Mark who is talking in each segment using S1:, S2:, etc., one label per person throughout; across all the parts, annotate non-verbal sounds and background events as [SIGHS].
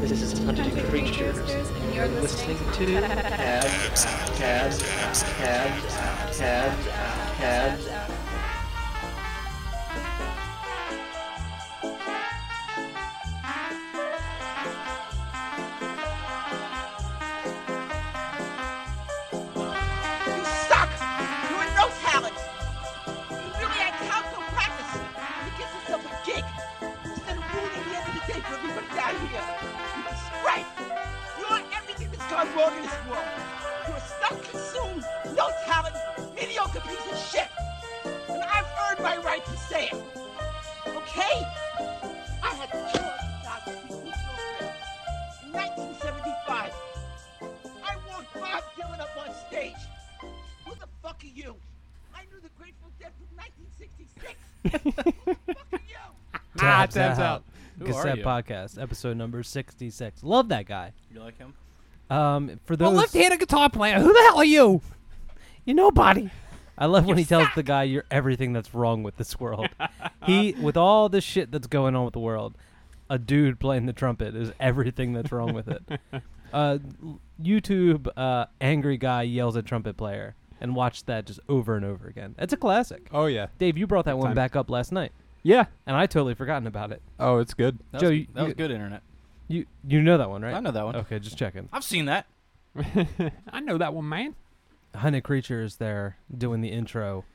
S1: This is Hundred Creatures, and you're listening to [LAUGHS] Cabs, Cabs, Cabs, Cabs, Cabs, Cabs.
S2: You suck! You are no talent! You really ain't come from practice! You get yourself a gig! Instead of ruining the end of the day for everybody down here! You're disgraceful! You're everything that's gone wrong in this world! You're a self-consumed, no talent, mediocre piece of shit! And I've earned my right to say it! Okay? I had killed thousand people in Brooklyn in 1975. I walked Bob Dylan up on stage. Who the fuck are you? I knew the Grateful Dead from 1966. Who the fuck are you?
S3: [LAUGHS]
S4: Ah,
S5: Tabs
S3: Tabs
S5: out.
S3: Ah, Who are
S5: Cassette
S3: you?
S5: podcast, episode number sixty-six. Love that guy.
S3: You like him?
S5: Um, for
S3: A
S5: those,
S3: left-handed guitar player. Who the hell are you? You're nobody.
S5: I love when he tells the guy, "You're everything that's wrong with this
S3: [LAUGHS]
S5: world." he, with all the shit that's going on with the world, a dude playing the trumpet is everything that's wrong with it.
S3: [LAUGHS]
S5: uh, l- YouTube uh, angry guy yells at trumpet player, and watch that just over and over again. It's a classic.
S4: Oh yeah,
S5: Dave, you brought that one
S4: Time.
S5: back up last night,
S4: yeah.
S5: and I totally forgotten about it.
S4: Oh, it's good.
S3: That
S5: Joe,
S3: was,
S5: you-
S3: that was
S5: you-
S3: good internet.
S5: You you know that one, right?
S3: I know that one.
S5: Okay, just checking.
S3: I've seen that.
S4: I know that one, man.
S5: Hunted creatures there doing the intro,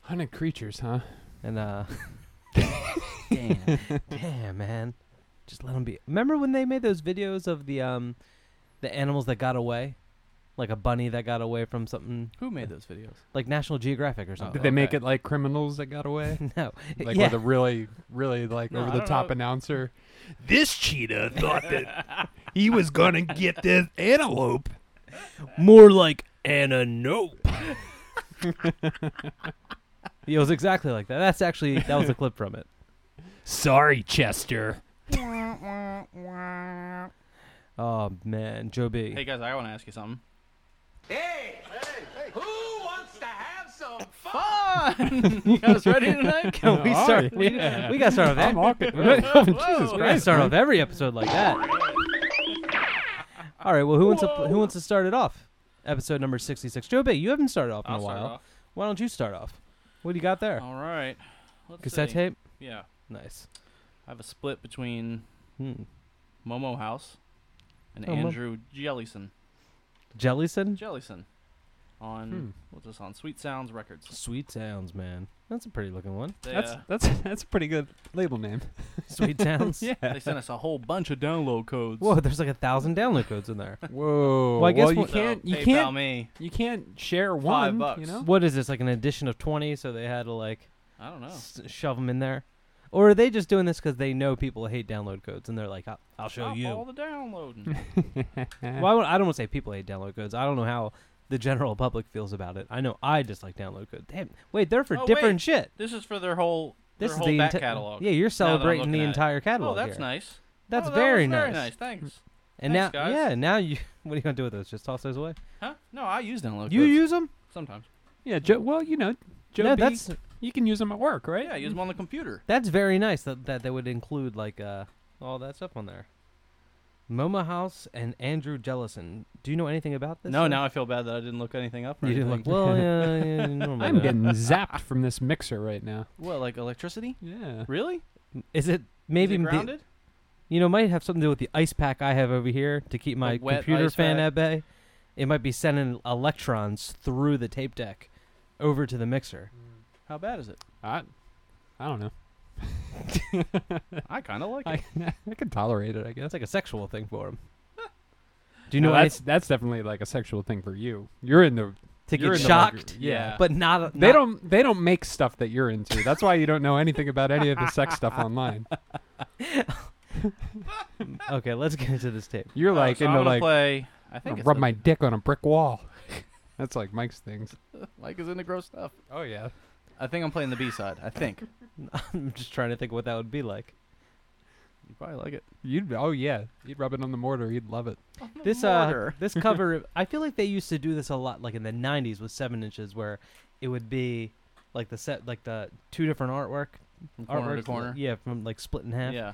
S4: Hunted creatures, huh?
S5: and uh, damn, damn, man, just let them be. Remember when they made those videos of the um, the animals that got away, like a bunny that got away from something,
S3: Who made those videos?
S5: like National Geographic or something.
S4: Oh. Did they make
S3: okay.
S4: it like criminals that got [LAUGHS] away?
S5: [LAUGHS] no,
S4: Like
S5: yeah,
S4: with a really, really like
S3: No, I
S4: over the
S3: don't
S4: top
S3: know.
S4: announcer.
S6: This cheetah thought that he was gonna get this antelope.
S5: more like [LAUGHS] ananope. it was exactly like that. That's actually that was a clip from it.
S6: Sorry, Chester.
S5: Oh man, Joe B.
S3: Hey guys, I want to ask you something. Hey, who wants to have some fun? [LAUGHS] you guys ready
S5: [LAUGHS]
S3: tonight? Can we
S4: Oh,
S3: start?
S4: yeah.
S5: we, we gotta start off.
S4: I'm
S5: that. [LAUGHS]
S4: awkward. Jesus
S5: We gotta
S4: Christ!
S5: start
S4: man.
S5: off every episode like that. All right. Well, who wants to who wants to start it off? Episode number sixty-six. Joe B, you haven't started off in
S3: I'll
S5: a
S3: start
S5: while.
S3: off.
S5: Why don't you start off? What do you got there?
S3: All right. Let's
S5: Cassette
S3: see.
S5: tape.
S3: Yeah,
S5: Nice.
S3: I have a split between
S5: Hmm.
S3: Momo House and
S5: Oh, Mo-
S3: Andrew Jellison.
S5: Jellyson.
S3: Jellison
S4: Hmm.
S3: on
S5: Hmm.
S3: what's this on? Sweet Sounds Records.
S5: Sweet sounds, man. That's a pretty looking one.
S3: They,
S4: That's
S3: uh,
S4: that's that's a pretty good label name.
S5: Sweet sounds. [LAUGHS] yeah.
S3: they sent us a whole bunch of download codes.
S5: Whoa, there's like a thousand download codes in there.
S4: [LAUGHS] Whoa.
S5: Well, I guess
S4: you
S5: we'll-
S3: So,
S4: can't you
S3: PayPal
S4: can't
S3: me.
S4: you can't share
S3: Five
S4: one.
S3: bucks.
S4: You [LAUGHS] know.
S5: What is this? Like an edition of twenty, so they had to like
S3: I don't know.
S5: s- shove them in there. Or are they just doing this because they know people hate download codes and they're like, I'll, I'll show
S3: Stop
S5: you.
S3: all
S5: [LAUGHS]
S3: the downloading.
S5: Well, I don't, I don't want to say people hate download codes. I don't know how the general public feels about it. I know I dislike download codes. Damn. Wait, they're for
S3: Oh,
S5: different
S3: wait.
S5: shit.
S3: this is for their whole
S5: This is
S3: their whole
S5: the
S3: back
S5: enti-
S3: catalog.
S5: Yeah, you're
S3: Now that I'm
S5: celebrating the
S3: looking at it.
S5: entire catalog.
S3: Oh, that's
S5: here.
S3: nice.
S5: That's
S3: Oh, that was
S5: very nice.
S3: Very nice. Thanks.
S5: And
S3: Thanks,
S5: now,
S3: guys.
S5: yeah, now you. [LAUGHS] What are you gonna do with those? Just toss those away?
S3: Huh? No, I use download
S5: You
S3: codes
S5: use them?
S3: sometimes.
S4: yeah. Joe, well, you know, Joe
S5: No,
S4: B,
S5: that's
S4: you can use them at work, right?
S3: Oh, Yeah, I use them on the computer.
S5: that's very nice that that they would include like uh all that stuff on there. Moma House and Andrew Jellison. Do you know anything about this?
S3: No,
S5: or-
S3: now I feel bad that I didn't look anything up. Or
S5: you didn't
S3: anything.
S5: look.
S4: [LAUGHS]
S5: Well, yeah, yeah, normally
S4: I'm
S5: not.
S4: getting [LAUGHS] zapped from this mixer right now.
S3: What, like electricity?
S4: Yeah.
S3: Really?
S5: Is it maybe
S3: Is it
S5: the-
S3: grounded?
S5: You know, might have something to do with the ice pack I have over here to keep my
S3: A wet
S5: computer
S3: ice
S5: fan
S3: pack.
S5: at bay. It might be sending electrons through the tape deck over to the mixer.
S3: How bad is it?
S4: I, I don't know. [LAUGHS]
S3: I kind of like it.
S4: I, I can tolerate it, I guess.
S5: That's like a sexual thing for him. do you know
S4: that's
S5: anyth-
S4: that's definitely like a sexual thing for you. You're in the
S5: to
S4: you're
S5: get
S4: in the wrong
S5: shocked?
S4: group. Yeah.
S5: But not.
S4: They
S5: not-
S4: don't they don't make stuff that you're into. That's why you don't know anything about any of the sex [LAUGHS] stuff online.
S5: Okay, let's get into this tape.
S4: You're
S3: Oh,
S4: like
S3: so
S4: in
S3: I'm
S4: the
S3: gonna
S4: like
S3: play. I
S4: "I'm
S3: think
S4: gonna
S3: it's
S4: rub
S3: the-
S4: my dick on a brick wall. [LAUGHS] that's like Mike's things.
S3: [LAUGHS] like is in the gross stuff.
S4: Oh yeah.
S3: I think I'm playing the B side.
S5: [LAUGHS]
S3: I think you
S5: I'm just trying to think what that would be like.
S3: probably like it.
S4: You'd oh yeah. You'd rub it on the mortar, you'd love it.
S5: This uh,
S3: Mortar.
S5: [LAUGHS] this cover. I feel like they used to do this a lot, like in the '90s with seven inches, where it would be like the set, like the two different artwork, E
S3: From corner
S5: artworks,
S3: to corner.
S5: Yeah, from like split in half.
S3: Yeah.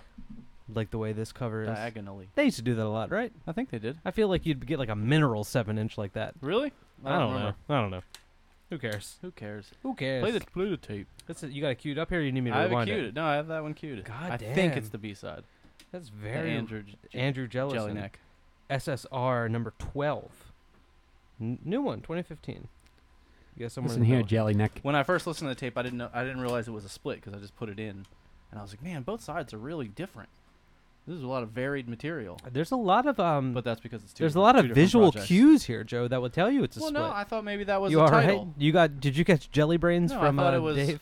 S5: like the way this cover is.
S3: diagonally.
S5: They used to do that a lot, right?
S3: I think they did.
S5: I feel like you'd get like a mineral seven inch like that.
S3: Really?
S5: I don't, know.
S3: remember.
S5: I don't know. Who cares?
S3: Who cares?
S5: Who cares?
S3: Play the play the tape.
S5: That's it. You got it queued up here. Or you need me to
S3: I have it
S5: rewind
S3: queued. No, I have that one queued.
S5: God
S3: I think
S5: damn.
S3: it's the B side.
S5: That's
S3: The
S5: very
S3: Andrew J-
S5: Andrew Jellison.
S3: Jellyneck.
S5: SSR number twelve. N- new one, 2015. You got somewhere
S4: Listen
S5: in the
S4: here,
S5: middle.
S4: jelly neck.
S3: When I first listened to the tape, I didn't know. I didn't realize it was a split because I just put it in, and I was like, man, both sides are really different. This is a lot of varied material.
S5: There's a lot of um.
S3: But that's because it's two.
S5: there's a
S3: different-
S5: lot
S3: two
S5: of
S3: different
S5: visual
S3: projects.
S5: cues here, Joe, that would tell you it's a
S3: Well,
S5: split.
S3: no, I thought maybe that was
S5: you
S3: the
S5: all right?
S3: title.
S5: You got? Did you catch Jelly Brains
S3: No, I
S5: from
S3: thought
S5: uh,
S3: it was- [LAUGHS]
S5: Dave?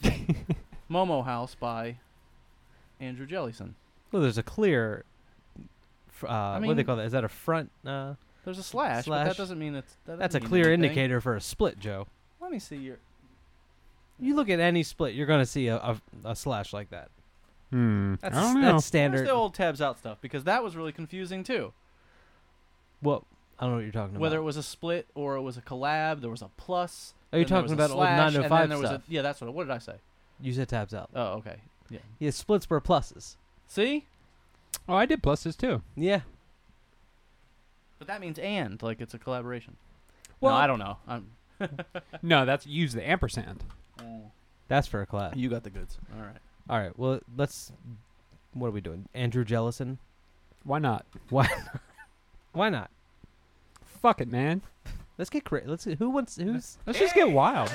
S3: Momo House by Andrew Jellison.
S5: Well, there's a clear. fr- Uh, what do they
S3: mean-
S5: call that? Is that a front? Uh,
S3: There's a slash, but
S5: Slash.
S3: that doesn't mean it's. That
S5: that's a
S3: doesn't mean
S5: clear
S3: anything.
S5: indicator for a split, Joe.
S3: Let me see your.
S5: You look at any split, you're going to see a, a, a slash like that.
S4: Hmm.
S5: That's,
S4: I don't know.
S5: that's standard.
S3: Where's the old tabs out stuff? Because that was really confusing too.
S5: Well, I don't know what you're talking
S3: Whether it
S5: about.
S3: was a split or it was a collab, there was a plus.
S5: Are you
S3: then there
S5: talking
S3: was a
S5: about old
S3: slash, and then
S5: 905
S3: there was a-
S5: stuff?
S3: yeah, that's what. What did I say?
S5: You said tabs out.
S3: Oh, okay. Yeah.
S5: Yeah, splits were pluses.
S3: See,
S4: Oh, I did pluses too.
S5: Yeah.
S3: but that means and like it's a collaboration.
S5: Well-
S3: no, I don't know. I'm.
S4: No, that's use the ampersand.
S5: That's for a class.
S3: You got the goods. All right.
S5: All right. Well, let's. What are we doing? Andrew Jellison?
S4: Why not?
S5: Why? Why not?
S4: Fuck it, man.
S5: Let's get crazy. Let's. Who wants? Who's?
S4: Let's just get wild.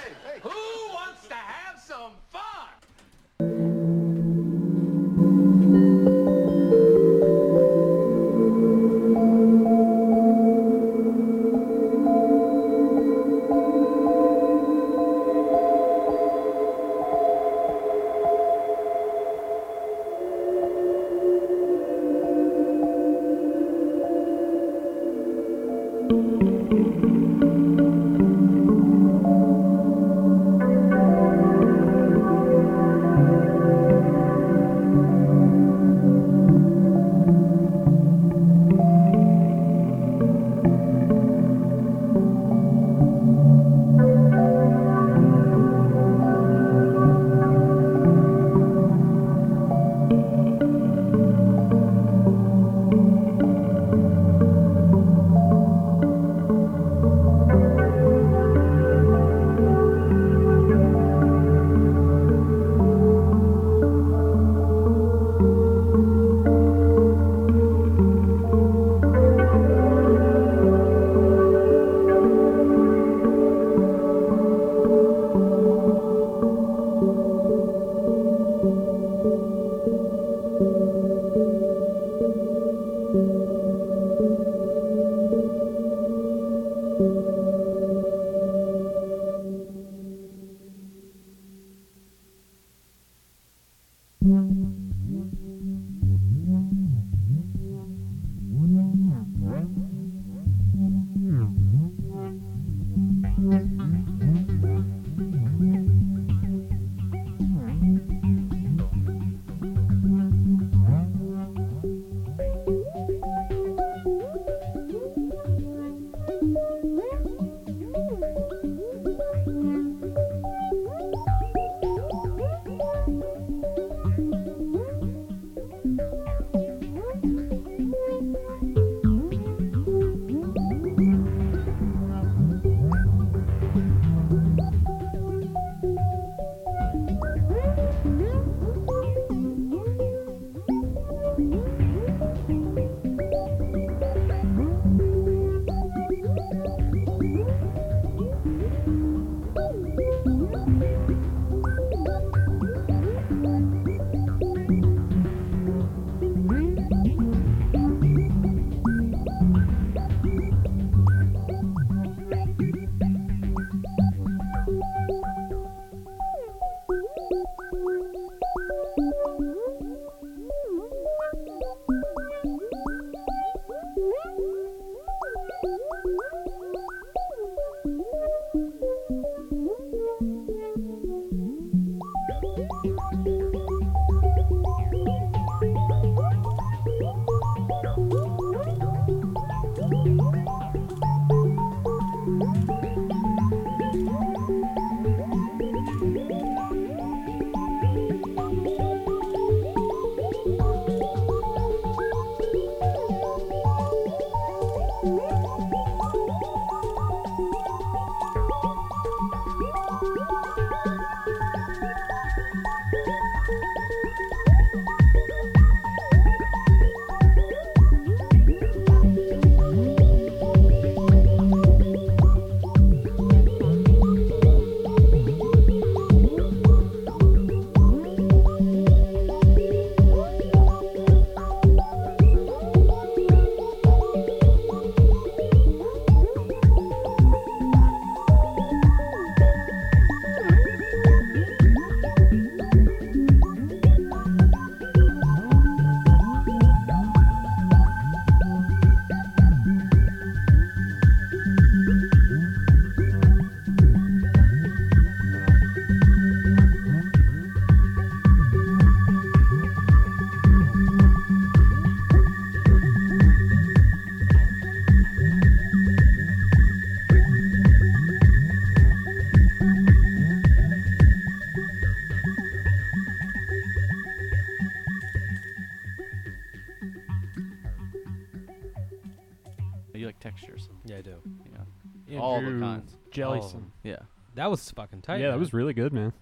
S4: Jellison.
S3: Yeah.
S5: That was fucking tight.
S4: yeah, that
S5: man.
S4: was really good, man.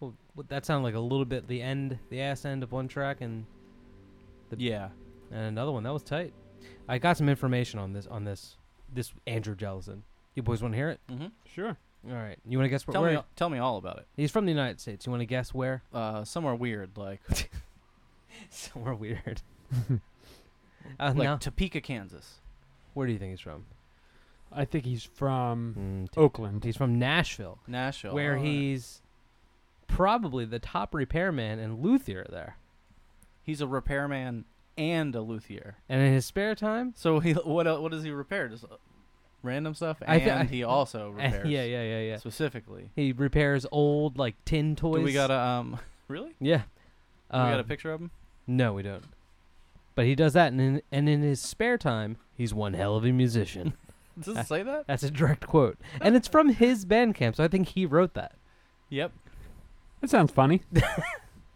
S5: Well, what- that sounded like a little bit the end, the ass end of one track, and
S3: Yeah.
S5: and another one that was tight. I got some information on this on this this Andrew Jellison. You boys want to hear it?
S3: Mm-hmm.
S4: Sure.
S5: All right. You want to guess where?
S3: Tell
S5: where
S3: me, tell me all about it.
S5: He's from the United States. You want to guess where? [LAUGHS]
S3: Uh, somewhere weird, like
S5: Somewhere weird. uh,
S3: like
S5: no.
S3: Topeka, Kansas.
S5: Where do you think he's from?
S4: I think he's from
S5: Mm,
S4: Oakland.
S5: he's from Nashville,
S3: Nashville.
S5: where
S3: Alright.
S5: he's probably the top repairman and luthier there.
S3: he's a repairman and a luthier.
S5: And in his spare time, [LAUGHS]
S3: So he what el- what does he repair? Just uh, random stuff,
S5: I
S3: and
S5: thi- I- [LAUGHS]
S3: he also
S5: yeah,
S3: repairs.
S5: yeah, yeah, yeah.
S3: Specifically,
S5: He repairs old like tin toys.
S3: do we got a um? [LAUGHS] Really?
S5: yeah.
S3: Do we got a
S5: Um,
S3: picture of him?
S5: No, we don't. But he does that, and in, and in his spare time, he's one hell of a musician. [LAUGHS]
S3: Does [LAUGHS]
S5: I-
S3: it say that?
S5: That's a direct quote, and it's from his Bandcamp, so I think he wrote that.
S3: Yep.
S4: That sounds funny.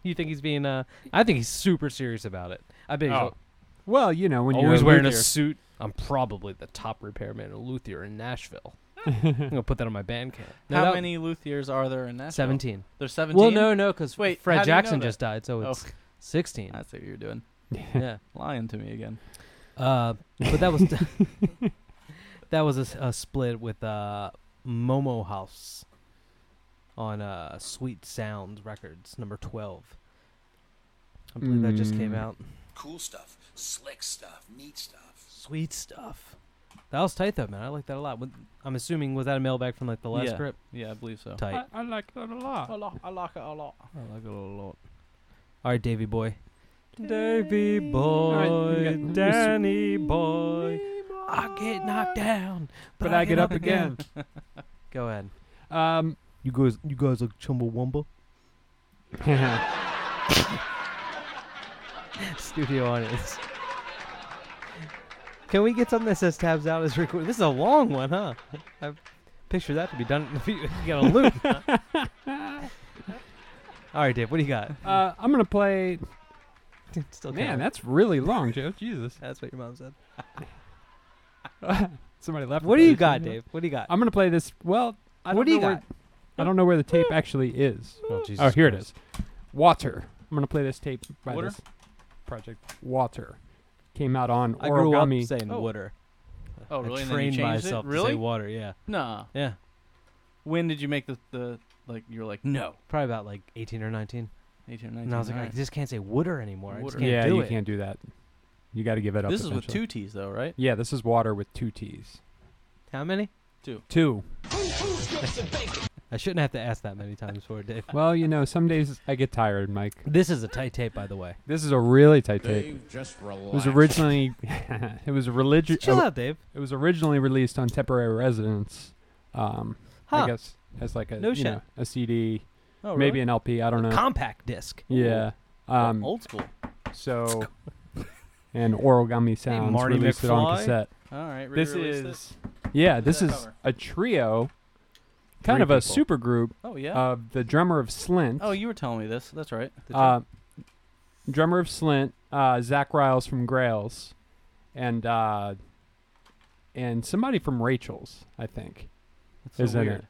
S5: You think he's being? Uh, I think he's super serious about it. I bet he's
S4: Oh, Well, you know, when
S3: oh,
S5: al-
S4: you're
S5: always
S4: a
S5: wearing a
S4: luthier-
S5: suit. I'm probably the top repairman at Luthier in Nashville. I'm
S4: [LAUGHS]
S5: gonna put that on my Bandcamp. No,
S3: How
S5: that-
S3: many luthiers are there in Nashville?
S5: Seventeen.
S3: There's seventeen.
S5: Well, no, no, because
S3: Wait, how
S5: Fred
S3: do you know
S5: Jackson
S3: that?
S5: just died, so
S3: Oh,
S5: it's sixteen.
S3: I see what you're doing.
S5: [LAUGHS] yeah.
S3: Lying to me again.
S5: Uh, but
S3: [LAUGHS]
S5: that was [LAUGHS] that was a, s- a split with uh, Momo House on uh, Sweet Sounds Records, number twelve. I believe that just came
S4: Mm.
S5: out.
S7: Cool stuff, slick stuff, neat stuff.
S5: Sweet stuff. That was tight though, man. I like that a lot. Wa- I'm assuming was that a mailbag from like the last
S3: yeah. Uh,
S5: grip?
S3: Yeah, I believe so.
S5: Tight.
S4: I like that a lot.
S3: I like it a lot. I like it a lot.
S5: All right, Davy boy. Davy
S4: All right,
S5: boy,
S4: we got-
S5: Danny boy. I get knocked down,
S4: But I get up
S5: [LAUGHS]
S4: again.
S5: Go ahead.
S4: Um, [LAUGHS]
S5: You guys, you guys like Chumbawamba?
S4: uh,
S5: studio audience. Can we get something that says tabs out is recorded? This is a long one, huh? I picture that to be done in a few. [LAUGHS] You got a loop. huh? [LAUGHS] All right, Dave, what do you got? [LAUGHS]
S4: uh, I'm gonna play.
S5: Still
S4: Man,
S5: counting.
S4: that's really long, Joe. Jesus.
S5: that's what your mom said.
S4: Somebody left.
S5: What
S4: it
S5: do you Oh,
S4: there,
S5: got,
S4: didn't they?
S5: Dave? What do you got?
S4: I'm gonna play this. Well, I
S5: What
S4: don't
S5: do you
S4: know where-
S5: got?
S4: I don't know where the tape actually is.
S5: oh, Jesus
S4: Oh, here it is. Water. I'm gonna play this tape by
S3: Water?
S4: this project. Water came out on
S5: I grew up
S4: Origami.
S5: saying
S3: Oh,
S5: water.
S3: Oh,
S5: I
S3: really? And then you
S5: trained
S3: changed
S5: myself
S3: it?
S5: to
S3: Really?
S5: say water. Yeah,
S3: Nah.
S5: yeah.
S3: When did you make the the like? You were like no.
S5: Probably about like 18 or 19.
S3: 18 or 19.
S5: and I was like, I
S3: alright.
S5: just can't say water anymore. I
S3: Water.
S5: just can't
S4: yeah,
S5: do
S4: you
S5: it.
S4: can't do that. You got to give it up.
S3: this is with
S4: eventually.
S3: two T's though, right?
S4: Yeah, this is water with two T's.
S5: How many?
S4: Two.
S5: I shouldn't have to ask that many times for it, Dave.
S4: Well, you know, some days I get tired, Mike.
S5: This is a tight tape, by the way.
S4: This is a really tight tape.
S7: Dave, just
S4: It
S7: relax.
S4: was originally, [LAUGHS] it was religious.
S5: Chill out, Dave.
S4: It was originally released on temporary residence. Um,
S5: Huh.
S4: I guess as like a
S5: No
S4: you
S5: shit.
S4: know, a CD,
S3: Oh,
S4: maybe an LP. I don't know.
S5: Compact disc.
S4: yeah.
S5: Oh,
S4: Um,
S3: old school. [LAUGHS]
S4: so, and Origami Sounds
S5: Marty
S4: released it on
S5: McFly?
S4: cassette.
S3: All right.
S4: This
S3: re-released
S4: is,
S3: it?
S4: yeah, this
S3: that
S4: is
S3: cover?
S4: a trio, kind
S5: Three
S4: of a
S5: people.
S4: super group
S3: Oh yeah.
S4: of the drummer of Slint.
S3: oh, you were telling me this. That's right.
S4: uh, drummer of Slint, uh, Zach Riles from Grails, and uh, and somebody from Rachel's, I think.
S3: That's so
S4: is in
S3: weird.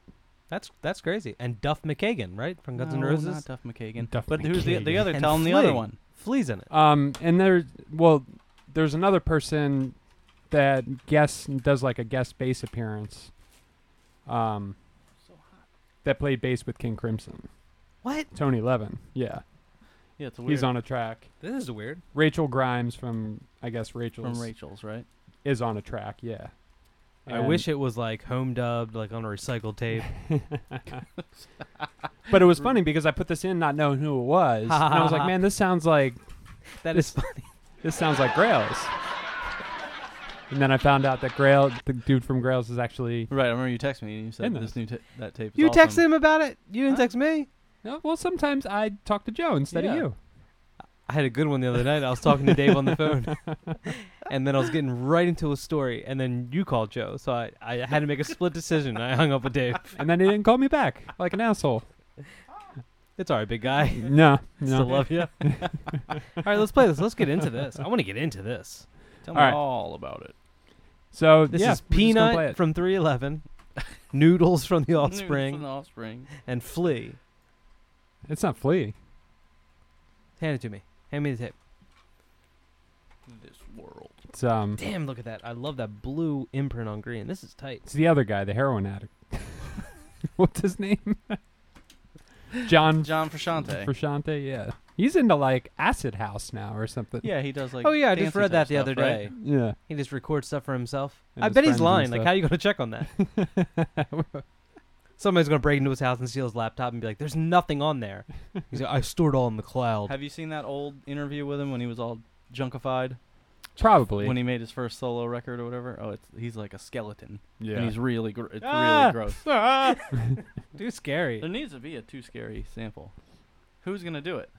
S5: That's that's crazy. And Duff McKagan, right? From Guns N'
S3: No,
S5: Roses?
S3: Not Duff McKagan.
S4: Duff
S3: but who's the the
S4: McKagan.
S3: other?
S5: And
S3: Tell him the other
S5: Flea.
S3: one.
S5: Fleas in it.
S4: Um, and there's well, there's another person that guests does like a guest bass appearance. Um, that played bass with King Crimson,
S5: What?
S4: Tony Levin. Yeah,
S3: Yeah, it's weird.
S4: he's on a track.
S5: This is weird.
S4: Rachel Grimes from I guess Rachel's
S3: from Rachel's, right?
S4: is on a track. Yeah,
S5: I
S4: And-
S5: wish it was like home dubbed, like on a recycled [LAUGHS] tape.
S4: But it was funny because I put this in not knowing who it was, and I was like, "Man, this sounds like
S5: that is funny.
S4: this sounds like Grails." And then I found out that Grail, the dude from Grails, is actually
S3: Right. I remember you texted me and you said
S4: In
S3: this
S4: this.
S3: new ta- that tape.
S5: [LAUGHS]
S3: Is
S5: You
S3: awesome.
S5: texted him about it. You didn't
S3: Huh?
S5: text me.
S4: No, well. Sometimes I talk to Joe instead
S3: Yeah.
S4: of you.
S5: I had a good one the other night. I was talking to Dave on the
S4: [LAUGHS]
S5: phone, and then I was getting right into a story, and then you called Joe, so I, I had to make a split decision. I hung up with Dave.
S4: And then he didn't call me back like an asshole.
S5: It's all right,
S4: [LAUGHS]
S5: big guy.
S4: No,
S5: Still
S4: no. [LAUGHS]
S5: love you. all right, let's play this. Let's get into this. I want to get into this.
S3: Tell
S4: All
S3: me
S4: right.
S3: all about it.
S4: So
S5: This
S4: yeah,
S5: is
S4: we're just gonna play
S5: Peanut
S4: it.
S5: from 311. [LAUGHS] Noodles from the
S3: Noodles
S5: Offspring,
S3: From the offspring.
S5: and Flea.
S4: It's not Flea.
S5: Hand it to me. Hand me the tape.
S3: This world.
S4: It's um.
S5: Damn, look at that. I love that blue imprint on green. This is tight.
S4: It's the other guy, the heroin addict. [LAUGHS] What's his name? John
S3: John Frusciante.
S4: Frusciante. Yeah, he's into like acid house now or something.
S3: yeah, he does like.
S5: oh yeah, I just
S3: dancey
S5: read
S3: type
S5: that the
S3: stuff,
S5: other
S3: right?
S5: day.
S4: yeah. [LAUGHS]
S5: He just records stuff for himself.
S4: And
S5: I
S4: his
S5: bet he's
S4: friends and
S5: lying. Like,
S4: stuff.
S5: how you going to check on that? Somebody's going to break into his house and steal his laptop and be like, "There's nothing on there." [LAUGHS] He's like, "I stored all in the cloud."
S3: Have you seen that old interview with him when he was all junkified
S4: Probably.
S3: when he made his first solo record or whatever? Oh, it's he's like a skeleton.
S4: yeah.
S3: And he's really gr- it's really gross.
S5: [LAUGHS] Too scary.
S3: Ah! There needs to be a too scary sample. Who's gonna do it?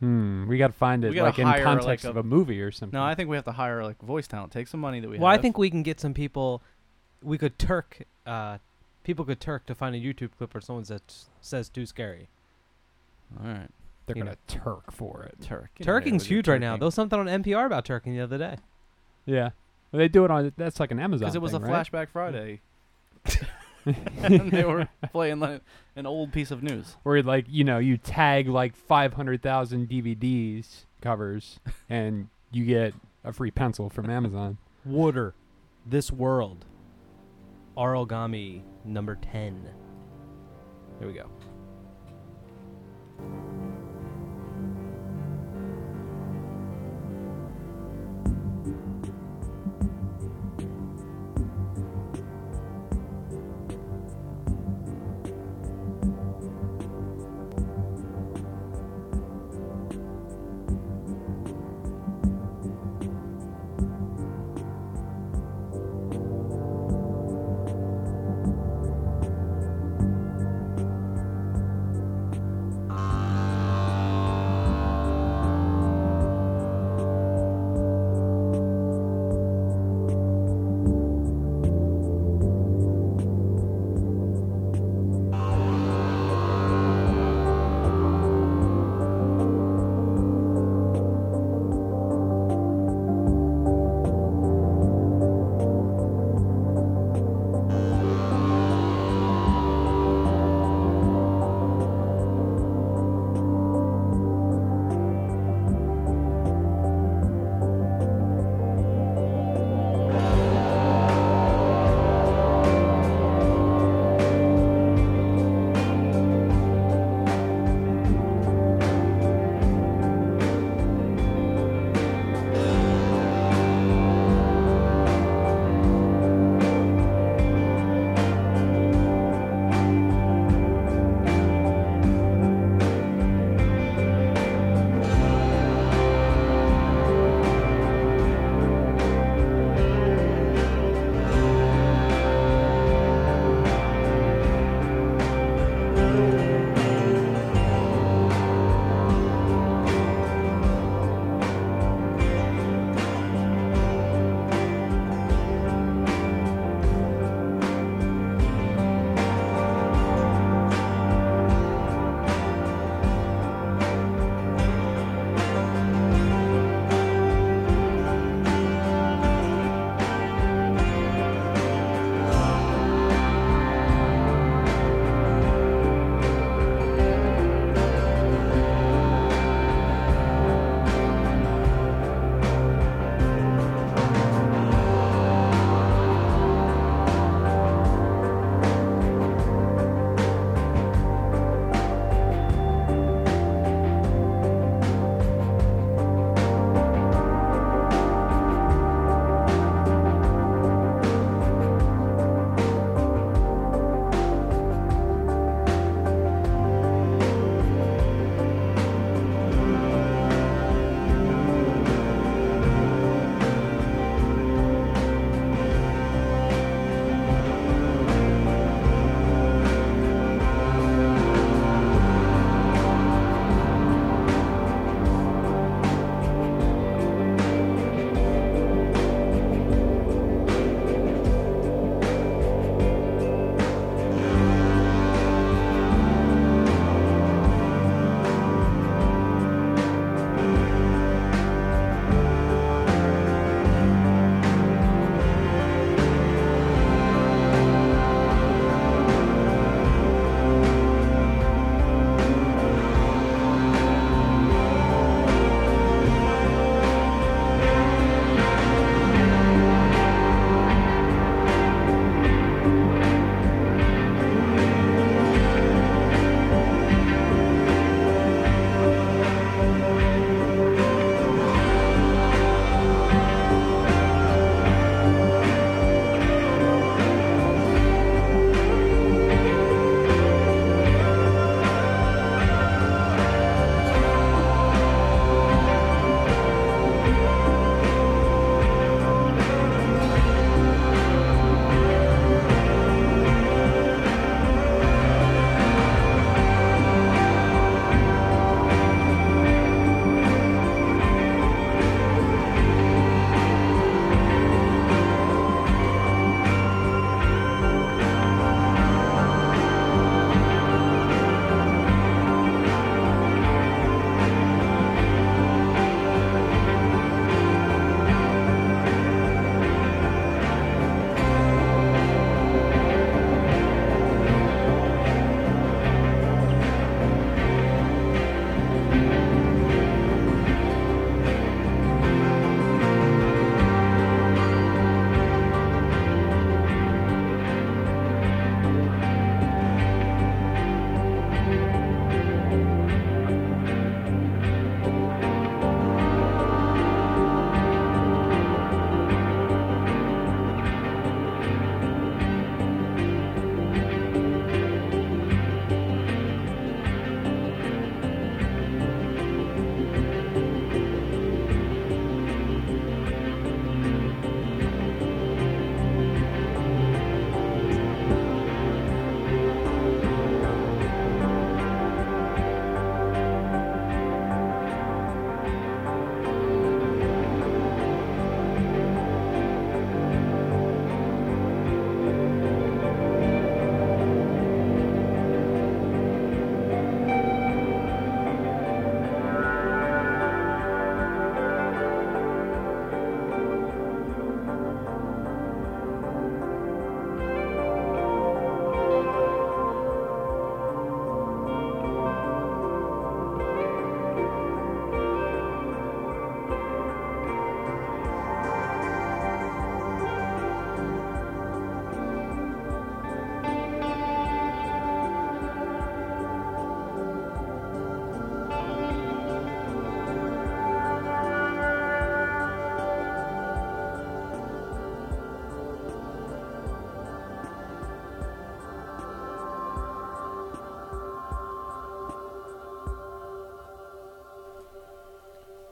S4: Hmm. We gotta find it
S3: We gotta
S4: like in
S3: hire, like,
S4: context
S3: a-
S4: of a movie or something.
S3: No, I think we have to hire like voice talent. Take some money that we
S5: well,
S3: have.
S5: I think we can get some people. We could Turk. Uh, people could Turk to find a YouTube clip where someone says says too scary.
S3: All right,
S4: they're
S5: you
S4: gonna Turk for it.
S3: Turk. Get in there
S5: Turking's
S3: with your
S5: huge right now.
S3: turking.
S5: There was something on NPR about Turking the other day.
S4: Yeah. Well, they do it on that's like an Amazon.
S3: Because it was
S4: thing,
S3: a
S4: right?
S5: [LAUGHS]
S3: flashback Friday. and they were playing like an old piece of news.
S4: where like you know you tag like 500,000 DVDs [LAUGHS] covers and you get a free pencil from Amazon.
S5: Water, this world, origami number ten. Here we go.
S2: Thank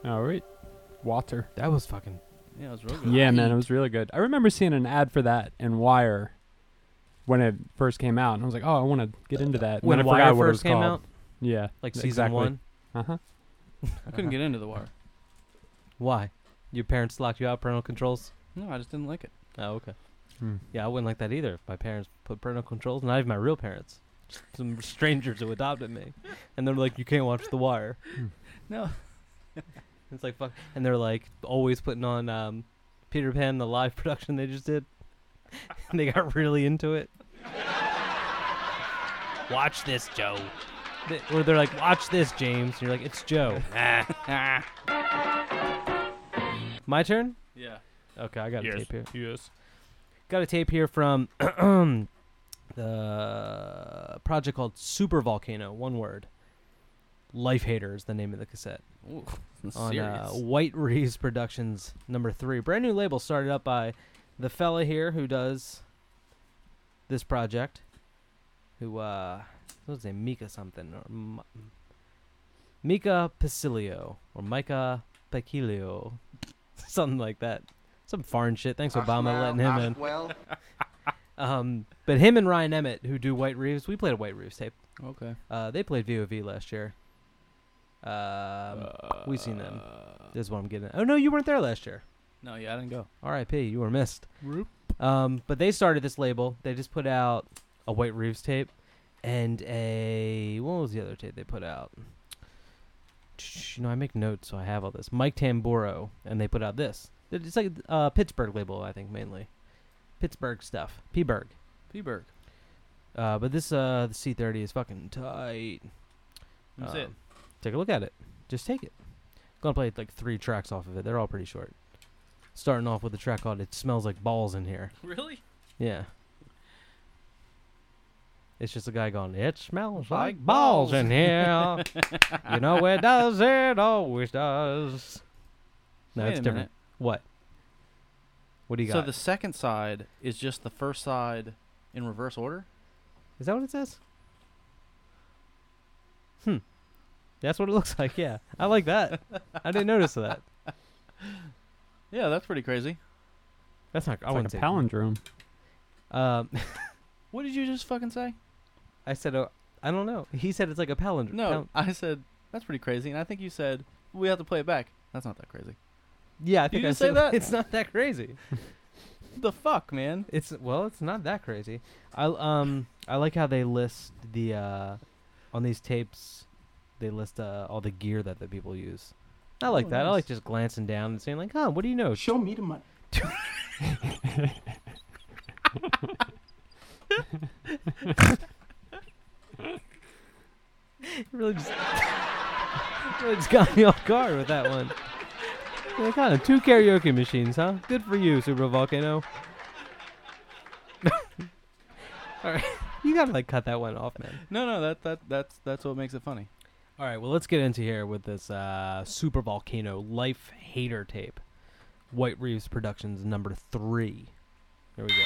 S4: All right. Water.
S5: That was fucking.
S3: Yeah, it was real good.
S4: Yeah, man, it was really good. I remember seeing an ad for that in Wire when it first came out, and I was like, "Oh, I want to get into that." And
S5: When
S4: then I
S5: Wire
S4: forgot
S5: first
S4: what it was
S5: came
S4: called.
S5: out,
S4: Yeah,
S5: like season
S4: exactly.
S5: one.
S4: Uh huh.
S3: I couldn't get into the wire.
S5: Why? Your parents locked you out parental controls?
S3: No, I just didn't like it.
S5: Oh, okay.
S4: Hmm.
S5: Yeah, I wouldn't like that either. If my parents put parental controls, not even my real parents, just some strangers who adopted me, and they're like, "You can't watch The Wire."
S3: No.
S5: [LAUGHS] It's like fuck, and they're like always putting on um, Peter Pan the live [LAUGHS] production they just did, and they got really into it.
S6: Watch this, Joe.
S5: They, or they're like, "Watch this, James," and you're like, "It's
S6: [LAUGHS]
S5: Joe." my turn.
S3: Yeah.
S5: Okay, I got a tape here.
S6: Yes.
S5: Got a tape here from [CLEARS THROAT] the project called Super Volcano. One word. Life Hater is the name of the cassette
S3: Ooh, [LAUGHS]
S5: on uh,
S3: serious.
S5: White Reeves Productions number three. Brand new label started up by the fella here who does this project. Who uh, what's his name? Mika something or M- Mika Pacilio or Micah Pacilio, [LAUGHS] something like that. Some foreign shit. Thanks Obama letting him in.
S7: Well,
S5: Um, but him and Ryan Emmett, who do White Reeves, we played a White Reeves tape.
S3: okay.
S5: Uh, they played VOV last year. Um,
S3: Uh,
S5: we seen them. This is what I'm getting. At. Oh no, you weren't there last year.
S3: No, yeah, I didn't go.
S5: R.I.P. You were missed. Um, but they started this label. They just put out a White Reeves tape and a what was the other tape they put out? You know, I make notes, so I have all this. Mike Tamboro, and they put out this. It's like uh, Pittsburgh label, I think mainly. Pittsburgh stuff. P-Berg.
S3: P-Berg.
S5: Uh, but this uh the C30 is fucking tight.
S3: That's
S5: Um,
S3: it.
S5: Take a look at it. Just take it. Gonna play like three tracks off of it. They're all pretty short. Starting off with a track called "It Smells Like Balls in Here."
S3: Really?
S5: Yeah. It's just a guy going, "It smells like,
S3: Like
S5: balls.
S3: balls."
S5: in
S3: [LAUGHS]
S5: here." you know it does. It always does. No,
S3: Wait
S5: it's
S3: a
S5: different.
S3: minute.
S5: What? What do you
S3: So
S5: got?
S3: the second side is just the first side in reverse order?
S5: Is that what it says? Hmm. That's what it [LAUGHS] looks like. Yeah, I like that. I didn't notice that.
S3: Yeah, that's pretty crazy.
S5: That's not. I
S4: It's like
S5: wouldn't
S4: a
S5: say.
S4: palindrome.
S5: [LAUGHS] Um,
S3: What did you just fucking say?
S5: I said. Uh, I don't know. He said it's like a palindrome.
S3: No, I said that's pretty crazy, and I think you said we have to play it back. That's not that crazy.
S5: yeah, I think I
S3: didn't say
S5: said-
S3: that?
S5: [LAUGHS] It's not that crazy.
S3: The fuck, man?
S5: It's well, it's not that crazy. I um I like how they list the uh on these tapes they list uh, all the gear that the people use. I like
S3: Oh,
S5: that. I
S3: nice.
S5: like just glancing down and saying like, "Huh, what do you know?"
S8: Show me the money.
S5: really just [LAUGHS] really just got me off guard with that one. Yeah, kind of two karaoke machines, huh? Good for you, Super Volcano. [LAUGHS] All right, you gotta like cut that one off, man.
S3: No, no, that that that's that's what makes it funny.
S5: All right, well, let's get into here with this uh, Super Volcano Life Hater tape, White Reeves Productions number three. Here we go.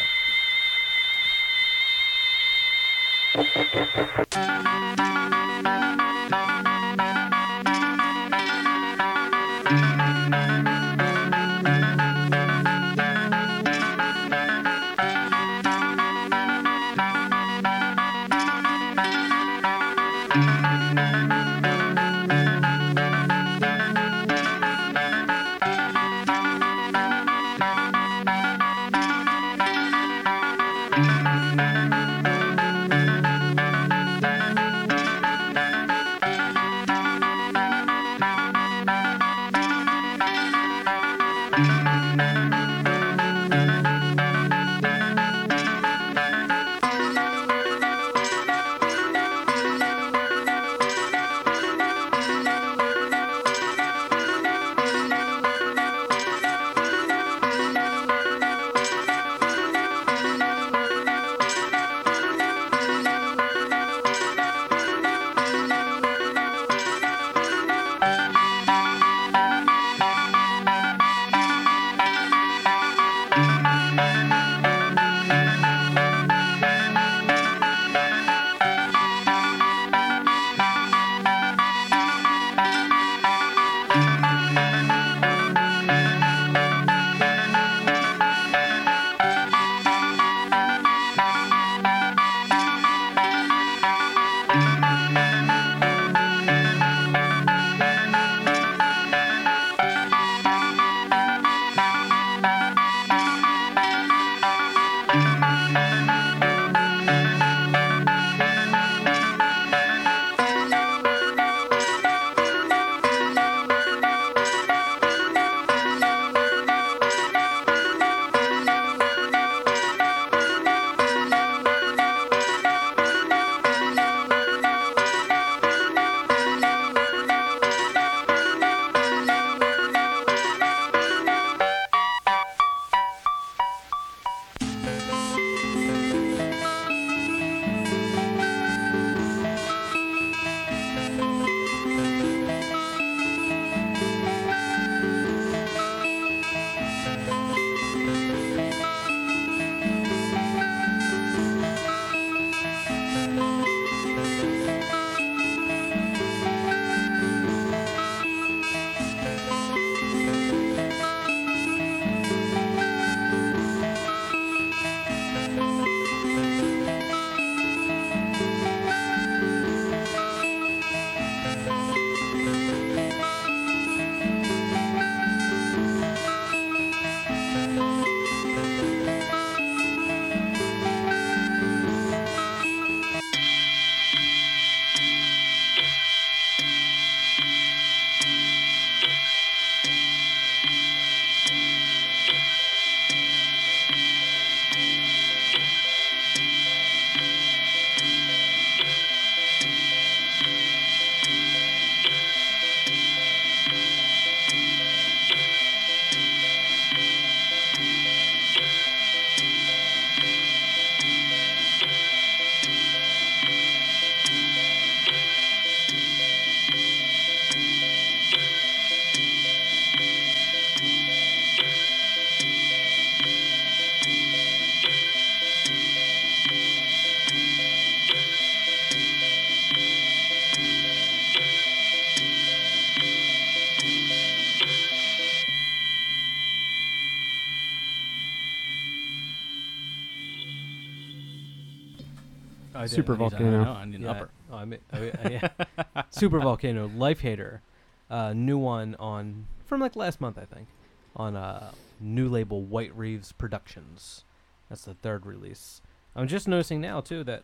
S5: idea.
S4: Super
S5: I need
S3: I
S5: to-
S3: don't
S4: Volcano.
S3: know, I need an
S5: Yeah.
S3: upper.
S5: Oh, I mean, I mean, I-
S3: [LAUGHS]
S5: yeah. Super Volcano, Life Hater, uh, new one on from like last month, I think, on uh, new label White Reeves Productions. That's the third release. I'm just noticing now too that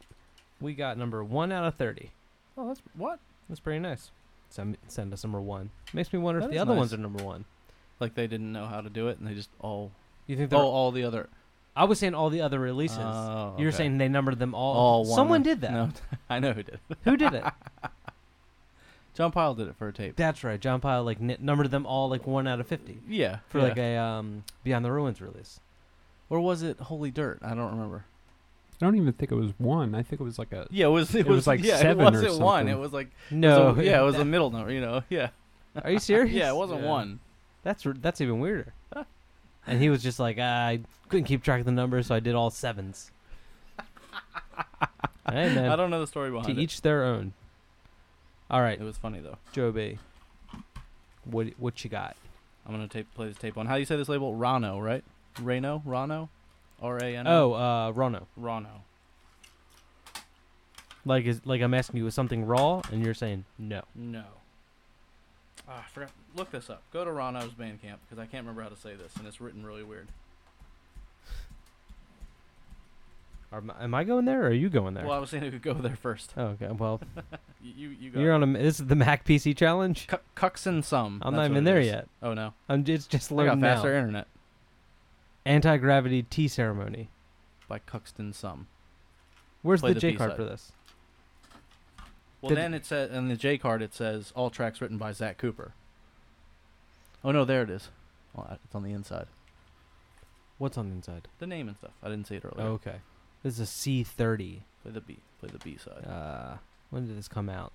S5: we got number one out of thirty.
S3: Oh, that's what?
S5: That's pretty nice. Send send us number one. Makes me wonder
S3: That
S5: if the
S3: is
S5: other ones are
S3: nice.
S5: number one.
S3: Like they didn't know how to do it, and they just all
S5: You think
S3: oh
S5: they're?
S3: all the other
S5: I was saying all the other releases.
S3: Oh,
S5: You're
S3: okay.
S5: saying they numbered them all.
S3: all one.
S5: Someone did that.
S3: No, [LAUGHS] I know who did. it.
S5: Who did
S3: [LAUGHS]
S5: it?
S3: John Pyle did it for a tape.
S5: That's right. John Pyle like n- numbered them all like one out of fifty.
S3: yeah,
S5: for
S3: yeah.
S5: like a um, Beyond the Ruins release.
S3: or was it Holy Dirt? I don't remember.
S4: I don't even think it was one. I think it was like a. [LAUGHS]
S3: Yeah, it was. It,
S4: was like
S3: yeah,
S4: seven
S3: it
S4: or
S3: wasn't one.
S4: something.
S3: It was like
S5: No,
S3: so, yeah, it was a middle number. You know, [LAUGHS] yeah,
S5: [LAUGHS] Are you Oh, serious?
S3: yeah, it wasn't
S5: Yeah.
S3: one.
S5: That's r- that's even weirder. and he was just like, "Ah, I couldn't keep track of the numbers, so I did all
S3: [LAUGHS]
S5: sevens. hey man,
S3: I don't know the story behind
S5: to
S3: it.
S5: each their own. All right,
S3: It was funny though.
S5: Joe B. What what you got?
S3: I'm gonna tape play this tape on. How do you say this label? Rano, right? Rano, Rano, R A N O.
S5: Oh, uh, Rono.
S3: Rano.
S5: Like is like I'm asking you is something raw, and you're saying no.
S3: No. Ah, I forgot. Look this up. Go to Rano's Bandcamp because I can't remember how to say this, and it's written really weird.
S5: Are, m- am I going there, or are you going there?
S3: Well, I was saying it could go there first.
S5: oh, okay. Well,
S3: Y- You you got
S5: you're
S3: it.
S5: on a. m- This is the Mac PC challenge.
S3: Cu- Cucks and some.
S5: I'm
S3: That's
S5: not
S3: what
S5: even
S3: it
S5: there
S3: is.
S5: yet.
S3: Oh no!
S5: I'm just just
S3: I got
S5: learning now.
S3: faster internet
S5: Anti gravity tea ceremony.
S3: by Cuxton Sum.
S5: Where's
S3: Play
S5: the
S3: the
S5: J card
S3: B-side.
S5: for this?
S3: Well,
S5: Did-
S3: then it says in the J card it says all tracks written by Zach Cooper. Oh no, there it is. Well, I- it's on the inside.
S5: What's on the inside?
S3: The name and stuff. I didn't see it earlier.
S5: Oh, okay. This is a C thirty.
S3: Play the B. Play the B side.
S5: Uh, when did this come out?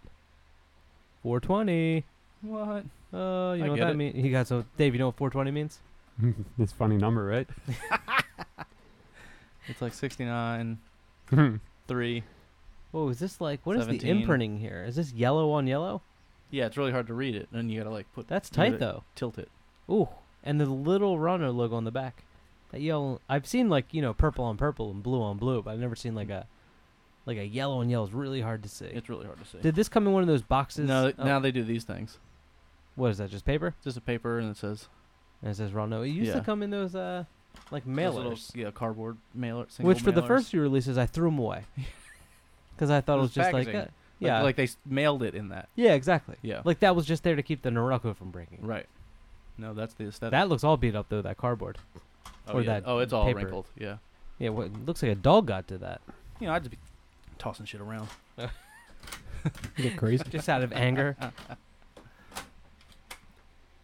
S5: Four twenty.
S3: What?
S5: Uh, you
S3: I
S5: know what
S3: get
S5: that
S3: it.
S5: means? You guys know, Dave. You know what four twenty means?
S4: it's a funny number, right?
S3: It's like 69,
S5: [LAUGHS]
S3: 3.
S5: Whoa, is this like? What is the
S3: 17.
S5: imprinting here? Is this yellow on yellow?
S3: Yeah, it's really hard to read it, and you gotta like put
S5: That's
S3: you
S5: tight
S3: gotta
S5: though.
S3: Tilt it.
S5: Ooh, and the little runner logo on the back. That yellow. I've seen like you know purple on purple and blue on blue, but I've never seen like a like a yellow on yellow. It's really hard to see.
S3: Hmm. It's really hard to see.
S5: Did this come in one of those boxes?
S3: No,
S5: Oh,
S3: now they do these things.
S5: what is that? Just paper?
S3: Just a paper, and it says
S5: And it says Rondo. It used to
S3: Yeah.
S5: come in those uh like
S3: those little,
S5: mailers,
S3: yeah, cardboard mailer. Single
S5: which for the
S3: mailers.
S5: first few releases I threw them
S3: [LAUGHS]
S5: away because I thought it
S3: It
S5: was
S3: was
S5: just like
S3: packaging.
S5: uh,
S3: Like-
S5: yeah,
S3: like, like they s- mailed it in that.
S5: yeah, exactly.
S3: Yeah.
S5: Like that was just there to keep the Norelco from breaking.
S3: Right. No, that's the aesthetic.
S5: That looks all beat up though. That cardboard.
S3: oh,
S5: or
S3: yeah.
S5: that
S3: oh, it's all
S5: paper.
S3: wrinkled. Yeah.
S5: Yeah, what it looks like a dog got to that
S3: You know, I'd just be tossing shit around.
S4: You get crazy.
S5: just out of
S3: [LAUGHS]
S5: anger.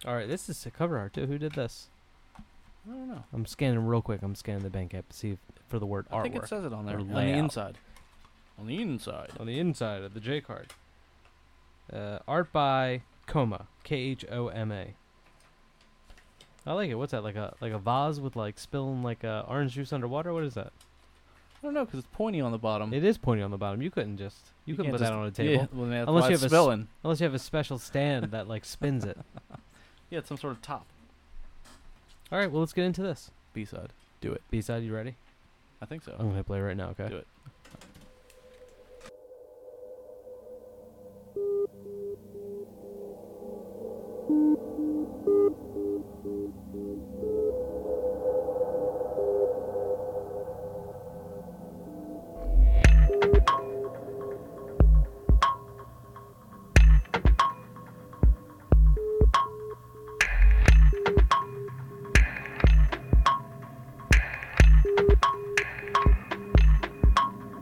S5: All right, this is a cover art too. Who did this?
S3: I don't know.
S5: I'm scanning real quick. I'm scanning the bank app to see if, for the word
S3: I think it
S5: artwork
S3: says it on there.
S5: or
S3: On the
S5: layout.
S3: inside. On the inside.
S5: on the inside of the J card. Uh, art by Koma, K H O M A. I like it. What's that? Like a like a vase with like spilling like uh, orange juice underwater. What is that?
S3: I don't know because it's pointy on the bottom.
S5: It is pointy on the bottom. You couldn't just you, couldn't
S3: Mm. can't
S5: put
S3: just-
S5: that on a table
S3: Yeah, well, that's
S5: Unless
S3: why
S5: you
S3: it's
S5: have a s-
S3: spilling.
S5: unless you have a special stand that like spins
S3: [LAUGHS]
S5: it.
S3: yeah, it's some sort of top
S5: All right, well let's get into this.
S3: B side.
S5: B side, you ready?
S3: I think so.
S5: I'm gonna play right now. Okay.
S3: Do it.
S8: Thank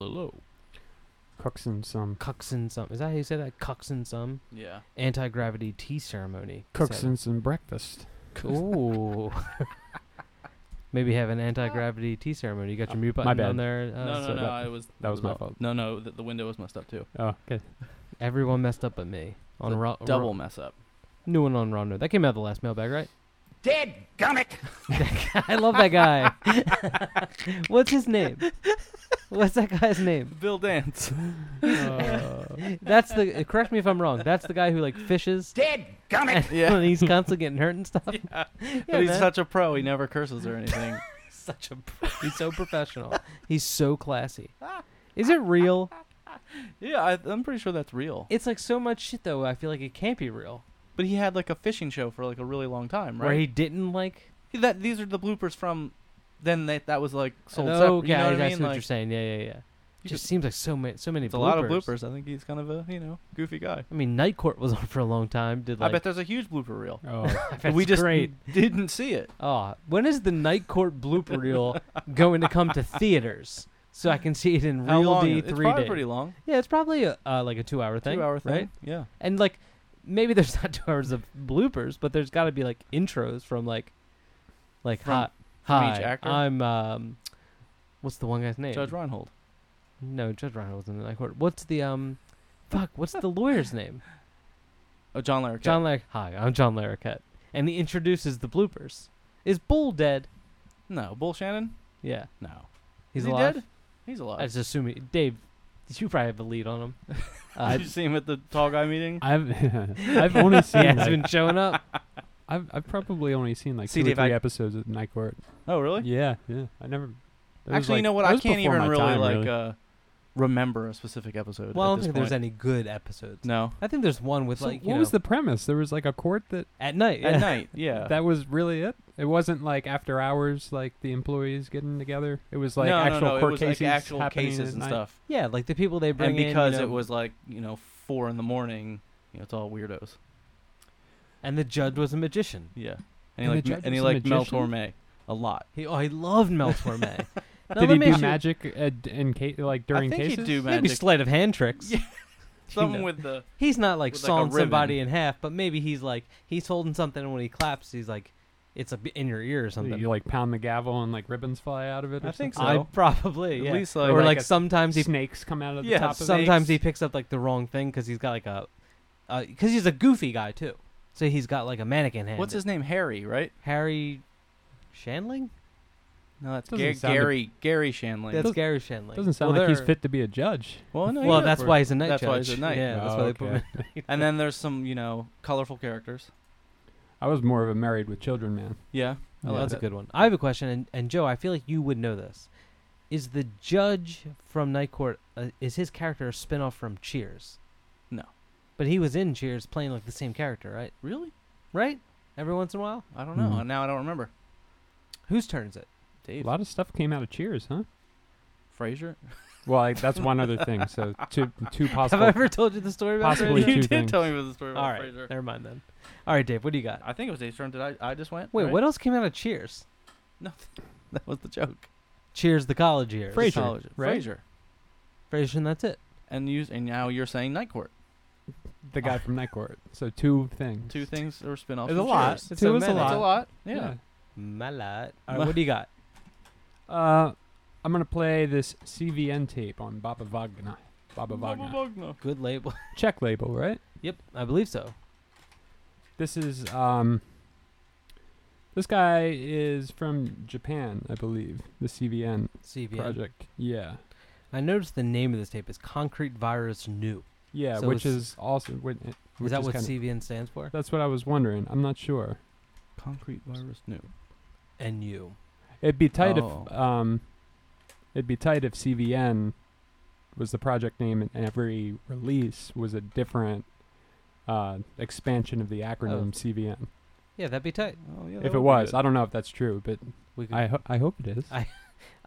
S3: Hello.
S4: Cooks and some.
S5: Cucks and some. Is that how you say that? Cucks and some
S3: Yeah.
S5: anti gravity tea ceremony.
S4: Cooks
S5: So-
S4: and some breakfast.
S5: Ooh. [LAUGHS] Maybe have an anti gravity tea ceremony. You got your mute
S4: my
S5: button down
S4: bad.
S5: there. Uh,
S3: Oh, no,
S5: so
S3: no, no.
S5: that-
S3: I was.
S4: That was my
S3: no,
S4: fault.
S3: No, no. The, the window was messed up too.
S4: Oh,
S5: [LAUGHS]
S4: okay.
S5: Everyone messed up but me on
S3: The
S5: Ro- Ro-
S3: double mess up.
S5: new one on Rondo. That came out of the last mailbag, right?
S2: Dead gummit!
S5: [LAUGHS] I love that guy. [LAUGHS] What's his name? What's that guy's name?
S3: Bill Dance.
S5: Uh. That's the. uh, Correct me if I'm wrong. That's the guy who like fishes.
S2: Dead gummit!
S5: And
S3: Yeah.
S5: he's constantly getting hurt and stuff. [LAUGHS] Yeah,
S3: but he's
S5: man.
S3: such a pro. He never curses or
S5: [LAUGHS]
S3: anything.
S5: such a. He's so professional. he's so classy.
S2: Ah.
S5: Is it real?
S3: yeah, I, I'm pretty sure that's real.
S5: It's like so much shit though. I feel like it can't be real.
S3: but he had like a fishing show for like a really long time,
S5: Where
S3: right?
S5: he didn't like.
S3: that these are the bloopers from. Then they, that was like sold.
S5: oh,
S3: separate,
S5: okay,
S3: you know
S5: I,
S3: what I
S5: I see
S3: mean?
S5: what
S3: Like,
S5: you're saying. Yeah, yeah, yeah.
S3: you
S5: Just
S3: could-
S5: seems like so many, so many
S3: it's
S5: bloopers.
S3: a lot of bloopers. I think he's kind of a you know goofy guy.
S5: I mean, Night Court was on for a long time. Did like
S3: I bet there's a huge blooper reel.
S4: Oh,
S5: [LAUGHS] That's
S3: we just
S5: great.
S3: didn't see it.
S5: Oh, when is the Night Court blooper
S3: [LAUGHS]
S5: reel going to come to theaters so I can see it in
S3: How
S5: real
S3: long?
S5: D
S3: it's
S5: 3D?
S3: probably pretty long.
S5: yeah, it's probably a, uh, like a two-hour thing.
S3: Two-hour thing.
S5: right?
S3: Yeah.
S5: And like, maybe [LAUGHS] there's not two hours of bloopers, but there's got to be like intros from like, like
S3: From-
S5: hi,
S3: from each
S5: hi,
S3: actor?
S5: I'm um, what's the one guy's name?
S3: Judge Reinhold.
S5: No, Judge Ryan was in the Night Court. What's the um, fuck? What's the lawyer's name?
S3: Oh, John Larroquette.
S5: John Larroquette. Hi, I'm John Larroquette, and he introduces the bloopers. Is Bull dead?
S3: No, Bull Shannon.
S5: Yeah,
S3: No.
S5: he's
S3: Is he
S5: alive.
S3: dead? He's
S5: I
S3: alive.
S5: just assume he- Dave. You probably have a lead on him. Uh, [LAUGHS]
S3: Did you see him at the tall guy meeting?
S4: I've [LAUGHS] I've
S3: [LAUGHS]
S4: only seen
S5: yeah, he's
S4: like,
S5: been showing up.
S4: I've I've probably only seen like
S3: See,
S4: two or
S3: Dave,
S4: three
S3: I-
S4: episodes of Night Court.
S3: Oh, really?
S4: Yeah, yeah. I never. that was,
S3: Actually, you
S4: like-
S3: know what?
S4: that
S3: I
S4: was
S3: can't
S4: before
S3: even
S4: my
S3: really
S4: time,
S3: like
S4: really.
S3: Uh, remember a specific episode.
S5: Well, I
S3: at
S5: don't
S3: this
S5: think
S3: point.
S5: there's any good episodes.
S3: No.
S5: I think there's one with
S4: So
S5: like you
S4: what
S5: know,
S4: was the premise? There was like a court that
S5: at night. [LAUGHS] yeah.
S3: At night. Yeah.
S4: that was really it. It wasn't like after hours, like the employees getting together. It was like
S3: no,
S4: actual
S3: no, no.
S4: court
S3: it was
S4: cases,
S3: like actual
S4: happening
S3: cases
S4: at
S3: and
S4: night.
S3: stuff.
S5: Yeah, like the people they bring
S3: and
S5: in,
S3: because
S5: you know,
S3: it was like you know four in the morning, you know, it's all weirdos.
S5: and the judge was a magician.
S3: Yeah.
S4: And
S3: And,
S4: the
S3: he
S4: judge
S3: like and he
S4: was a
S3: liked Mel
S4: magician?
S3: Torme a lot.
S5: He oh, he loved Mel
S3: [LAUGHS]
S5: Torme. Now, let
S4: Did he
S5: me
S4: do
S5: ask you-
S4: magic at, in ca- like during
S3: I think
S4: cases?
S3: he'd do
S5: Maybe
S3: magic.
S5: sleight of hand tricks.
S3: Yeah. Something
S5: know.
S3: with [LAUGHS] the
S5: He's not like
S3: With, like, a
S5: sawing somebody in
S3: ribbon.
S5: half, but maybe he's like he's holding something, and when he claps, he's like it's a b- in your ear or
S4: Do
S5: something.
S4: You like pound the gavel and like ribbons fly out of it. Or
S3: I think
S4: something?
S5: I
S3: so.
S5: probably
S3: At
S5: yeah.
S3: least, like-
S5: or
S4: Like
S5: like
S4: a
S5: sometimes he
S4: snakes come out of the
S3: Yeah,
S4: top of it.
S5: sometimes he picks up like the wrong thing because he's got like a because he's a goofy guy too so he's got like a mannequin hand
S3: what's his name? Harry, right?
S5: harry shanling
S3: No, that's
S4: Doesn't
S3: Ga-
S4: sound a-
S3: Gary. Gary Shanley.
S5: that's
S4: Doesn't-
S5: gary shanling
S4: Doesn't sound
S5: Well,
S4: like he's
S5: they're-
S4: fit to be a judge.
S3: well, no, he
S5: well
S3: did
S5: that's
S3: for-
S5: why he's a night
S3: That's why he's
S5: judge.
S3: a knight.
S5: yeah that's why
S4: Oh,
S5: they put him
S4: okay.
S5: in-
S3: And then there's some you know colorful characters.
S4: I was more of a married with children man.
S3: Yeah, I
S5: Oh,
S3: like
S5: that's
S3: that.
S5: a good one i have a question and, and joe i feel like you would know this is the judge from night court uh, is his character a spin-off from cheers
S3: No.
S5: but he was in cheers playing like the same character right
S3: Really?
S5: right every once in a while
S3: I don't know.
S4: Hmm.
S3: Now I don't remember.
S5: whose turn is it
S4: A
S3: Dave
S4: lot of stuff came out of Cheers, huh?
S3: Frazier.
S4: Well, I, that's one other thing. So two two
S5: [LAUGHS] have
S4: possible.
S5: i ever told you the story about
S4: Possibly
S3: [LAUGHS]
S5: Frasier?
S4: two
S3: you did
S4: things.
S3: tell me about the story about
S5: All right,
S3: Frasier.
S5: never mind then. All right, Dave, what do you got?
S3: I think it was Dave's turn. Did I? I just went.
S5: Wait,
S3: right?
S5: what else came out of Cheers?
S3: No, that was the joke.
S5: Cheers, the college
S4: [LAUGHS]
S5: years.
S4: Frasier,
S3: Frasier.
S4: right?
S3: Frasier.
S5: Frasier, and that's it.
S3: And you and now you're saying Night Court.
S4: the guy from Night Court. So two things.
S3: Two things that were spin offs.
S4: It's a lot.
S3: Cheers.
S5: It's
S4: two
S5: a
S4: is a
S5: many.
S3: It's a
S4: lot.
S3: lot. Yeah.
S5: My lot. All right, what do you got?
S4: Uh, I'm gonna play this CVN tape on Baba Vagna. Baba Vagna.
S3: Wagner.
S5: Good label.
S4: Czech label, right?
S5: yep, I believe so.
S4: This is um. This guy is from Japan, I believe. The CVN
S5: CVN.
S4: project. Yeah.
S5: I noticed the name of this tape is Concrete Virus New.
S4: Yeah,
S5: So
S4: which
S5: it's-
S4: is also which, which
S5: Is that
S4: is
S5: what
S4: kinda-
S5: CVN stands for?
S4: That's what I was wondering. I'm not sure.
S3: Concrete virus new.
S5: NU.
S4: It'd be tight
S3: Oh.
S4: if um, it'd be tight if CVN was the project name, and every release was a different uh, expansion of the acronym CVN.
S5: Oh. Yeah, that'd be tight.
S3: Oh yeah. that would
S4: if
S3: be
S4: it was,
S3: good. [LAUGHS]
S4: I don't know if that's true, but
S5: We could,
S4: I ho- I hope it is.
S5: I-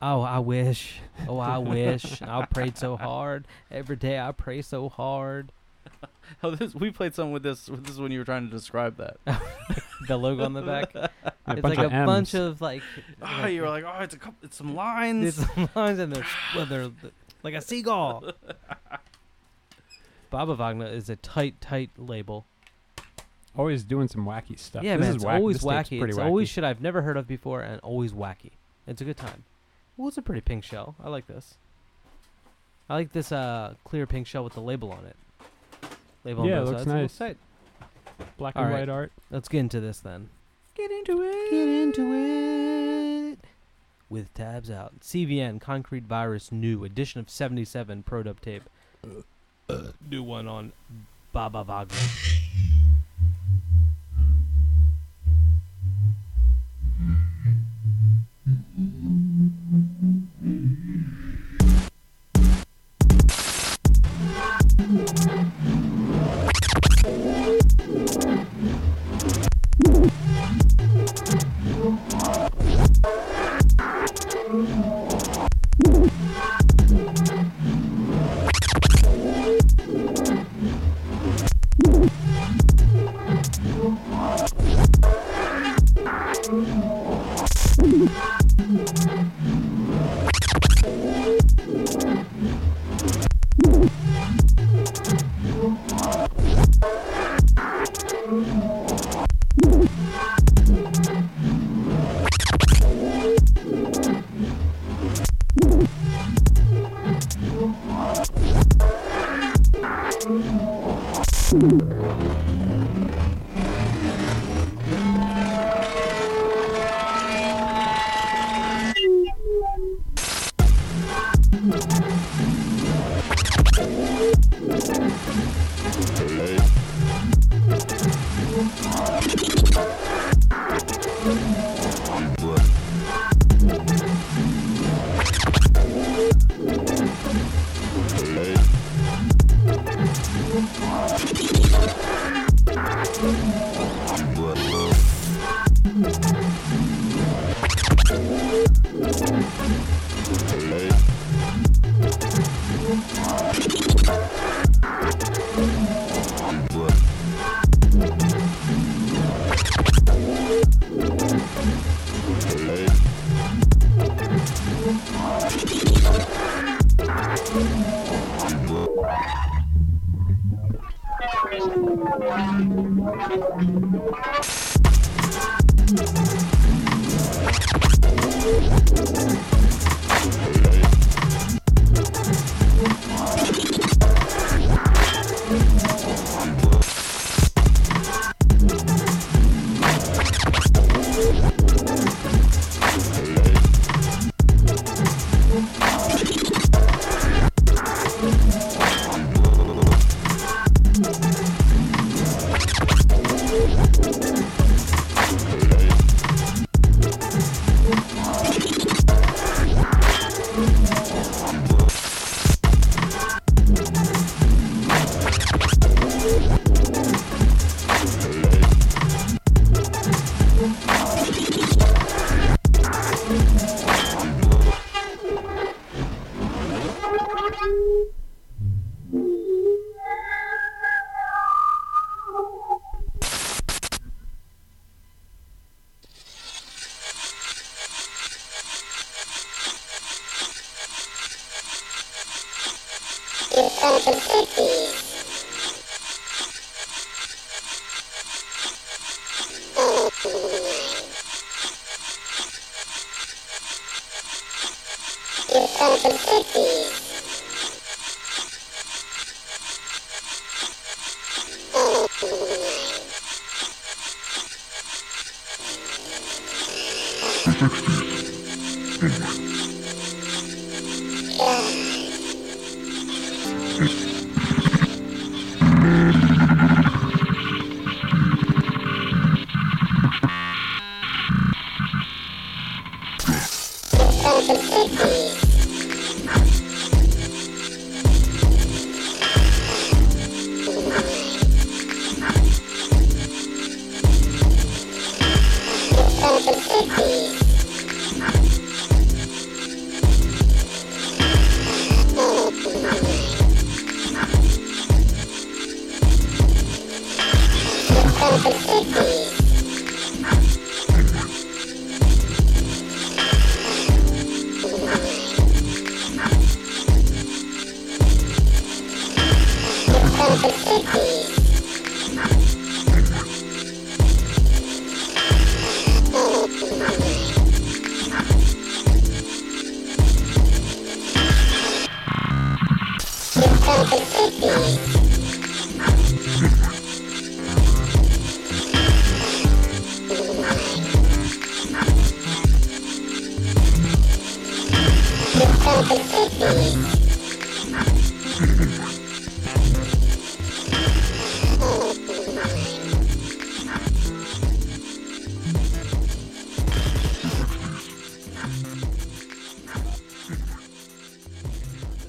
S5: oh,
S4: [LAUGHS]
S5: I wish. Oh, I wish. I prayed so hard. Every day I pray so hard.
S3: Oh, this, we played something with this. This is when you were trying to describe that.
S5: The logo on the back.
S4: [LAUGHS] A
S5: it's
S4: bunch
S5: like
S4: of
S5: a bunch
S4: Ms.
S5: of like. [LAUGHS]
S3: Oh, you were like, oh, it's a couple, it's some lines.
S5: There's some lines and there's well, they're like a seagull. Baba Wagner is a tight, tight label.
S4: Always doing some wacky stuff.
S5: yeah,
S4: this
S5: man,
S4: is
S5: it's
S4: wack-
S5: always
S4: this tape's
S5: wacky.
S4: Pretty
S5: It's
S4: wacky.
S5: always shit I've never heard of before, and always wacky. It's a good time. Well, it's a pretty pink shell. I like this. I like this uh, clear pink shell with the label on it. Label
S4: Yeah,
S5: on
S4: it
S5: both
S4: looks
S5: sides. It
S4: nice.
S5: tight.
S4: black
S5: all
S4: and
S5: right.
S4: white art.
S5: Let's get into this then. Get into it. Get into it. With tabs out. CVN Concrete Virus New Edition of 77 Product Tape. New one on Baba Wagner.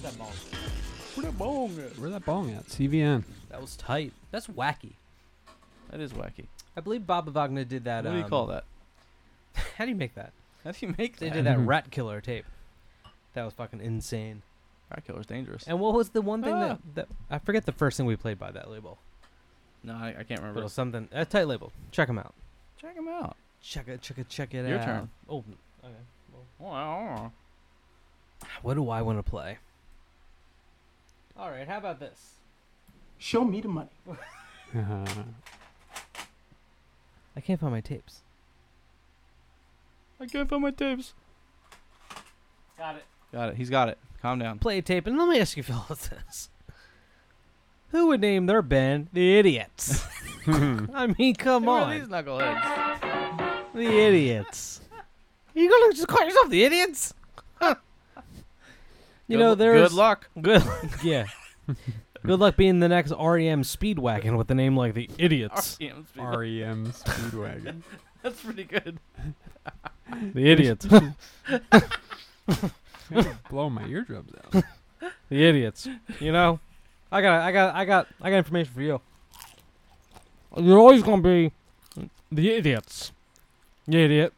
S3: Where that bong at?
S4: Where that bong at? [LAUGHS] CVN.
S5: That was tight. That's wacky.
S3: That is wacky.
S5: I believe Baba Wagner did that.
S3: What do you
S5: um,
S3: call that?
S5: [LAUGHS] How do you make that?
S3: How do you make
S5: They
S3: that?
S5: did that Rat Killer tape. That was fucking insane.
S3: Rat killer's dangerous.
S5: And what was the one thing
S3: Ah.
S5: that, that I forget the first thing we played by that label,
S3: No, I, I can't
S5: but it
S3: remember.
S5: was something a tight label. Check them out.
S3: Check him out.
S5: Check it. Check it. Check it
S3: Your
S5: out.
S3: turn.
S5: Oh, okay. What do I want to play? All right. How about this?
S2: Show me the money.
S5: I can't find my tapes.
S3: I can't find my tapes.
S5: Got it.
S3: Got it. He's got it. Calm down.
S5: Play a tape, and let me ask you, fellas, this: Who would name their band the
S3: [LAUGHS]
S5: Idiots? [LAUGHS] I mean, come
S3: Who are
S5: on,
S3: these knuckleheads?
S5: the Idiots. you gonna just call yourself the Idiots? you
S3: Good
S5: know
S3: lu-
S5: there's
S3: [LAUGHS] good luck.
S5: Good, [LAUGHS] yeah. Good luck being the next REM Speedwagon with a name like the Idiots.
S3: REM speed.
S4: REM E
S5: [LAUGHS]
S4: Speedwagon.
S3: That's pretty good.
S5: The
S4: [LAUGHS]
S5: [LAUGHS] Idiots.
S4: Blow my eardrums out.
S5: the Idiots. You know, I got, I got, I got, I got information for you. You're always gonna be the Idiots. You idiot.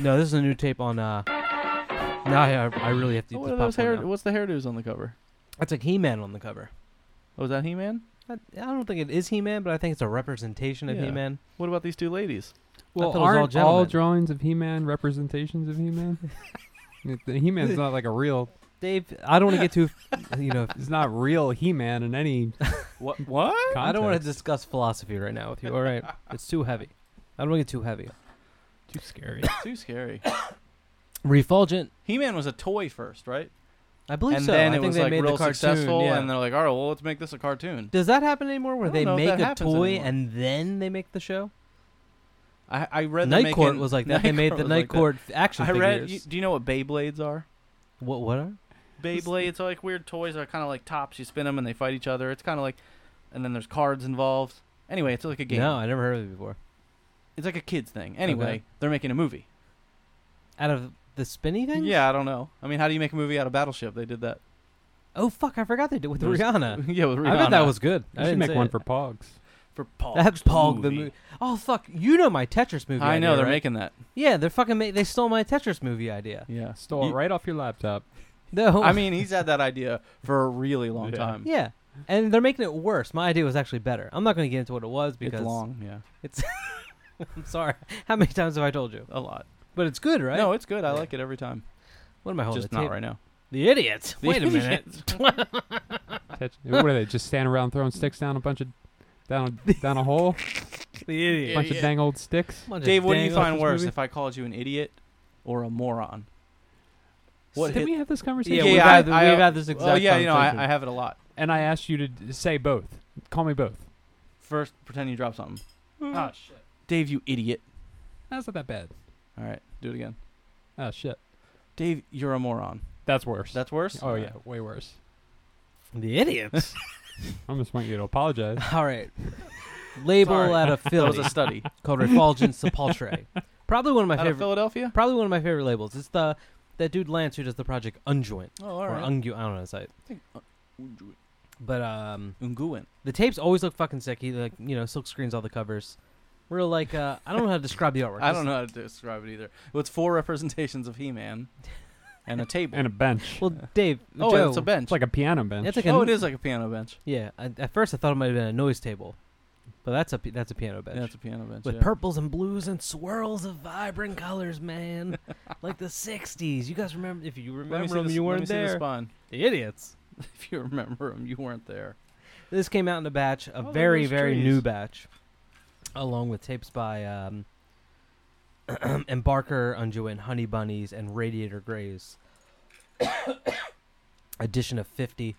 S5: No, this is a new tape on. uh Nah, yeah, I, I really have to. eat
S3: What
S5: this
S3: are those
S5: popcorn
S3: hair?
S5: now.
S3: What's the hairdos on the cover?
S5: That's like He-Man on the cover.
S3: Oh, is that He-Man?
S5: I, I don't think it is He-Man, but I think it's a representation of
S3: Yeah.
S5: He-Man.
S3: What about these two ladies?
S4: Well,
S5: Well, thought it was all
S4: aren't all
S5: gentlemen.
S4: drawings of He-Man representations of He-Man? The He-Man's not like a real.
S5: Dave, I don't want to get too, you know,
S4: It's not real He-Man in any.
S3: What? What?
S5: I don't want to
S4: context.
S5: discuss philosophy right now with you. All
S3: [LAUGHS]
S5: right, it's too heavy. I don't want to get too heavy.
S4: Too scary.
S3: Too scary.
S5: Refulgent,
S3: [COUGHS] He-Man was a toy first, right?
S5: I believe
S3: and
S5: so.
S3: then
S5: I
S3: it
S5: think
S3: was
S5: they
S3: like
S5: made
S3: real
S5: the cartoon.
S3: successful,
S5: yeah.
S3: and they're like, all right, well, let's make this a cartoon.
S5: Does that happen anymore? Where
S3: I
S5: they
S3: don't know if
S5: make
S3: that
S5: a
S3: happens
S5: toy
S3: anymore.
S5: and then they make the show?
S3: I, I read
S5: Night
S3: they're
S5: Court
S3: making-
S5: was
S3: [LAUGHS]
S5: like that. they made
S3: Court
S5: the
S3: was
S5: Night
S3: like that.
S5: Court f- action
S3: I read.
S5: figures.
S3: You, do you know what Beyblades are?
S5: what? What are?
S3: Beyblades are like weird toys. Are kind of like tops. You spin them and they fight each other. It's kind of like, and then there's cards involved. Anyway, it's like a game.
S5: No, I never heard of it before.
S3: It's like a kids thing. Anyway, they're making a movie.
S5: Out of the spinny things?
S3: Yeah, I don't know. I mean, how do you make a movie out of Battleship? They did that. [LAUGHS]
S5: Oh fuck! I forgot they did with
S3: There's- [LAUGHS]
S5: Rihanna.
S3: yeah, with Rihanna.
S5: I bet that was good. I
S4: I should
S5: didn't
S4: make
S5: say
S4: one
S5: it.
S4: for Pogs.
S3: for Paul.
S5: That Pog the movie. Oh fuck! You know my Tetris movie.
S3: I know
S5: idea,
S3: they're
S5: right?
S3: making that.
S5: Yeah, they're fucking. Ma- they stole my Tetris movie idea.
S3: Yeah.
S4: Stole it
S3: You-
S4: right off your laptop.
S5: No,
S3: [LAUGHS] I mean, he's had that idea for a really long
S4: Yeah.
S3: time.
S5: [LAUGHS] yeah, and they're making it worse. My idea was actually better. I'm not going to get into what it was because
S3: It's long. Yeah.
S5: [LAUGHS] I'm sorry. [LAUGHS] How many times have I told you?
S3: A lot.
S5: But it's good, right?
S3: No, it's good. I
S5: Yeah.
S3: like it every time.
S5: what am I holding?
S3: Just
S5: the
S3: not
S5: tape?
S3: right now.
S5: The
S3: [LAUGHS]
S5: idiot. [LAUGHS] Wait [LAUGHS] a minute.
S4: Tet- what are they? Just standing around throwing sticks down a bunch of down a, down a hole,
S5: the idiot.
S4: bunch of dang old sticks.
S5: Bunch of
S3: Dave, what do you
S5: dang-
S3: find
S4: this
S3: worse
S4: movie?
S3: if I called you an idiot or a moron? What
S4: What did
S3: hit-
S4: we have this
S5: Yeah,
S4: conversation?
S5: we've,
S3: yeah, I-
S5: had,
S3: I-
S5: we've had this exact.
S3: Oh yeah, you know
S5: conversation.
S3: I, I have it a lot.
S4: And I asked you to d- say both. Call me both.
S3: First, pretend you drop something.
S5: Ah,
S4: Oh shit.
S3: Dave, you idiot.
S4: That's not that bad.
S3: All right, do it again.
S4: Oh shit.
S3: Dave, you're a moron.
S4: That's worse.
S3: That's worse.
S4: oh
S3: All
S4: yeah,
S3: right.
S4: way worse.
S5: the
S3: [LAUGHS]
S5: idiot. [LAUGHS]
S4: I just want you to apologize.
S5: All right. Label
S3: Sorry.
S5: out of
S3: [LAUGHS] That
S5: Philly
S3: was a study.
S5: called Refulgence
S3: [LAUGHS]
S5: Sepulchre. Probably one of my
S3: Out of
S5: favorite.
S3: Philadelphia.
S5: Probably one of my favorite labels. It's the that dude Lance who does the project Unjoint
S3: Oh, all
S5: or
S3: right.
S5: Ungu. I don't know his site.
S3: think-
S5: But um,
S3: Unguent.
S5: the tapes always look fucking sick. He like you know silk screens all the covers. Real like uh, I don't know how to describe the artwork.
S3: I don't know how to describe it either. Well, it's four representations
S5: [LAUGHS]
S3: of He-Man and a table.
S4: And a bench.
S5: Well, Dave.
S3: oh,
S5: Joe,
S3: and it's a bench.
S4: it's like a piano bench.
S5: It's like a,
S3: oh, it is like a piano bench.
S5: Yeah. I, at first, I thought it might have been a noise table, But that's a pi- that's a piano bench.
S3: Yeah, it's a piano bench.
S5: with
S3: yeah.
S5: purples and blues and swirls of vibrant colors,
S3: [LAUGHS]
S5: man, like the '60s. You guys remember? If you
S3: Let me
S5: remember
S3: see
S5: them,
S3: the-
S5: you
S3: let me
S5: weren't
S3: see the
S5: there.
S3: spine. [LAUGHS]
S5: The idiots.
S3: If you remember them, you weren't there.
S5: This came out in a batch, a
S3: look at
S5: very
S3: those
S5: very
S3: trees.
S5: new batch, along with tapes by um, [CLEARS THROAT] Embarker, Unjoin, Honey Bunnies, and Radiator Grays. [COUGHS] Edition of fifty.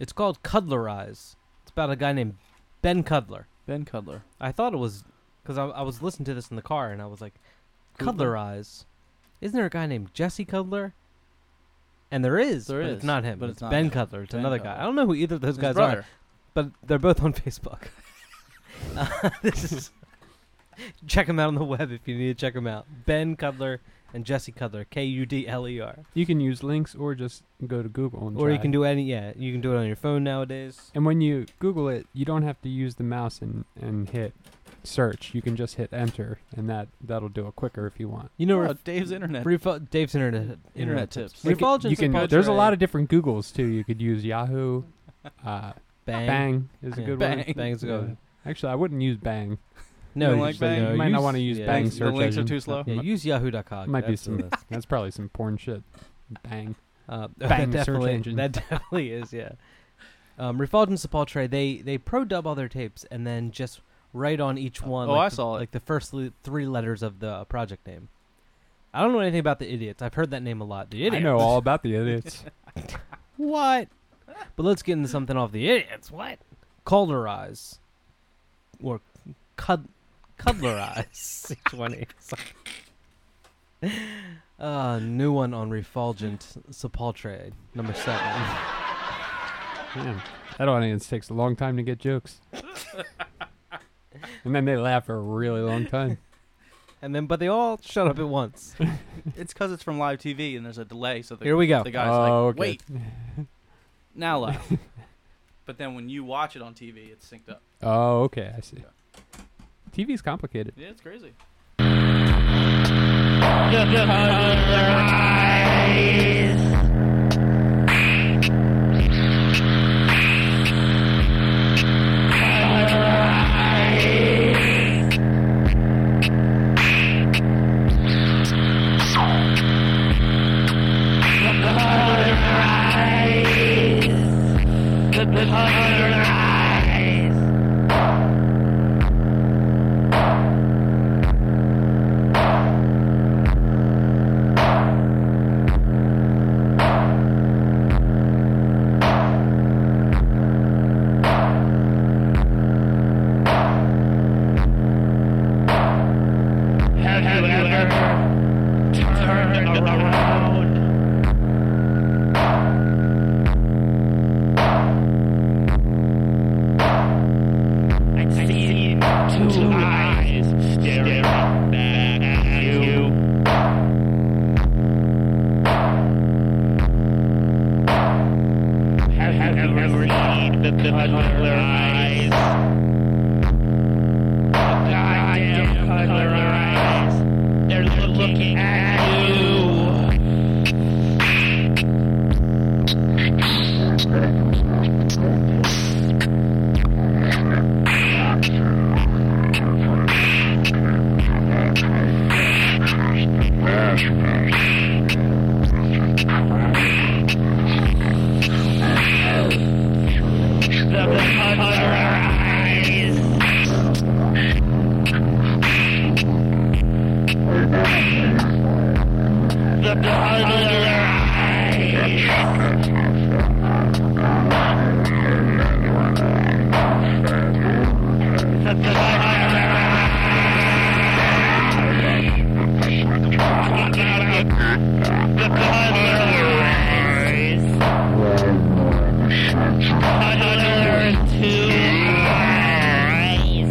S5: It's called Cuddler Eyes. It's about a guy named Ben Cuddler.
S3: Ben Cudler.
S5: I thought it was because I, I was listening to this in the car and I was like,
S3: Cudler?
S5: Cuddler Eyes. Isn't there a guy named Jesse Cuddler? And there is,
S3: There
S5: but
S3: is,
S5: it's not him.
S3: but
S5: it's,
S3: it's not
S5: Ben
S3: him.
S5: Cuddler. It's
S3: Ben
S5: another guy.
S3: Cudler.
S5: I don't know who either of those
S3: His
S5: guys
S3: brother.
S5: are, but they're both on [LAUGHS] Facebook. Uh, this is [LAUGHS] check them out on the web if you need to check them out. Ben Cuddler and Jesse Cuddler, K U D L E R.
S4: You can use links or just go to Google and
S5: Or
S4: try
S5: you can
S4: it.
S5: do any. Yeah, you can do it on your phone nowadays.
S4: And when you Google it, you don't have to use the mouse and, and hit search. You can just hit enter, and that that'll do it quicker if you want.
S5: You know,
S3: Oh,
S5: Ref-
S3: Dave's internet.
S5: Reful- Dave's internet internet,
S3: Internet
S5: tips.
S3: tips.
S4: Like,
S5: Refulgence
S4: you can,
S5: Apollotry.
S4: there's a lot of different Googles too. You could use Yahoo. Uh, bang. is a
S5: Yeah.
S4: good
S3: Bang.
S4: one.
S5: Bang's a good one.
S4: Actually, I wouldn't use Bang.
S5: No,
S3: don't
S5: you
S3: like
S5: just, like,
S3: Bang?
S5: uh,
S4: You might not
S5: use-
S4: want to use
S5: yeah.
S4: Bang
S3: The
S4: search
S3: links are
S4: engine.
S3: too slow?
S4: That
S5: Yeah,
S4: might-
S5: use yahoo.com.
S4: might be
S5: That's
S4: some.
S5: the best.
S4: That's probably some porn shit. Bang.
S5: Uh, [LAUGHS]
S4: bang
S5: that
S4: search
S5: definitely,
S4: engine.
S5: That [LAUGHS] definitely is, yeah. Um, Refulgence Sepulchre, they, they pro dub all their tapes and then just write on each one.
S3: oh,
S5: like
S3: I
S5: the-
S3: saw it.
S5: Like the first le- three letters of the project name. I don't know anything about the idiots. I've heard that name a lot. The idiots.
S4: I know all about the idiots.
S5: [LAUGHS] What? But let's get into something off the idiots. What? Calder eyes. Or cud cuddler eyes.
S4: [LAUGHS]
S5: [LAUGHS] Six twenty. [LAUGHS] Uh new one on Refulgent Sepulchre, number seven.
S4: Man, that audience takes a long time to get jokes. and then they laugh for a really long time.
S5: And then but they all shut up at once.
S3: It's because it's from live TV and there's a delay, so the,
S5: Here we go.
S3: the guy's
S4: Oh,
S3: like,
S4: okay.
S5: [LAUGHS]
S3: "Wait, now laugh." but then when you watch it on TV, it's synced up.
S4: Oh, okay, I see. TV's complicated.
S3: Yeah, it's crazy.
S8: I see two eyes staring back at you. Have have you ever seen the color eyes? The goddamn color eyes. They're looking at you. The color eyes. The color eyes. The color eyes. The color eyes. Another two eyes.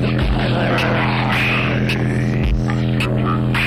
S8: The color eyes.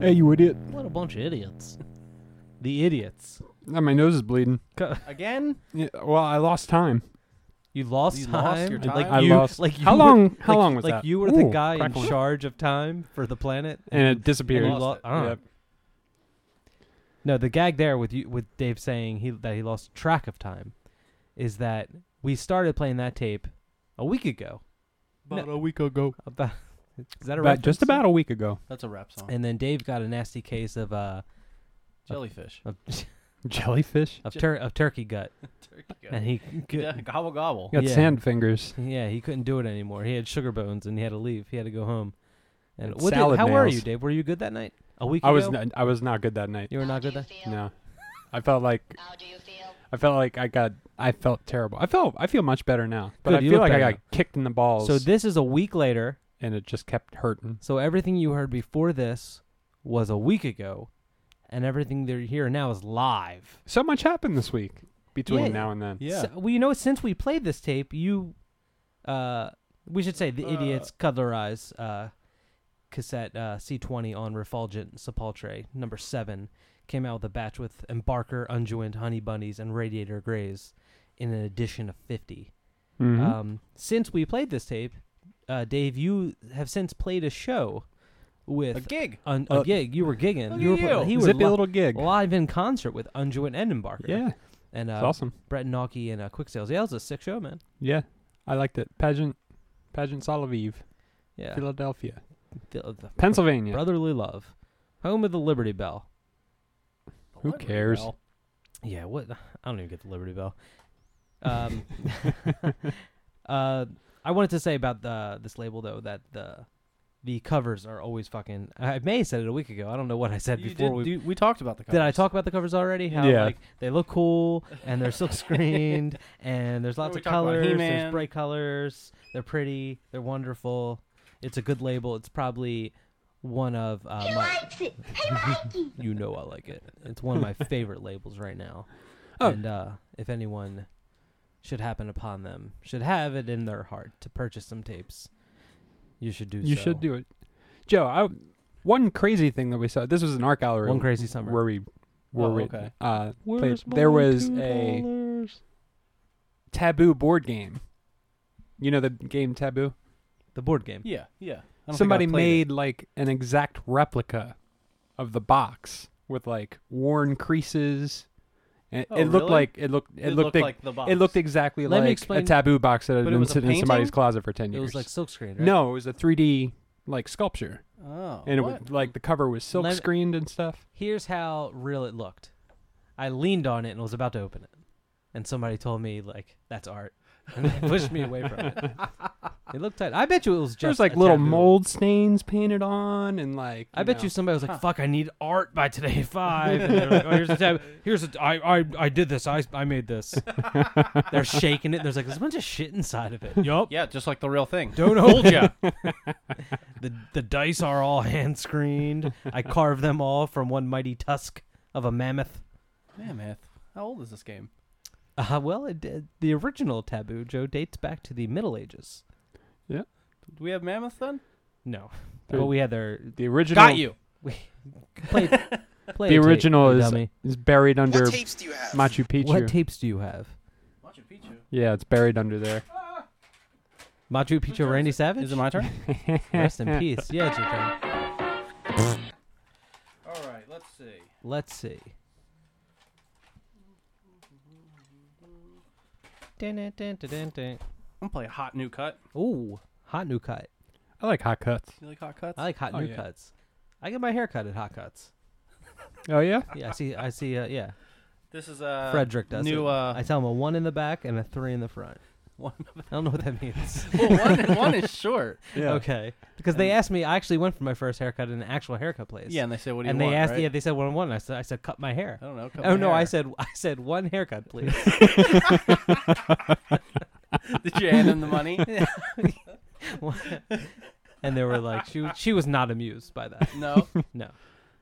S4: Hey, you idiot.
S5: [LAUGHS] What a bunch of idiots. [LAUGHS] The idiots.
S4: Now my nose is bleeding.
S5: Co-
S3: Again?
S4: Yeah, well, I lost time.
S5: You lost
S3: You
S5: time.
S3: lost your time?
S5: Like
S4: I
S5: you,
S4: lost-
S5: Like you
S4: How
S5: were-
S4: long- how
S5: like-
S4: long was
S5: like
S4: that?
S5: you were the
S4: Ooh,
S5: guy in
S4: crackling.
S5: charge of time for the planet,
S4: And it
S5: and
S4: disappeared.
S5: you lo- ah.
S4: Yep.
S5: No, the gag there with you with Dave saying he that he lost track of time is that we started playing that tape a week ago.
S3: About
S5: No.
S3: a week ago.
S5: About is that a
S4: About, just
S5: reference?
S4: about a week ago.
S3: That's a rap song.
S5: And then Dave got a nasty case of uh
S3: Jellyfish.
S5: [LAUGHS] of
S4: Jellyfish?
S5: of, tur- of turkey gut, and [LAUGHS]
S3: Turkey.
S5: he
S3: Yeah,
S5: could,
S3: gobble gobble.
S4: Got
S5: Yeah.
S4: sand fingers.
S5: yeah he couldn't do it anymore. He had sugar bones and he had to leave. He had to go home. And
S4: And
S5: what did-
S4: salad
S5: how were
S4: nails.
S5: you, Dave? Were you good that night? A week
S4: I
S5: ago,
S4: was not, I was not good that night.
S5: you were not good that.
S4: No. I felt like I felt like I got I felt terrible. I felt I feel much better now. But
S5: Good,
S4: I
S5: you
S4: feel
S5: look
S4: like I
S5: better
S4: got kicked in the balls
S5: So this is a week later.
S4: and it just kept hurting.
S5: So everything you heard before this was a week ago, and everything that you hear now is live.
S4: So much happened this week between
S5: Yeah.
S4: now and then.
S3: Yeah.
S5: So, well, you know, since we played this tape, you, uh, we should say the
S4: Uh,
S5: idiots cuddler eyes uh, cassette uh, C20 on Refulgent Sepulchre number seven came out with a batch with Embarker, Unguent, Honey Bunnies, and Radiator Grays in an edition of 50.
S4: Mhm.
S5: Um, since we played this tape, uh, Dave, you have since played a show with
S3: A gig.
S5: an- a
S4: Uh,
S5: gig. You were gigging.
S3: look
S5: You were
S3: at
S5: pl-
S3: you.
S5: he was Oh,
S4: Zippy
S5: li-
S4: little gig.
S5: live in concert with Unjuin and Embarker.
S4: Yeah. It's
S5: and uh,
S4: awesome.
S5: Brett Nocky and uh, Quick Sales. Yeah, it was a sick show, man.
S4: Yeah. I liked it. Pageant Pageant Salivive,
S5: Yeah,
S4: Philadelphia.
S5: The- the
S4: Pennsylvania.
S5: brotherly love, home of the Liberty Bell.
S4: Who cares?
S5: Yeah, what? I don't even get the Liberty
S4: [LAUGHS]
S5: Bell. Um, [LAUGHS] uh, I wanted to say about the this label though that the the covers are always fucking. I may have said it a week ago. I don't know what I said
S3: You
S5: before
S3: did,
S5: we.
S3: do- we talked about the covers.
S5: Did I talk about the covers already? How
S4: Yeah.
S5: like they look cool and they're
S4: [LAUGHS]
S5: silk screened and there's lots
S3: we
S5: of
S3: talked about
S5: colors. There's
S3: He-Man.
S5: bright colors. They're pretty. They're wonderful. It's a good label. It's probably one of uh, my, [LAUGHS] you know I like it. It's one of my favorite labels right now.
S4: Oh.
S5: And uh, if anyone should happen upon them, should have it in their heart to purchase some tapes, you should do
S4: You
S5: so.
S4: should do it. Joe, I one crazy thing that we saw. This was an art gallery.
S5: One Crazy Summer.
S4: where we where
S3: Oh,
S4: we
S3: okay.
S4: uh played. There was a taboo board game. You know the game taboo?
S5: The board game.
S3: Yeah, yeah. I don't think I
S4: Somebody
S3: played it.
S4: made like an exact replica of the box with like worn creases. And
S3: Oh,
S4: it looked
S3: really?
S4: like it looked it,
S3: It
S4: looked,
S3: looked
S4: ex-
S3: like the box.
S4: It looked exactly
S5: Let me
S4: like a
S5: explain-
S4: taboo box that had
S3: But it
S4: been
S3: was a
S4: sitting in somebody's
S3: painting?
S4: closet for ten
S5: It
S4: years.
S5: was like silkscreen. Right?
S4: no, it was a 3D like sculpture,
S3: Oh,
S4: and
S3: what?
S4: it was like the cover was silk
S5: Let-
S4: screened and stuff.
S5: Here's how real it looked. I leaned on it and was about to open it, and somebody told me like that's art, and they pushed me away from it. It looked tight. I bet you it was just
S4: There's like
S5: a
S4: little
S5: taboo.
S4: mold stains painted on, and like
S5: I bet
S4: know.
S5: you somebody was like, "Fuck, I need art by today at five. And they're like, "Oh, here's a tab. Here's a. I I I did this. I I made this. they're shaking it. There's like there's a bunch of shit inside of it. Yup.
S3: Yeah, just like the real thing.
S5: [LAUGHS] Don't hold ya. the the dice are all hand screened. I carved them all from one mighty tusk of a mammoth.
S3: Mammoth. How old is this game?
S5: Uh, well, it, did- the original taboo, Joe, dates back to the Middle Ages.
S3: Do we have mammoth then?
S5: No,
S4: Dude.
S5: [LAUGHS] but we had their
S4: the original
S3: Got you. [LAUGHS]
S5: we played. play
S4: The
S5: a tape,
S4: original
S5: you
S4: is
S5: dummy.
S4: is buried under
S7: What tapes do you have?
S4: Machu Picchu.
S5: What tapes do you have?
S3: Machu Picchu.
S4: yeah, it's buried under
S3: [LAUGHS]
S4: there.
S5: Machu Picchu, Randy Savage.
S3: Is it my turn?
S5: [LAUGHS]
S4: [LAUGHS]
S5: Rest in peace. Yeah, it's your turn.
S3: All right, let's see.
S5: Let's see. Dun, dun, dun, dun, dun, dun.
S3: I'm playing Hot New Cut.
S5: Ooh, hot new cut.
S4: I like hot cuts.
S3: You like hot cuts?
S5: I like hot
S4: Oh,
S5: new
S4: yeah.
S5: cuts. I get my hair cut at hot
S3: [LAUGHS]
S5: cuts.
S4: Oh yeah,
S5: Yeah, I see. I see. Uh, yeah,
S3: this is uh
S5: Frederick does
S3: new
S5: it.
S3: uh [LAUGHS]
S5: I tell him a one in the back and a three in the front.
S3: one,
S5: I don't know what that
S3: [LAUGHS]
S5: means.
S3: well, oh, one one is short.
S4: yeah.
S5: Okay. Because they asked me, I actually went for my first haircut in an actual haircut place.
S3: Yeah, and they say what do
S5: and they
S3: you want?
S5: asked,
S3: right?
S5: yeah, they said what I want. and I said, I said, cut my hair.
S3: I don't know. cut
S5: oh
S3: my
S5: no, I
S3: hair.
S5: said, [LAUGHS] I said one haircut, please.
S3: [LAUGHS] Did you hand him
S5: [LAUGHS]
S3: the money?
S5: and they were like, she was- she was not amused by that.
S3: no.
S5: No.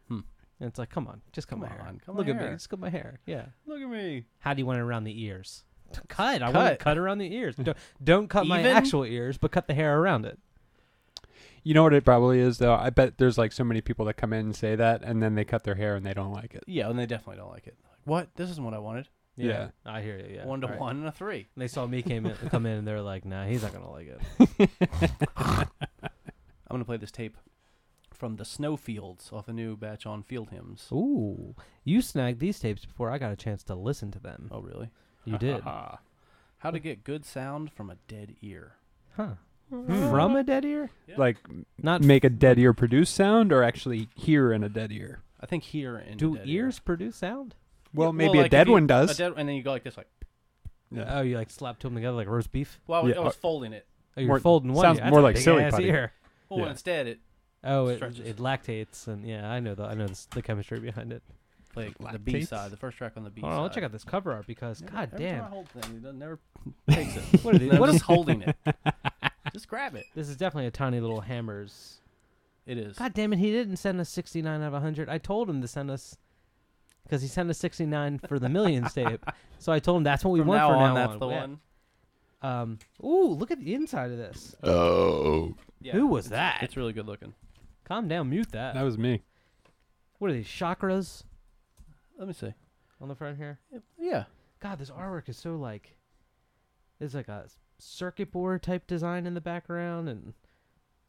S3: Hmm.
S5: And it's like, come on, just cut
S3: Come
S5: my hair.
S3: on, cut my
S5: Look at
S3: hair.
S5: me, just cut my hair. Yeah.
S3: Look at me.
S5: How do you want it around the ears? Cut. I want it
S3: Cut.
S5: cut around the ears. Don't, don't cut my
S3: Even?
S5: actual ears, but cut the hair around it.
S4: You know what it probably is though. I bet there's like so many people that come in and say that, and then they cut their hair and they don't like it.
S3: Yeah, and they definitely don't like it. Like, what? This isn't what I wanted.
S4: Yeah.
S5: I hear you. Yeah,
S3: one to
S5: all right.
S3: one and a three.
S5: And they saw me came in, come in, and they're like, "Nah, he's not gonna like it."
S3: I'm gonna play this tape from the Snowfields off a new batch on Field Hymns.
S5: [LAUGHS] Ooh, you snagged these tapes before I got a chance to listen to them.
S3: Oh, really?
S5: [LAUGHS] You
S3: [LAUGHS]
S5: did,
S3: How to get good sound from a dead ear.
S5: huh? From a dead ear?
S4: Like
S5: Not
S4: make a dead ear produce sound, or actually hear in a dead ear.
S3: I think here in
S5: do
S3: a dead ear.
S5: ears produce sound?
S4: Well,
S3: Yeah,
S4: maybe
S3: like,
S4: a
S3: if
S4: dead
S3: you-
S4: one
S3: a
S4: does.
S3: dead- and then you go like this, like.
S4: Yeah.
S5: Oh, you like slapped them together like roast beef?
S3: Well, I was,
S4: Yeah,
S3: I was
S4: uh,
S3: folding it.
S5: Oh, you're
S4: More-
S5: folding one.
S4: sounds
S5: That's
S4: more
S5: a
S4: like
S5: big
S4: silly
S5: ass
S4: putty.
S5: ear.
S3: Well,
S4: Yeah.
S3: instead it
S5: Oh, it,
S3: Stretches.
S5: it lactates, and yeah, I know the I know this, the chemistry behind it.
S3: like the
S4: Lactates?
S3: B side, the first track on the B
S5: Hold
S3: side.
S5: on, I'll check out this cover art because
S3: Every-
S5: god
S3: every time I
S5: damn,
S3: hold thing, it doesn't- never takes it. what
S5: [LAUGHS]
S3: is
S5: what
S3: I'm
S5: is-
S3: just
S5: [LAUGHS]
S3: holding it. Just grab it.
S5: this is definitely a tiny little hammers.
S3: It is.
S5: God damn it, he didn't send us 69 out of 100. I told him to send us because he sent us 69 for the millions [LAUGHS] tape. So I told him that's what we
S3: From
S5: want
S3: now
S5: for
S3: on,
S5: now
S3: that's
S5: on.
S3: the
S5: Yeah.
S3: one.
S5: Um, ooh, look at the inside of this.
S3: Yeah,
S5: Who was
S3: it's-
S5: that?
S3: It's really good looking.
S5: Calm down, mute that.
S4: That was me.
S5: What are these chakras
S3: Let me see.
S5: on the front here?
S3: Yeah.
S5: God, this artwork is so like there's like a circuit board type design in the background and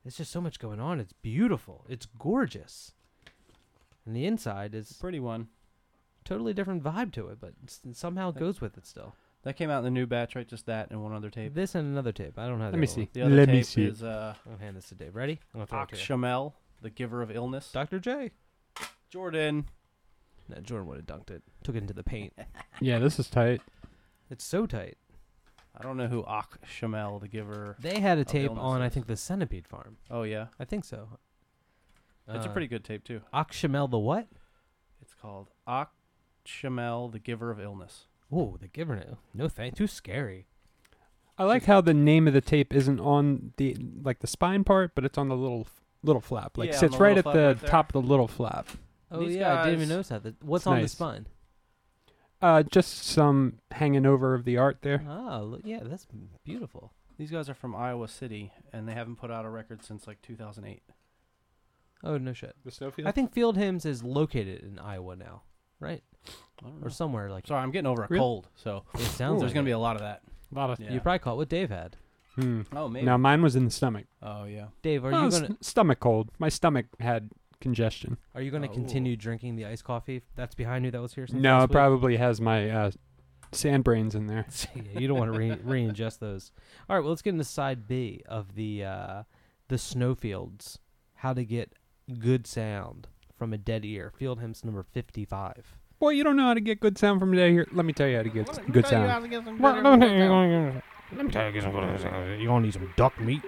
S5: there's just so much going on. It's beautiful. It's gorgeous. And the inside is
S3: Pretty one.
S5: totally different vibe to it, but s- somehow it goes with it still.
S3: That came out in the new batch, right? Just that and one other tape.
S5: This and another tape. I don't have.
S4: Let me see.
S3: The other
S4: Let
S3: tape
S4: me see.
S3: is uh,
S5: I'll hand this to Dave. Ready? I'm gonna throw it
S3: Ock
S5: to you.
S3: Shamel, the giver of illness.
S5: Dr. J.
S3: Jordan.
S5: No, Jordan would have dunked it. Took it into the paint.
S4: Yeah, this is tight.
S5: it's so tight.
S3: I don't know who Ock Shamel, the giver.
S5: They had a tape
S3: illness
S5: on, I
S3: is.
S5: think, the Centipede Farm.
S3: Oh yeah,
S5: I think so.
S3: it's a
S5: Uh,
S3: pretty good tape too.
S5: Oxhamel the what?
S3: It's called Ock Shamel, the giver of illness.
S5: Ooh, the giver. No, no thank. Too scary.
S4: I like how the name of the tape isn't on the like the spine part, but it's on the little little flap. Like
S3: Yeah, on
S4: sits
S3: the
S4: right
S3: little
S4: at
S3: flap
S4: the
S3: right there.
S4: top of the little flap.
S5: Oh
S3: These
S5: yeah, I didn't even
S3: guys-
S5: notice that. That- What's
S4: It's
S5: on the
S4: nice.
S5: spine?
S4: Uh, just some hanging over of the art there.
S5: Oh, look, yeah, that's beautiful.
S3: These guys are from Iowa City, and they haven't put out a record since like 2008.
S5: Oh no shit.
S4: The snowfield.
S5: I think Field Hymns is located in Iowa now, right?
S3: I don't know.
S5: Or somewhere like.
S3: Sorry, I'm getting over a
S4: Really?
S3: cold, so
S5: It sounds.
S3: Oh. there's
S5: like
S3: gonna be
S5: it.
S3: a lot of that.
S4: a lot of.
S3: Yeah.
S5: You probably caught what Dave had.
S4: Hmm.
S3: Oh maybe.
S4: Now mine was in the stomach.
S3: Oh yeah.
S5: Dave, are
S4: Oh,
S5: you
S4: s-
S5: gonna
S4: stomach cold. My stomach had congestion.
S5: Are you going to
S3: Oh.
S5: continue drinking the iced coffee that's behind you that was here? Since
S4: No,
S5: last
S4: it
S5: week?
S4: probably has my uh, sand brains in there.
S5: [LAUGHS] yeah, you don't want to re- [LAUGHS] re-ingest those. All right, well, let's get into side B of the uh, the snowfields. How to get good sound from a dead ear. Field hymns number fifty-five.
S4: Boy, you don't know how to get good sound from down here. Let me tell you how to get s- good sound.
S6: Let me tell you something.
S5: You're gonna need some duck meat.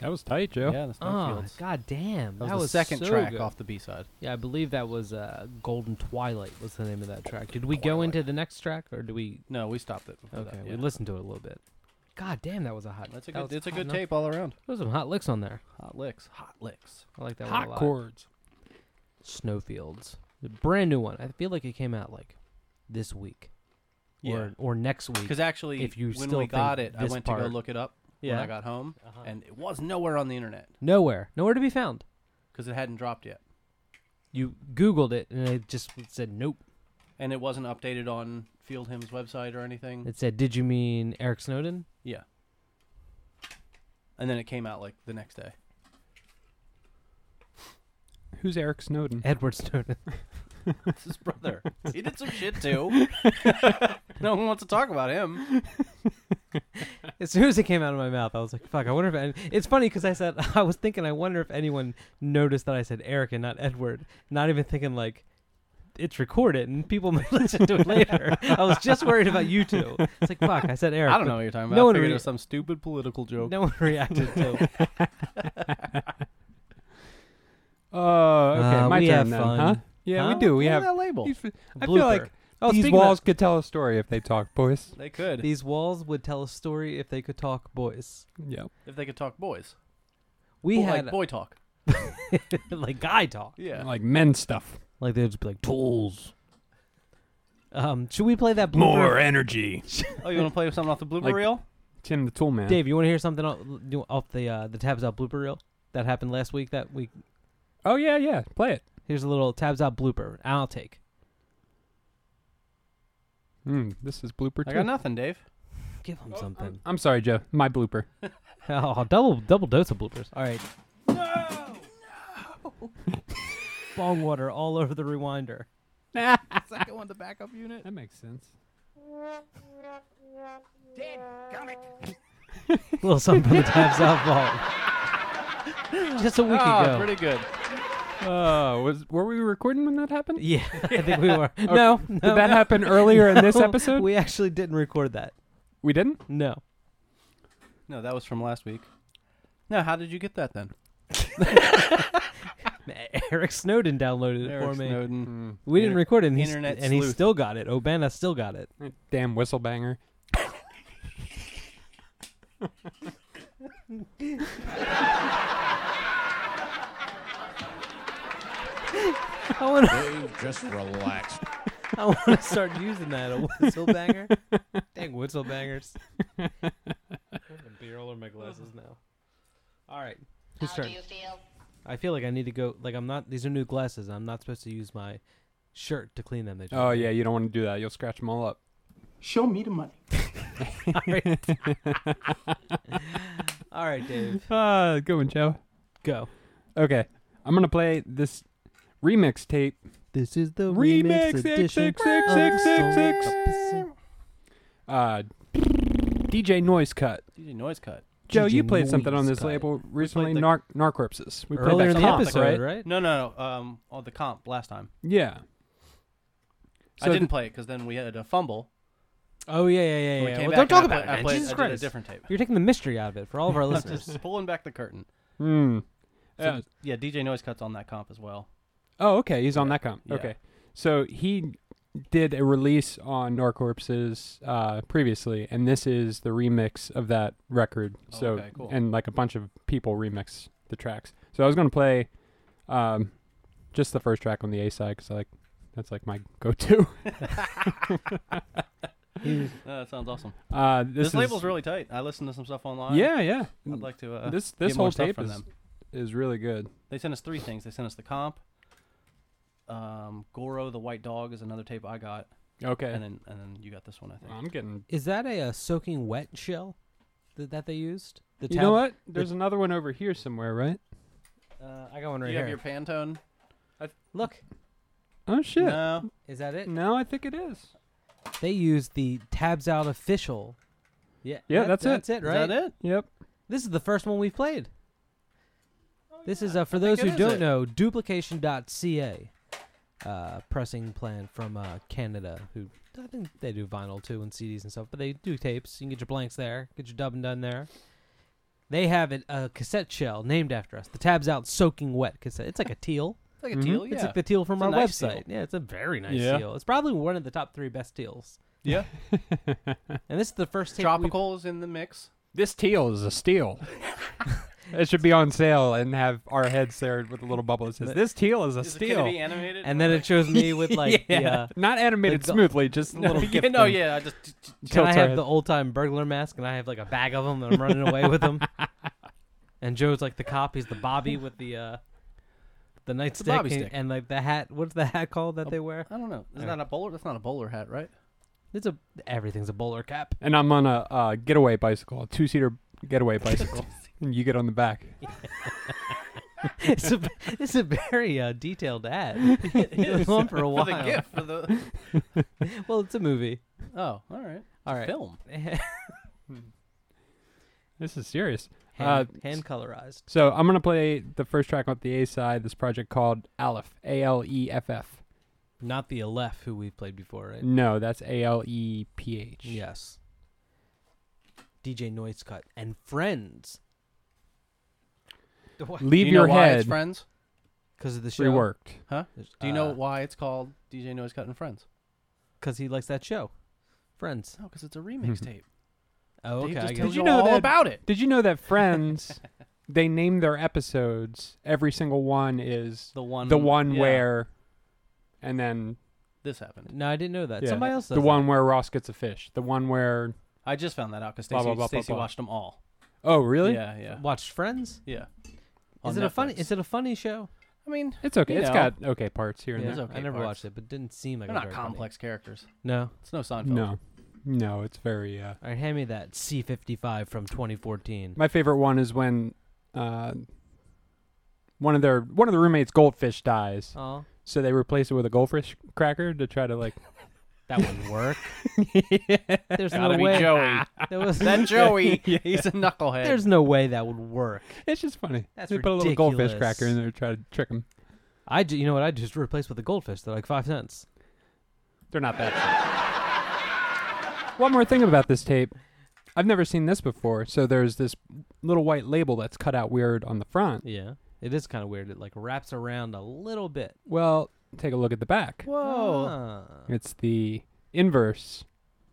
S4: That was tight, Joe.
S3: Yeah, the
S5: Oh,
S3: Snowfields.
S5: god damn.
S3: that was the second
S5: so
S3: track
S5: good.
S3: off the B side.
S5: Yeah, I believe that was uh, Golden Twilight was the name of that track. Did we go into the next track or do we
S3: No, we stopped it. before
S5: Okay,
S3: that,
S5: we
S3: yeah.
S5: listened to it a little bit. God damn, that was a hot.
S3: That's a
S5: that
S3: good.
S5: was
S3: It's a
S5: hot
S3: good
S5: enough.
S3: tape all around.
S5: There's some hot licks on there.
S3: Hot licks. Hot licks.
S5: I like that one a
S4: Hot
S5: lot.
S4: chords.
S5: Snowfields, a brand new one. I feel like it came out like this week,
S3: Yeah.
S5: or or next week.
S3: Because actually,
S5: If you
S3: when
S5: still
S3: we
S5: think
S3: got it, I
S5: this
S3: went to
S5: part-
S3: go look it up
S5: Yeah.
S3: when I got home, and it was nowhere on the internet
S5: nowhere, nowhere to be found.
S3: because it hadn't dropped yet,
S5: You Googled it and it just said nope.
S3: and it wasn't updated on Field Hymns website or anything.
S5: It said, "Did you mean Eric Snowden?" [LAUGHS]
S3: yeah. And then it came out like the
S5: [LAUGHS]
S3: next day.
S4: Who's Eric Snowden?
S5: Edward Snowden.
S3: It's his brother. he did some
S5: [LAUGHS]
S3: shit too. no one wants to talk about him.
S5: As soon as it came out of my mouth, I was like, "Fuck!" I wonder if any- it's funny because I said [LAUGHS] I was thinking. I wonder if anyone noticed that I said Eric and not Edward. Not even thinking like it's recorded and people [LAUGHS] may listen to it later. I was just worried about you two. It's like fuck. I said Eric.
S3: I don't
S5: but
S3: know what you're talking
S5: no
S3: about. No I
S5: one
S3: figured
S5: re-
S3: it was some stupid political joke.
S5: No one [LAUGHS] reacted to.
S4: Oh, okay.
S5: Uh,
S4: my
S5: we
S4: turn
S5: have
S4: then,
S5: fun.
S4: huh? Yeah,
S5: Huh?
S4: we do. We
S3: Look at
S4: have.
S3: that label.
S5: [LAUGHS]
S4: I feel
S5: Blooper.
S4: like
S5: Oh,
S4: these
S5: speaking of-
S4: walls could tell a story if they talk, boys.
S3: They could
S5: These walls would tell a story if they could talk, boys.
S4: Yep.
S3: if they could talk boys.
S5: We
S3: Boy-
S5: had
S3: like boy talk.
S5: [LAUGHS] like guy talk.
S3: Yeah.
S4: Like men stuff.
S5: Like they'd just be like tools. Um, should we play that blooper?
S8: More energy.
S3: oh, you want to play something off the blooper
S4: Like-
S3: reel?
S4: Tim the Tool Man.
S5: Dave, you want to hear something off, do- off the uh, the tabs out blooper reel that happened last week? That week,
S4: Oh yeah, yeah. Play it.
S5: here's a little tabs out blooper. I'll take.
S4: Mm, this is blooper
S3: I
S4: too.
S3: got nothing, Dave.
S5: Give him something.
S4: I'm sorry, Joe. My blooper.
S5: [LAUGHS] Oh, double double dose of bloopers. All right. No. [LAUGHS] Bong water all over the rewinder. [LAUGHS]
S3: Second one, the backup unit.
S4: That makes sense.
S5: little something from the tabs out vault. Just a week
S3: Ah,
S5: ago.
S3: pretty good.
S4: Oh, was were we recording when that happened? [LAUGHS]
S5: Yeah, I think we were. No, no.
S4: Did that happen earlier in [LAUGHS] this episode? We,
S5: We actually didn't record that.
S4: didn't.
S5: No.
S3: No, that was from last week. No, how did you get that then?
S5: [LAUGHS] Eric Snowden downloaded it for
S3: Eric
S5: me.
S3: Snowden.
S4: Hmm. mm,
S5: We didn't
S3: Inter-
S5: record it, and, he's-
S3: internet
S5: and he
S3: sleuth.
S5: still got it. Obana still got it.
S4: Damn whistle banger.
S5: I want to
S8: Just relax.
S5: [LAUGHS] I want to start using that a whistle banger. [LAUGHS] Dang whistle bangers! beer all over my glasses [LAUGHS] now. All right, whose turn?
S2: feel?
S5: I feel like I need to go. Like I'm not. These are new glasses. I'm not supposed to use my shirt to clean them. They just-
S4: Oh yeah, you don't want to do that. You'll scratch them all up.
S1: Show me the money.
S5: All right, Dave,
S4: [LAUGHS] Ah, good one, Joe.
S5: go.
S4: Okay, I'm gonna play this remix tape.
S5: This is the
S4: Remix
S5: remix,
S4: remix edition
S5: edition.
S4: XXXXXX. Uh, DJ Noise Cut.
S3: DJ Noise Cut.
S4: Joe, you
S5: DJ
S4: played something on
S5: Noise
S4: this
S5: Cut.
S4: label recently.
S3: the-
S4: Nar- Narcorpses. We played
S5: Earlier
S4: that
S5: in the
S4: comp,
S5: episode, right?
S3: No, no, no. Um, oh, the comp last time.
S4: Yeah. So
S3: I didn't
S4: th-
S3: play it because then we had a fumble.
S5: Oh yeah, yeah, yeah,
S3: when we
S5: yeah.
S3: came
S5: Well,
S3: back
S5: don't
S3: and
S5: talk
S3: I
S5: about
S3: played-
S5: it.
S3: I
S5: man.
S3: played,
S5: Jesus
S3: I did a
S5: Christ. [LAUGHS]
S3: different tape.
S5: You're taking the mystery out of it for all of our listeners.
S3: Just pulling back the curtain.
S4: Mm.
S3: So,
S4: Uh,
S3: yeah, DJ Noise Cut's on that comp as well.
S4: Oh, okay. He's on that comp.
S3: Yeah.
S4: Okay. So he did a release on Norcorpses uh, previously, and this is the remix of that record.
S3: Oh,
S4: so
S3: okay, cool.
S4: and like a bunch of people remix the tracks. So I was gonna play um, just the first track on the A side because like that's like my go-to. [LAUGHS]
S3: Uh, that sounds awesome.
S4: Uh,
S3: This,
S4: this is,
S3: label's really tight. I listened to some stuff online.
S4: yeah, yeah.
S3: I'd like to. Uh,
S4: this
S3: get
S4: this
S3: more
S4: whole
S3: stuff
S4: tape
S3: from
S4: is,
S3: them.
S4: is really good.
S3: They sent us three things. They sent us the comp. Um, Goro the White Dog is another tape I got,
S4: Okay.
S3: and then and then you got this one I think.
S4: I'm getting.
S5: Is that a, uh soaking wet shell that, that they used? The
S4: You know what? There's another one over here somewhere, right?
S5: Uh, I got one
S3: Do
S5: right
S3: you
S5: here.
S3: have your Pantone?
S5: Look,
S4: Oh shit! No,
S3: No.
S5: is that it?
S4: I think it is.
S3: [LAUGHS]
S5: They used the tabs out official. Yeah,
S4: Yeah,
S5: that-
S4: that's it.
S5: That's it, right?
S3: Is that it?
S4: Yep.
S5: This is the first one we've played.
S3: Oh,
S5: This is uh, for those
S3: it
S5: who
S3: is
S5: don't
S3: it.
S5: know, duplication.ca, uh, pressing plant from uh, Canada. Who I think they do vinyl too and CDs and stuff, but they do tapes. You can get your blanks there, get your dubbing done there. They have an, a cassette shell named after us. The tabs out soaking wet cassette. It's like a teal.
S3: It's like a teal, yeah.
S5: Mm-hmm. It's like the teal from
S3: a
S5: our
S3: nice teal.
S5: website. Yeah, it's a very nice
S4: Yeah.
S5: teal. It's probably one of the top three best teals.
S3: yeah.
S5: [LAUGHS] And this is the first tape we-
S3: Tropical is in the mix.
S4: This teal is a
S3: [LAUGHS]
S4: steal. it should be on sale and have our heads there with a little bubble that says, "This teal is a
S3: Is it
S4: steal."
S3: gonna be animated?
S5: and then it shows me
S3: [LAUGHS]
S4: [LAUGHS]
S5: with like the, uh,
S4: Not animated
S5: Like the-
S4: smoothly, just a little
S3: yeah,
S4: gift
S3: [LAUGHS] no,
S4: thing.
S3: yeah, I just
S5: Can
S4: Tilts
S5: I
S4: our
S5: have
S4: head.
S5: the old time burglar mask and I have like a bag of them and I'm running away with [LAUGHS] them. And Joe's like the cop. He's the Bobby with the uh, the nightstick
S3: Bobby
S5: and,
S3: stick.
S5: and like the hat. What's the hat called that they wear?
S3: [LAUGHS] I don't know. It's not a bowler. That's not a bowler hat, right?
S5: It's a everything's a bowler cap.
S4: And I'm on a uh, getaway bicycle, a two-seater
S3: [LAUGHS]
S4: getaway bicycle, and you get on the back.
S5: [LAUGHS] It's a it's a very uh, detailed ad. [LAUGHS] It's on for a
S3: For
S5: while.
S3: the gift. For the
S5: Well, it's a movie.
S3: oh, all right.
S5: All right,
S3: Film.
S5: [LAUGHS] hand,
S4: This is serious. Uh,
S5: hand colorized.
S4: So I'm gonna play the first track on the A side. This project called Aleph, A L E F F.
S5: Not the Aleph who we've played before, right?
S4: No, that's A L E P H.
S5: Yes. DJ Noise Cut and Friends.
S4: Leave
S3: Do you
S4: your
S3: know why
S4: head
S3: It's friends.
S5: Because of the show.
S4: reworked.
S3: Huh? Do you know why it's called DJ Noise Cutting Friends?
S5: Because he likes that show. Friends.
S3: No, because it's a remix tape.
S5: Oh,
S3: Dave
S5: okay.
S3: just
S5: I
S3: told
S5: guess.
S4: you
S3: you
S4: know
S3: all
S4: that-
S3: about it.
S4: Did you know that Friends? [LAUGHS] they name their episodes. Every single one is
S3: The one.
S4: the one
S3: yeah,
S4: where, and then
S3: this happened.
S5: No, I didn't know that.
S4: yeah,
S5: Somebody else does
S4: the one where Ross gets a fish. The one where
S3: I just found that out because
S4: Blah, blah, blah,
S3: Stacy
S4: blah,
S3: Stacy
S4: blah.
S3: watched them all.
S4: oh really?
S3: Yeah, yeah,
S5: that. Watched Friends.
S3: yeah.
S5: is
S3: On
S5: it a funny?
S3: Netflix.
S5: Is it a funny show?
S3: I mean,
S4: It's okay.
S3: You
S4: It's
S3: know.
S4: got okay parts here and
S5: Yeah,
S3: There's okay
S5: I never
S3: parts.
S5: watched it, but didn't seem like
S3: they're
S5: it was
S3: not
S5: very funny.
S3: complex characters.
S5: No.
S3: It's no Seinfeld.
S4: there.
S5: [LAUGHS]
S4: No, no, it's very. Uh,
S5: All right, hand me that C55
S4: [LAUGHS]
S5: from 2014.
S4: My favorite one is when uh, one of their one of the roommates' goldfish dies,
S5: Oh,
S4: so they replace it with a goldfish cracker to try to
S5: [LAUGHS]
S4: like.
S5: that wouldn't work. There's
S3: Gotta
S5: no
S3: be
S5: way.
S3: Joey.
S5: There
S3: [LAUGHS]
S5: was
S3: that Joey, he's a knucklehead.
S5: There's no way that would work.
S4: It's just funny.
S5: That's
S4: they put a little goldfish
S5: ridiculous.
S4: cracker in there to try to trick them.
S5: I ju- you know what? I just replaced with a goldfish. They're like five cents.
S4: They're not bad. one more thing about this tape, I've never seen this before. So there's this little white label that's cut out weird on the front.
S5: Yeah, it is kind of weird. It like wraps around a little bit.
S4: Well, take a look at the back.
S3: Whoa.
S5: Ah.
S4: It's the inverse,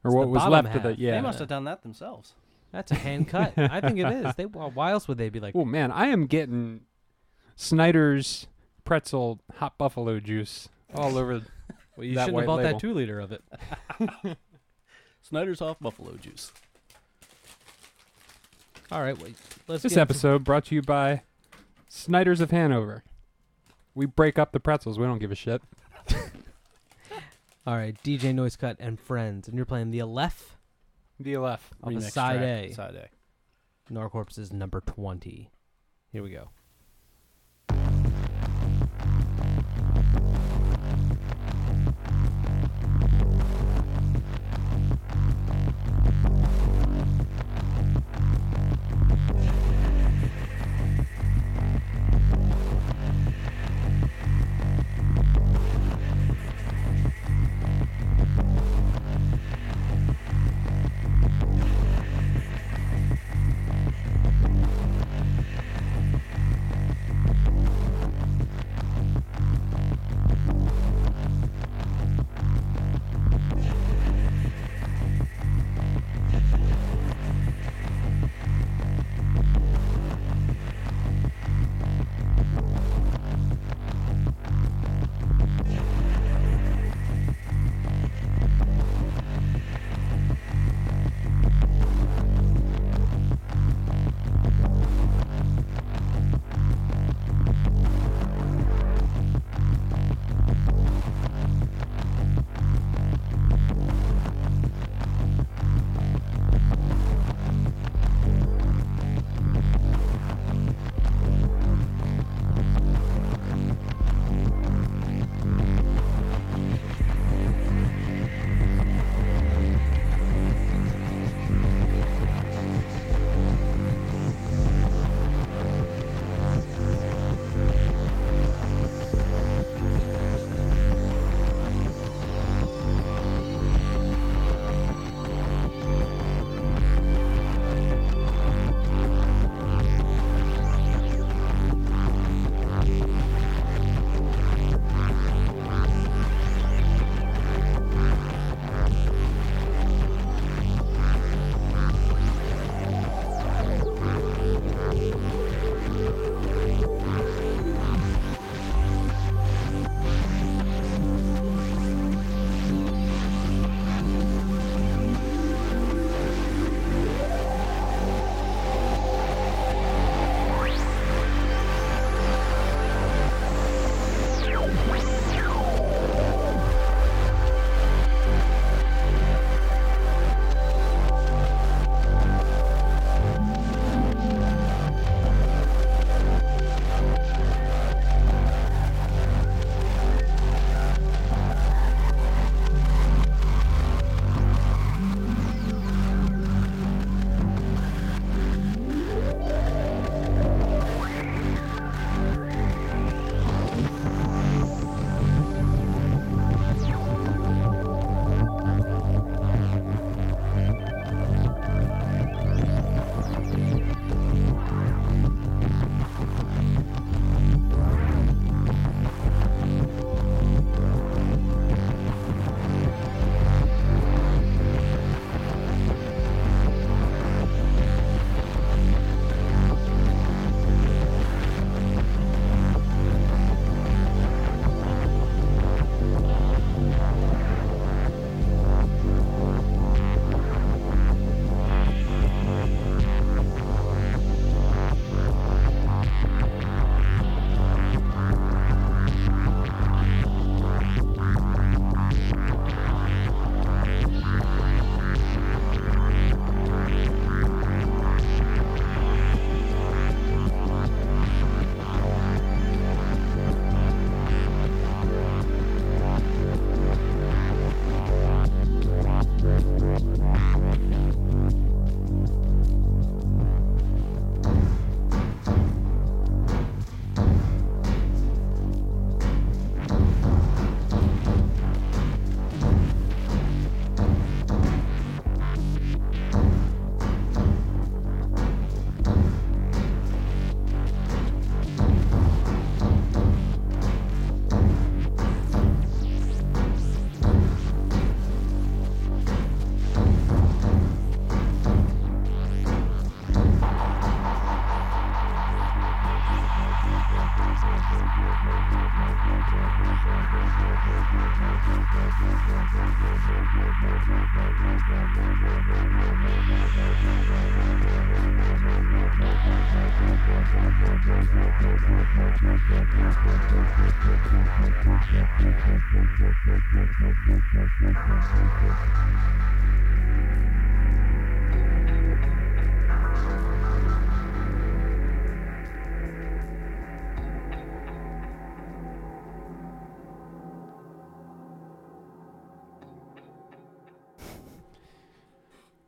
S4: or
S5: It's
S4: what
S5: the
S4: was
S5: bottom
S4: left of
S5: half.
S4: the yeah.
S3: They must have done that themselves.
S5: That's a hand cut. I think it is. They well, why else would they be like?
S4: Oh man, I am getting Snyder's pretzel hot buffalo juice all over.
S5: [LAUGHS] Well, you
S4: that
S5: shouldn't have
S4: white
S5: bought
S4: label.
S5: that two liter of it.
S3: Snyder's off buffalo juice.
S5: All right, wait. Let's
S4: this
S5: get-
S4: episode brought to you by Snyder's of Hanover. We break up the pretzels. We don't give a shit.
S5: All right, DJ Noise Cut and Friends, and you're playing the Aleph.
S4: DLF.
S5: Off of
S3: Remix
S5: side
S3: track,
S5: A.
S3: Side A.
S5: Narcorps is number twenty. Here we go.
S4: Thank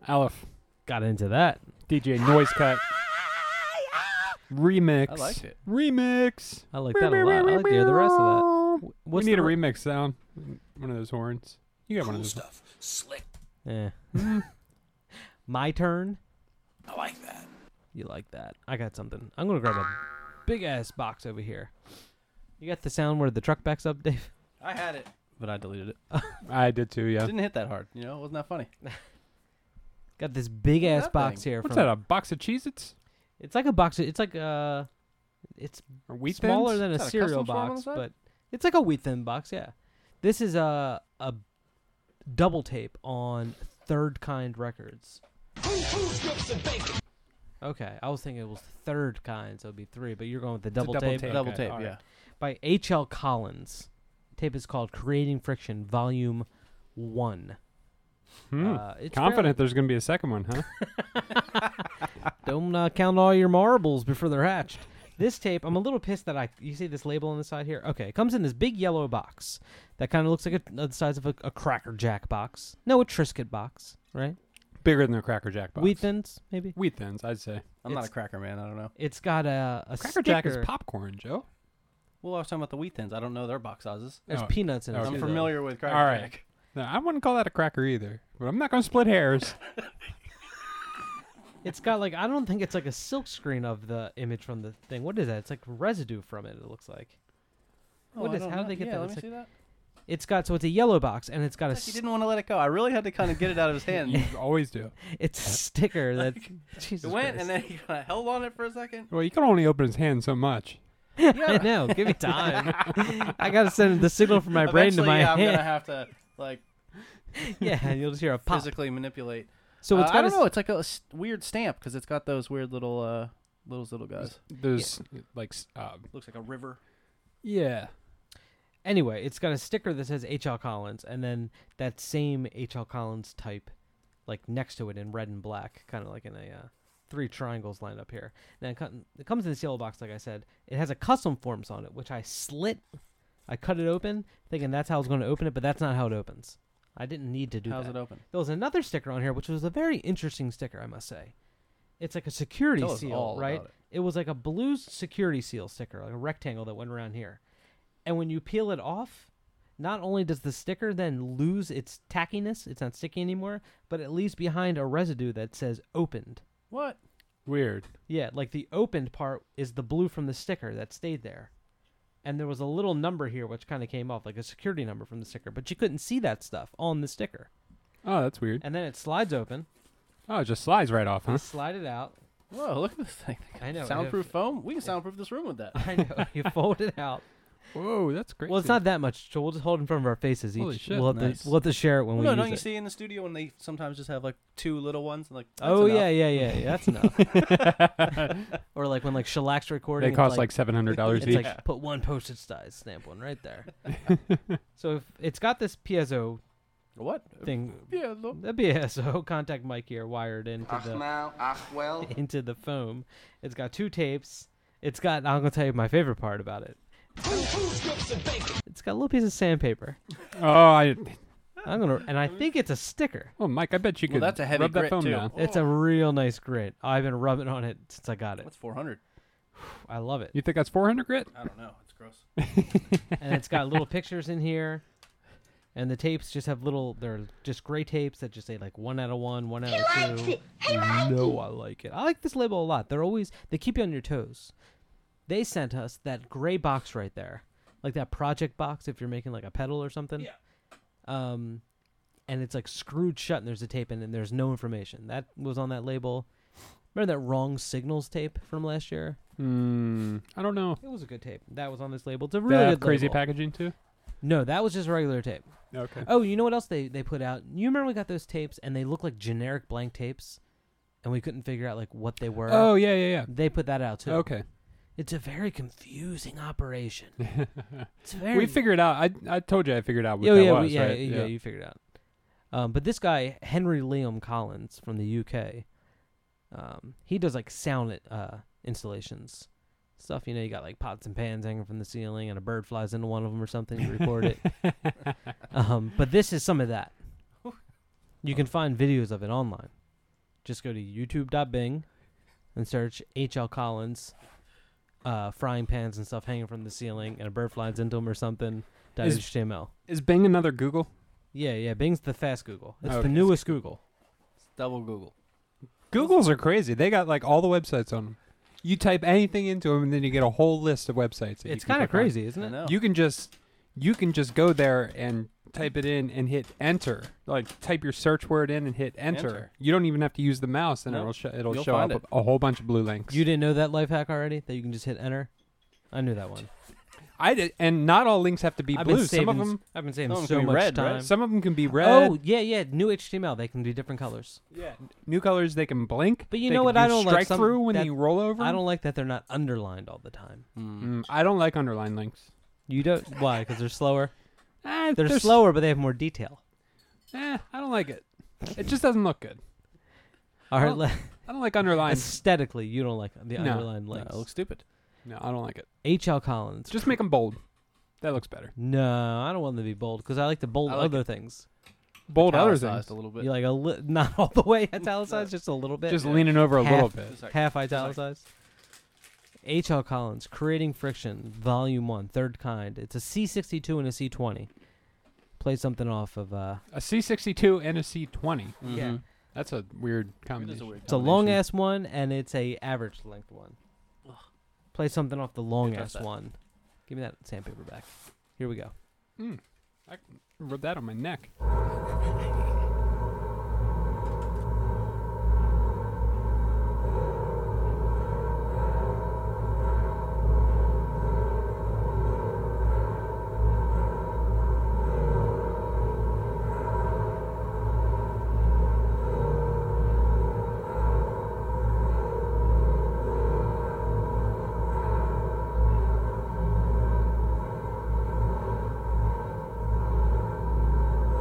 S4: Aleph,
S5: Got into that.
S4: DJ Noise Cut. Remix.
S3: I liked it.
S4: Remix.
S5: I like that a lot. I like to hear the rest of that. Wh-
S4: We
S5: What's
S4: need a
S5: the-
S4: remix sound. One of those horns. You got one of
S7: Cool
S4: those.
S7: stuff. Slick.
S5: Eh. My turn.
S7: I like that.
S5: You like that? I got something. I'm gonna grab a big ass box over here. You got the sound where the truck backs up, [LAUGHS] Dave?
S3: I had it, but I deleted it.
S4: Mm. I did too. Yeah.
S3: Didn't hit that hard. You know, it wasn't that funny.
S5: Got this big
S3: Look at
S5: ass
S3: that
S5: box
S3: thing.
S5: here.
S4: What's
S5: from-
S4: that? A box of Cheez-Its
S5: It's like a box. It's like uh, it's
S4: or wheat
S5: smaller
S4: Thins?
S5: than a
S3: Is that a
S5: cereal
S3: custom form on the
S5: box,
S3: side?
S5: but it's like a wheat thin box. Yeah, this is a a double tape on Third Kind Records. Okay, I was thinking it was Third Kind, so it'd be three, but you're going with the double,
S4: double
S5: tape,
S4: tape.
S3: Double
S4: Okay,
S3: tape,
S4: all right.
S3: yeah.
S5: by H. L. Collins. tape is called "Creating Friction," Volume One.
S4: Hmm.
S5: Uh, it's
S4: Confident there's going to be a second one,
S5: [LAUGHS]
S4: huh?
S5: Don't uh, count all your marbles before they're hatched. This tape, I'm a little pissed that I. You see this label on the side here? Okay, it comes in this big yellow box that kind of looks like a, uh, the size of a, a Cracker Jack box. No, a Triscuit box, right?
S4: Bigger than a Cracker Jack box.
S5: Wheat Thins, maybe.
S4: Wheat Thins, I'd say.
S3: I'm not a
S5: It's-
S3: cracker man. I don't know.
S5: It's got a, a
S4: Cracker Jack is
S5: sticker.
S4: popcorn, Joe.
S3: Well, I was talking about the wheat thins. I don't know their box sizes.
S5: There's
S4: Oh,
S5: peanuts in it.
S4: okay.
S5: too,
S3: I'm
S5: though.
S3: familiar with cracker
S4: All right.
S3: Jack.
S4: No, I wouldn't call that a cracker either, but I'm not going to split
S5: [LAUGHS]
S4: hairs.
S5: It's got like I don't think it's like a silk screen of the image from the thing. What is that? It's like residue from it. It looks like.
S3: Oh,
S5: What
S3: I
S5: is-
S3: don't
S5: how did
S3: know.
S5: they get
S3: yeah,
S5: that?
S3: Let
S5: It's
S3: me
S5: like-
S3: see that.
S5: It's got so it's a yellow box and it's got a
S3: He
S5: s-
S3: didn't want to let it go. I really had to kind of get it
S4: [LAUGHS]
S3: out of his hand.
S4: You always do.
S5: it's
S3: [LAUGHS]
S5: a sticker that Jesus
S3: It went,
S5: Christ.
S3: and then he kind of held on it for
S5: [LAUGHS]
S3: a second.
S4: Well, you can only open his hand so much.
S5: I know. Give
S3: [LAUGHS]
S5: me time. I gotta send the signal from my brain to
S3: Eventually,
S5: my
S3: yeah, I'm
S5: hand.
S3: gonna have to like
S5: [LAUGHS] yeah, and you'll just hear a pop.
S3: physically manipulate.
S5: So
S3: Uh,
S5: it's
S3: I
S5: got a
S3: don't
S5: s-
S3: know. It's like a s- weird stamp because it's got those weird little uh those little guys.
S4: There's like, s- uh,
S3: Looks like a river.
S4: yeah.
S5: anyway. It's got a sticker that says H.L. Collins, and then that same H.L. Collins type, like next to it in red and black, kind of like in a uh, three triangles lined up here. Now it, com- it comes in this yellow box, like I said. It has a custom forms on it, which I slit. I cut it open, thinking that's how I was going to open it, but that's not how it opens. I didn't need to do
S3: How's
S5: that.
S3: it open?
S5: There was another sticker on here, which was a very interesting sticker, I must say. It's like a security
S3: Tell us
S5: seal,
S3: all
S5: right?
S3: about it.
S5: was like a blue security seal sticker, like a rectangle that went around here. And when you peel it off, not only does the sticker then lose its tackiness, it's not sticky anymore, but it leaves behind a residue that says opened.
S3: What?
S4: Weird.
S5: Yeah, like the opened part is the blue from the sticker that stayed there. And there was a little number here which kind of came off, like a security number from the sticker, but you couldn't see that stuff on the sticker.
S4: Oh, that's weird.
S5: And then it slides open.
S4: Oh, it just slides right off, huh?
S5: Slide it out. [LAUGHS]
S3: Whoa! Look at this thing. They got
S5: I know, it
S3: Soundproof
S5: is-
S3: foam. We can soundproof this room with that.
S5: I know. You fold it out.
S4: Whoa, that's great.
S5: Well, it's not that much, so we'll just hold it in front of our faces. Each.
S4: Holy shit,
S5: we'll, have
S4: nice.
S5: to, [LAUGHS] we'll have to share it when
S3: no,
S5: we
S3: don't
S5: use
S3: you
S5: it.
S3: see in the studio when they sometimes just have like two little ones and like. that's
S5: oh
S3: enough.
S5: yeah, yeah, yeah, yeah. That's enough. [LAUGHS] or like when like Shellac's recording.
S4: They
S5: it's
S4: cost like,
S5: like
S4: seven hundred dollars
S5: It's
S4: each.
S5: like put one postage size stamp one right there. so if it's got this piezo [LAUGHS]
S3: What?
S5: thing,
S3: Yeah. Look.
S5: the piezo [LAUGHS] contact mic here wired into the into the foam. It's got two tapes. It's got. I'm gonna tell you my favorite part about it. It's got a little piece of sandpaper.
S4: oh, I,
S5: I'm gonna, and I think it's a sticker.
S4: oh, Mike, I bet you could
S3: Well, that's a heavy
S4: rub that
S3: grit,
S4: foam
S3: too.
S4: down.
S5: It's a real nice grit. I've been rubbing on it since I got it.
S3: [LAUGHS] That's 400.
S5: I love it.
S4: You think that's four hundred grit?
S3: I don't know. It's gross.
S5: And it's got little pictures in here. And the tapes just have little, they're just gray tapes that just say like one out of one, one out of two. no, I like it. I like this label a lot. They're always, they keep you on your toes. They sent us that gray box right there, like that project box if you're making like a pedal or something. Yeah. Um, and it's like screwed shut and there's a tape in it and there's no information. That was on that label. Remember that wrong signals tape from last year?
S4: Hmm. I don't know.
S5: It was a good tape. That was on this label. It's a
S4: They
S5: really
S4: have
S5: good
S4: crazy
S5: label.
S4: packaging too. Uh,
S5: No, that was just regular
S4: [LAUGHS]
S5: tape.
S4: Okay.
S5: Oh, you know what else they, they put out? You remember we got those tapes and they look like generic blank tapes and we couldn't figure out like what they were.
S4: Oh yeah, yeah,
S5: They put that out too.
S4: yeah. Okay. [LAUGHS]
S5: It's a very confusing operation. it's very
S4: We figured out. I I told you I figured out what
S5: Oh
S4: that
S5: yeah,
S4: was.
S5: we- yeah,
S4: right?
S5: yeah, you figured it out. Um, but this guy Henry Liam Collins from the UK, um, he does like sound uh, installations, stuff. You know, you got like pots and pans hanging from the ceiling, and a bird flies into one of them or something. You record
S4: [LAUGHS]
S5: it. um, but this is some of that. You can find videos of it online. Just go to YouTube.Bing and search H.L. Collins. Uh, frying pans and stuff hanging from the ceiling, and a bird flies into them or something. dot
S4: Is-
S5: HTML.
S4: Is Bing another Google?
S5: Yeah, yeah. Bing's the fast Google. It's
S4: Oh, Okay.
S5: the newest Google.
S3: It's double Google.
S4: Googles are crazy. They got like all the websites on them. You type anything into them, and then you get a whole list of websites. that you
S5: It's
S4: can
S5: kind of
S4: click on.
S5: crazy, isn't
S3: I
S5: it?
S3: know.
S4: [LAUGHS] You can just you can just go there and type it in and hit enter. Like type your search word in and hit enter.
S3: Enter.
S4: You don't even have to use the mouse, and
S3: Nope.
S4: it'll sh- it'll
S3: You'll
S4: show up
S3: find it.
S4: a whole bunch of blue links.
S5: You didn't know that life hack already? That you can just hit enter? I knew that one.
S4: I did, and not all links have to be
S5: I've been
S4: blue. Some of
S5: saving-
S4: them
S5: I've been saving
S3: Some of 'em
S5: so
S3: can be
S5: much
S3: red, right?
S5: time.
S4: some of them can be red.
S5: Oh, yeah, yeah. New HTML. They can be different colors.
S4: New colors they can blink.
S5: But you
S4: They
S5: know
S4: can
S5: what
S4: do
S5: I don't like?
S4: strike
S5: Some-
S4: through when
S5: that-
S4: you roll over.
S5: I
S4: 'em.
S5: don't like that they're not underlined all the time.
S4: Mm, I don't like underline links.
S5: You don't. Why? Because they're slower?
S4: Ah,
S5: They're
S4: there's-
S5: slower, but they have more detail.
S4: Eh, I don't like it. It just doesn't look good.
S5: All right.
S4: Well, I don't like underline.
S5: aesthetically, you don't like the
S4: No,
S5: underlined
S3: No,
S5: links.
S3: it looks stupid.
S4: No, I don't like it.
S5: H.L. Collins.
S4: Just make them bold. That looks better.
S5: no, I don't want them to be bold because I like to bold
S3: I like
S5: other things.
S4: Bold other
S3: Italicized
S4: things.
S3: a little bit.
S5: You like a li- [LAUGHS] not all the way italicized, just a little bit.
S4: Just leaning over a
S5: Half-
S4: little bit.
S3: Just like-
S5: half italicized. H.L. Collins, Creating Friction, Volume 1, Third Kind. It's a C62 and a C20. Play something off of. uh
S4: A C62 and a C20.
S3: mm-hmm.
S5: Yeah.
S4: That's a weird
S3: It is
S4: combination.
S3: a weird
S5: Mm-hmm. It's a long ass one and it's a average length one. Play something off the long
S3: got
S5: ass
S3: that.
S5: one. Give me that sandpaper back. Here we go.
S4: Rub that on my neck.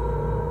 S3: combination.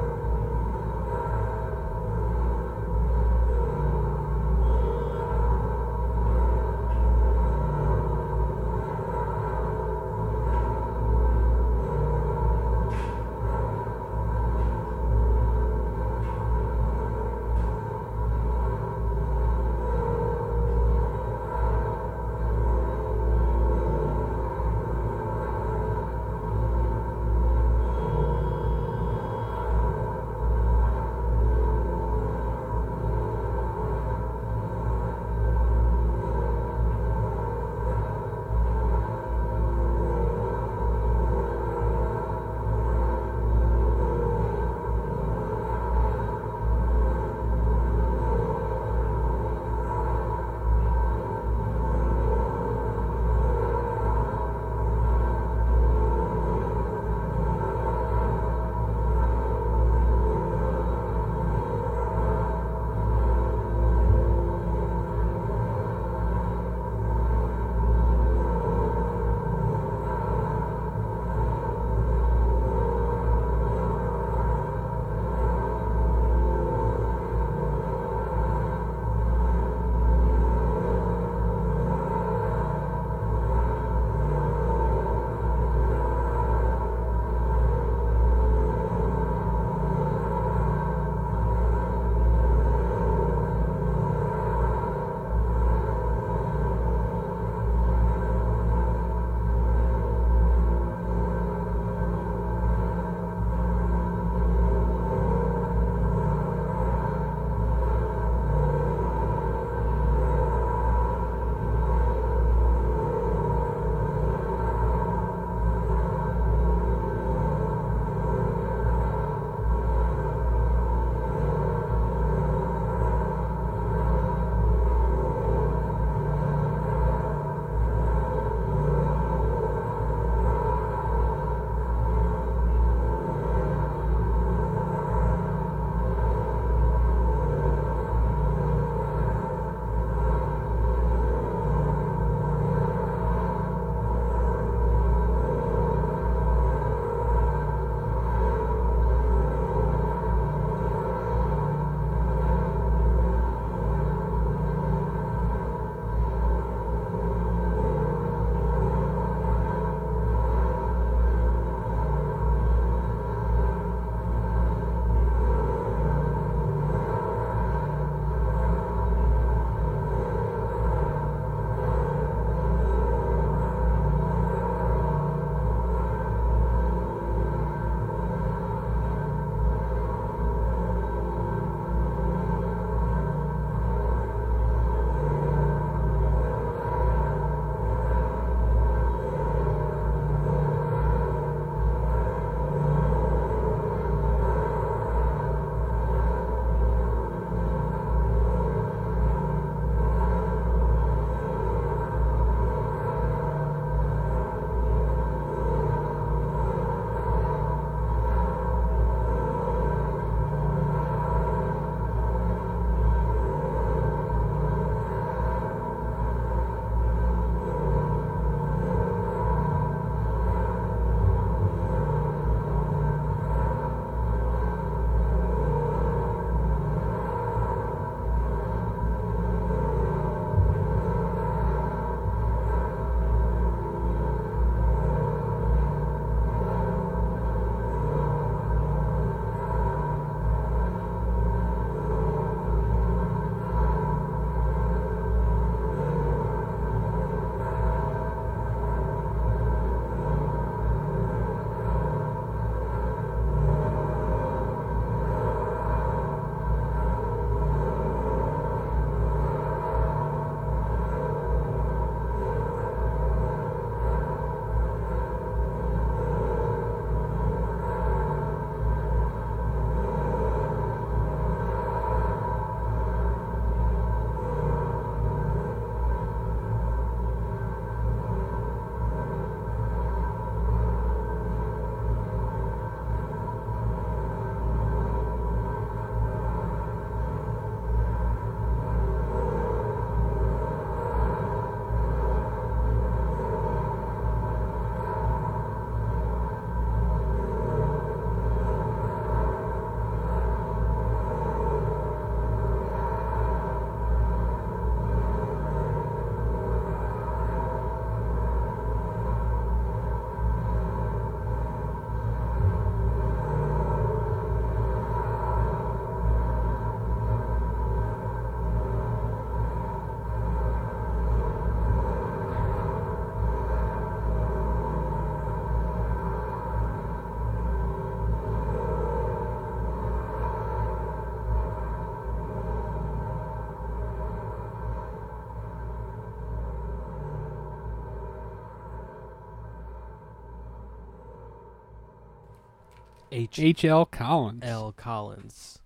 S5: H
S4: H.L. Collins.
S5: L. Collins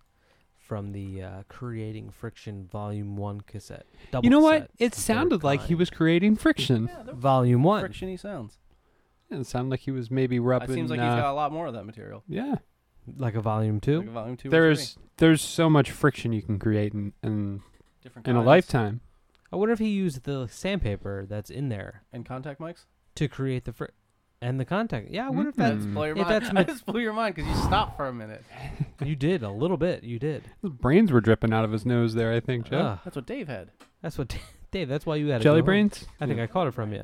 S5: from the uh, Creating Friction Volume One cassette. Double
S4: You know what?
S5: cassette of
S4: It
S5: their
S4: sounded like he
S5: kind.
S4: was creating friction.
S3: Yeah, they're
S5: Volume One.
S3: frictiony sounds.
S4: It sounded like he was maybe
S3: It
S4: rubbing.
S3: seems like
S4: uh,
S3: he's got a lot more of that material.
S4: yeah.
S5: like a Volume
S3: Like
S5: Two.
S3: volume two. or
S4: There's there's so much friction you can create in in,
S3: three. different
S4: in a
S3: kinds.
S4: lifetime.
S5: I wonder if he used the sandpaper that's in there
S3: and contact mics.
S5: to create the fr- and the contact. Yeah, I wonder
S4: Mm.
S3: Just blow your
S5: If
S3: mind.
S5: Hmm.
S3: [LAUGHS]
S5: that's
S3: I
S5: ma-
S3: just blew your mind because you stopped for a minute.
S5: [SIGHS] if that, you did a little bit. You did.
S4: His brains were dripping out of his nose there. I think, Jeff.
S5: Ugh,
S3: That's what Dave had.
S5: that's what Dave. That's why you had to
S4: Jelly
S5: go home.
S4: brains.
S5: I think I caught it from you.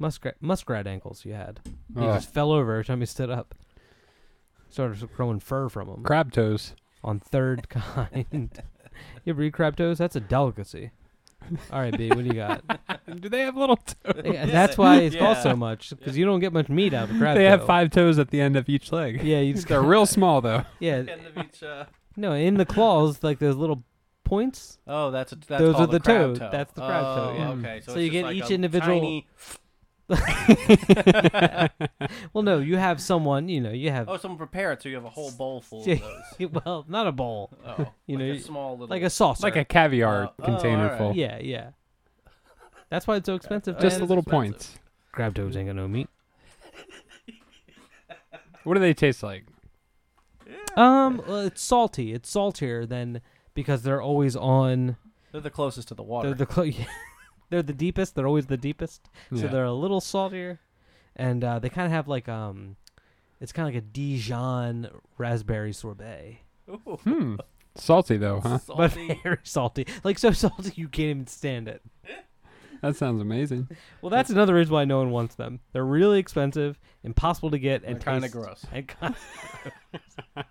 S5: Muskrat muskrat ankles you had. He
S4: Oh.
S5: just fell over every time he stood up. Started growing fur from him.
S4: crab toes.
S5: on third [LAUGHS] kind. you ever eat crab toes? That's a delicacy. All right, B, what do you got?
S4: Do they have little? toes?
S5: [LAUGHS]
S3: [LAUGHS]
S5: Yeah, that's why it's called
S3: Yeah.
S5: so much because you don't get much meat out of a crab.
S4: They have
S5: toe.
S4: five toes at the end of each leg.
S5: Yeah,
S4: [LAUGHS]
S5: you just
S4: They're real small though.
S5: yeah.
S3: End of each, uh,
S5: No, in the claws, like those little points.
S3: oh, that's a, that's
S5: Those are
S3: called
S5: the
S3: a crab
S5: toe. That's the crab toe,
S3: Oh,
S5: yeah.
S3: Okay,
S5: Mm. So
S3: so, it's
S5: you
S3: just
S5: get
S3: like
S5: each
S3: a
S5: individual-
S3: tiny-
S5: [LAUGHS] Well, no, you have someone. You know, you have [LAUGHS]
S3: [LAUGHS] oh, someone prepare it so you have a whole bowl full of
S5: Yeah.
S3: those.
S5: [LAUGHS] well, not a bowl,
S3: Oh,
S5: You
S3: like
S5: know,
S3: a
S5: you-
S3: small little
S5: like a saucer.
S4: Like a caviar
S3: Oh, oh,
S4: container
S3: alright.
S4: full.
S5: yeah, yeah. That's why it's so expensive.
S4: Just the
S5: man.
S4: little
S3: expensive.
S4: points.
S5: crab toes ain't got no meat.
S4: What do they taste like?
S5: Um, well, it's salty. It's saltier than because they're always on.
S3: They're the closest to the water.
S5: They're the clo- [LAUGHS] they're the deepest. They're always the deepest. so
S4: Yeah.
S5: they're a little saltier, and uh, they kind of have like um, it's kind of like a Dijon raspberry sorbet,
S3: [LAUGHS] Ooh,
S4: Hmm. Salty though,
S5: [LAUGHS]
S4: huh?
S5: but
S3: salty.
S5: very salty, like so [LAUGHS] salty you can't even stand it.
S4: That sounds amazing.
S5: Well, that's another reason why no one wants them. They're really expensive, impossible to get, and
S3: They're kinda
S5: taste-
S3: gross.
S5: and kinda- [LAUGHS]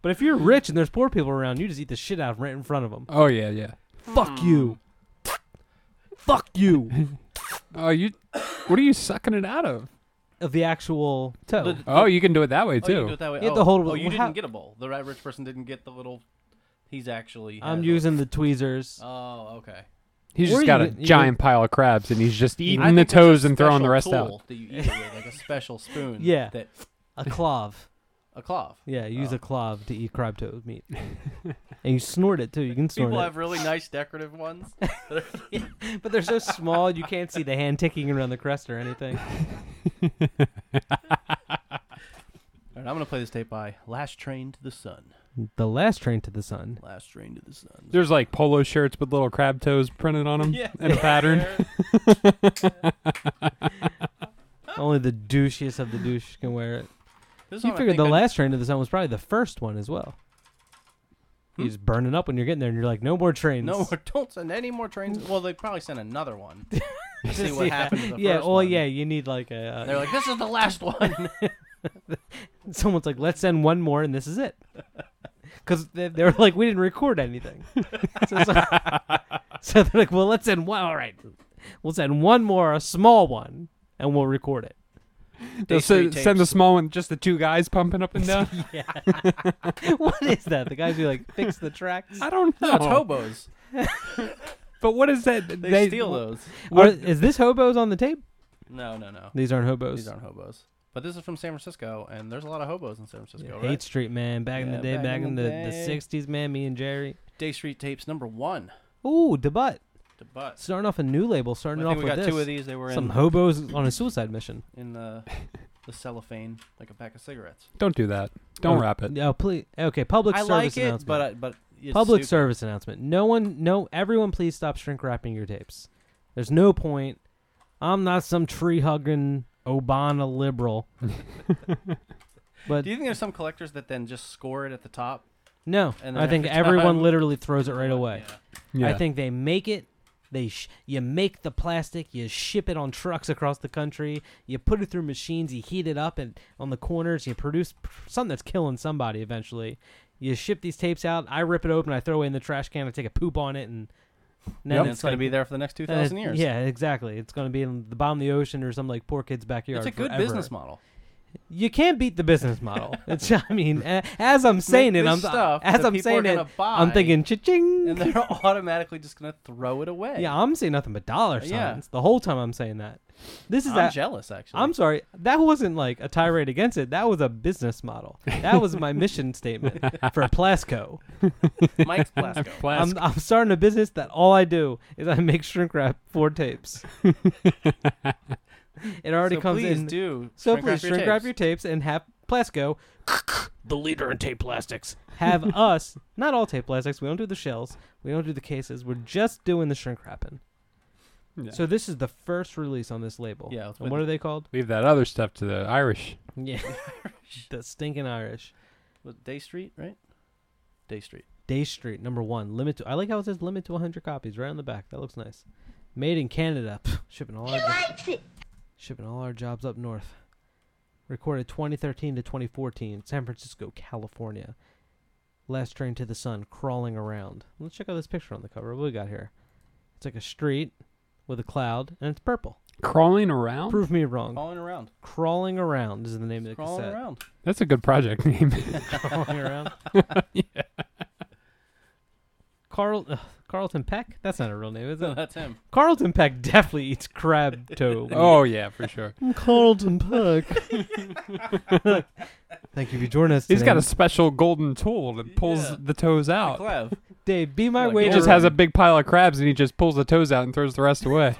S5: but if you're rich and there's poor people around, you just eat the shit out of 'em right in front of them.
S4: Oh yeah, yeah.
S5: Fuck
S3: Hmm.
S5: you. Fuck you.
S4: Oh, you. What are you sucking it out of?
S5: of [LAUGHS] the actual toe.
S3: [LAUGHS] The-
S4: Oh, you can do it that way
S3: Oh, you can do
S4: too.
S3: it that way.
S5: You have
S3: oh,
S5: to hold it
S3: oh,
S5: with-
S3: you
S5: well, how-
S3: didn't get a bowl. The right rich person didn't get the little. He's actually.
S5: I'm
S3: has a- [LAUGHS]
S5: using the tweezers.
S3: Oh, okay.
S4: He's
S5: Or
S4: just
S5: you
S4: got a
S5: can- you
S4: giant pile of crabs, and he's just
S3: I
S4: eating the
S3: think there's a
S4: toes and throwing the rest
S3: special
S4: out.
S3: tool That [LAUGHS] you eat it with, like a special [LAUGHS] spoon.
S5: Yeah.
S3: That
S5: A clove.
S3: a clove. [LAUGHS]
S5: Yeah, use
S3: Oh.
S5: a clove to eat crab toe meat.
S3: [LAUGHS]
S5: and you snort it too. You can snort
S3: People
S5: it.
S3: have really nice decorative [LAUGHS] ones.
S5: But they're so small you can't see the hand ticking around the crest or anything.
S3: All right, I'm gonna play this tape by Last Train to the Sun.
S5: The last train to the sun.
S3: Last Train to the Sun.
S5: [LAUGHS]
S4: There's like polo shirts with little crab toes printed on them
S3: Yeah.
S4: in a
S3: [LAUGHS]
S4: pattern.
S5: Only the douchiest of the douche can wear it.
S3: This
S5: You
S3: song, I
S5: figured the
S3: think I-
S5: last train to the sun was probably the first one as well. You just burn it up when you're getting there and you're like, no more trains.
S3: [LAUGHS] Hmm.
S5: [LAUGHS]
S3: No, don't send any more trains. Well, they probably sent another one. to see what
S5: yeah.
S3: happened to the
S5: yeah,
S3: first
S5: well,
S3: one.
S5: yeah, you need like a.
S3: They're like, this is the last one.
S5: uh, [LAUGHS] someone's like, let's send one more and this is it. [LAUGHS] Because they, they were like, we didn't record anything. [LAUGHS] so, so- so they're like, well, let's send one. All right. We'll send one more, a small one, and we'll record it.
S4: They'll
S3: Day three
S4: send, send the
S3: tapes.
S4: small one, just the two guys pumping up and
S5: [LAUGHS]
S3: [LAUGHS]
S4: down.
S5: what is that? The guys who like fix the tracks?
S4: I don't know.
S3: No, it's hobos.
S4: But what is that?
S3: They, steal those.
S5: Are, is this hobos on the tape?
S3: No, no, no.
S5: These aren't hobos.
S3: These aren't hobos. But this is from San Francisco, and there's a lot of hobos in San Francisco,
S5: Yeah,
S3: right?
S5: Eighth Street, man. Back in the day,
S3: Yeah,
S5: back, in the, the
S3: day.
S5: '60s, man. Me and Jerry.
S3: Day Street Tapes number one.
S5: Ooh, Debut.
S3: The butt.
S5: Starting off a new label.
S3: I
S5: Starting
S3: think
S5: off
S3: we
S5: with
S3: got
S5: this.
S3: two of these. They were
S5: Some
S3: in,
S5: hobos on a suicide mission.
S3: in the the cellophane, like a pack of cigarettes.
S4: Don't do that. Don't
S5: Oh,
S4: wrap it.
S5: No, please. Okay, public
S3: I
S5: service
S3: like it,
S5: announcement.
S3: but I, but it's
S5: public
S3: stupid.
S5: service announcement. No one, no everyone, please stop shrink wrapping your tapes. There's no point. I'm not some tree hugging Obama
S3: [LAUGHS]
S5: liberal. but
S3: Do you think there's some collectors that then just score it at the top?
S5: no,
S3: and then
S5: I think
S3: every time-
S5: everyone literally throws it right away.
S3: Yeah.
S4: Yeah.
S5: I think they make it. They sh- you make the plastic, you ship it on trucks [LAUGHS] across the country, you put it through machines, you heat it up and on the corners, you produce p- something that's killing somebody eventually. You ship these tapes out. I rip it open, I throw it in the trash can, I take a poop on it, and then
S3: And it's going to be there for the next two
S5: then
S3: thousand
S5: it-
S3: years.
S5: Yeah, exactly. It's going to be in the bottom of the ocean or some like poor kid's backyard.
S3: it's a good
S5: forever.
S3: business model.
S5: you can't beat the business
S3: [LAUGHS]
S5: model. It's, I mean, a- as I'm saying it,
S3: this
S5: I'm
S3: stuff
S5: [LAUGHS] as
S3: that
S5: I'm
S3: people are
S5: saying it,
S3: gonna
S5: I'm
S3: buy,
S5: thinking cha-ching.
S3: and they're [LAUGHS] automatically just gonna throw it away.
S5: Yeah, I'm seeing nothing but dollar signs
S3: Yeah.
S5: the whole time I'm saying that. This is
S3: I'm
S5: that.
S3: jealous actually.
S5: I'm sorry, that wasn't like a tirade against it. That was a business model. That was my
S3: [LAUGHS]
S5: mission statement for Plasco.
S3: Mike's
S5: [LAUGHS]
S3: Blasco.
S5: I'm, I'm starting a business that all I do is I make shrink wrap for
S3: [LAUGHS]
S5: tapes. it already
S3: so
S5: comes
S3: please
S5: in.
S3: do.
S5: so
S3: shrink
S5: please
S3: wrap your
S5: shrink wrap
S3: tapes.
S5: your tapes and have Plasco, [LAUGHS] the leader in tape plastics, [LAUGHS] have us. Not all tape plastics. We don't do the shells. We don't do the cases. We're just doing the shrink wrapping.
S4: Yeah.
S5: So this is the first release on this label.
S3: Yeah, it's
S5: And
S3: with-
S5: what are they called?
S4: Leave that other stuff to the Irish.
S5: [LAUGHS] Yeah. the stinking Irish.
S3: Was it Day Street, right? Day Street.
S5: Day Street number one. Limit to. I like how it says limit to 100 copies right on the back. That looks nice. Made in Canada. [LAUGHS] shipping all our shipping all our jobs up north. Recorded 2013 to 2014, San Francisco, California. Last train to the sun, crawling around. Let's check out this picture on the cover. What we got here? It's like a street with a cloud, and it's purple.
S4: Crawling
S3: Oh.
S4: around?
S5: Prove me wrong.
S3: Crawling around.
S5: Crawling around is the name of the
S3: Crawling
S5: cassette.
S3: around.
S4: That's a good project [LAUGHS] name.
S5: Crawling around. [LAUGHS] Carl ugh, Carlton Peck. That's not a real name, is
S3: [LAUGHS] No,
S5: it?
S3: that's him.
S5: Carlton Peck definitely eats
S3: [LAUGHS]
S5: crab toe.
S4: oh, yeah, for sure.
S5: Carlton Peck. [LAUGHS] Thank you for joining us.
S4: He's
S5: today.
S4: got a special golden tool that pulls
S3: Yeah.
S4: the toes out.
S3: Clev.
S5: Dave, be my
S3: Like
S4: He
S5: waiter.
S4: just has a big pile of crabs and he just pulls the toes out and throws the rest away.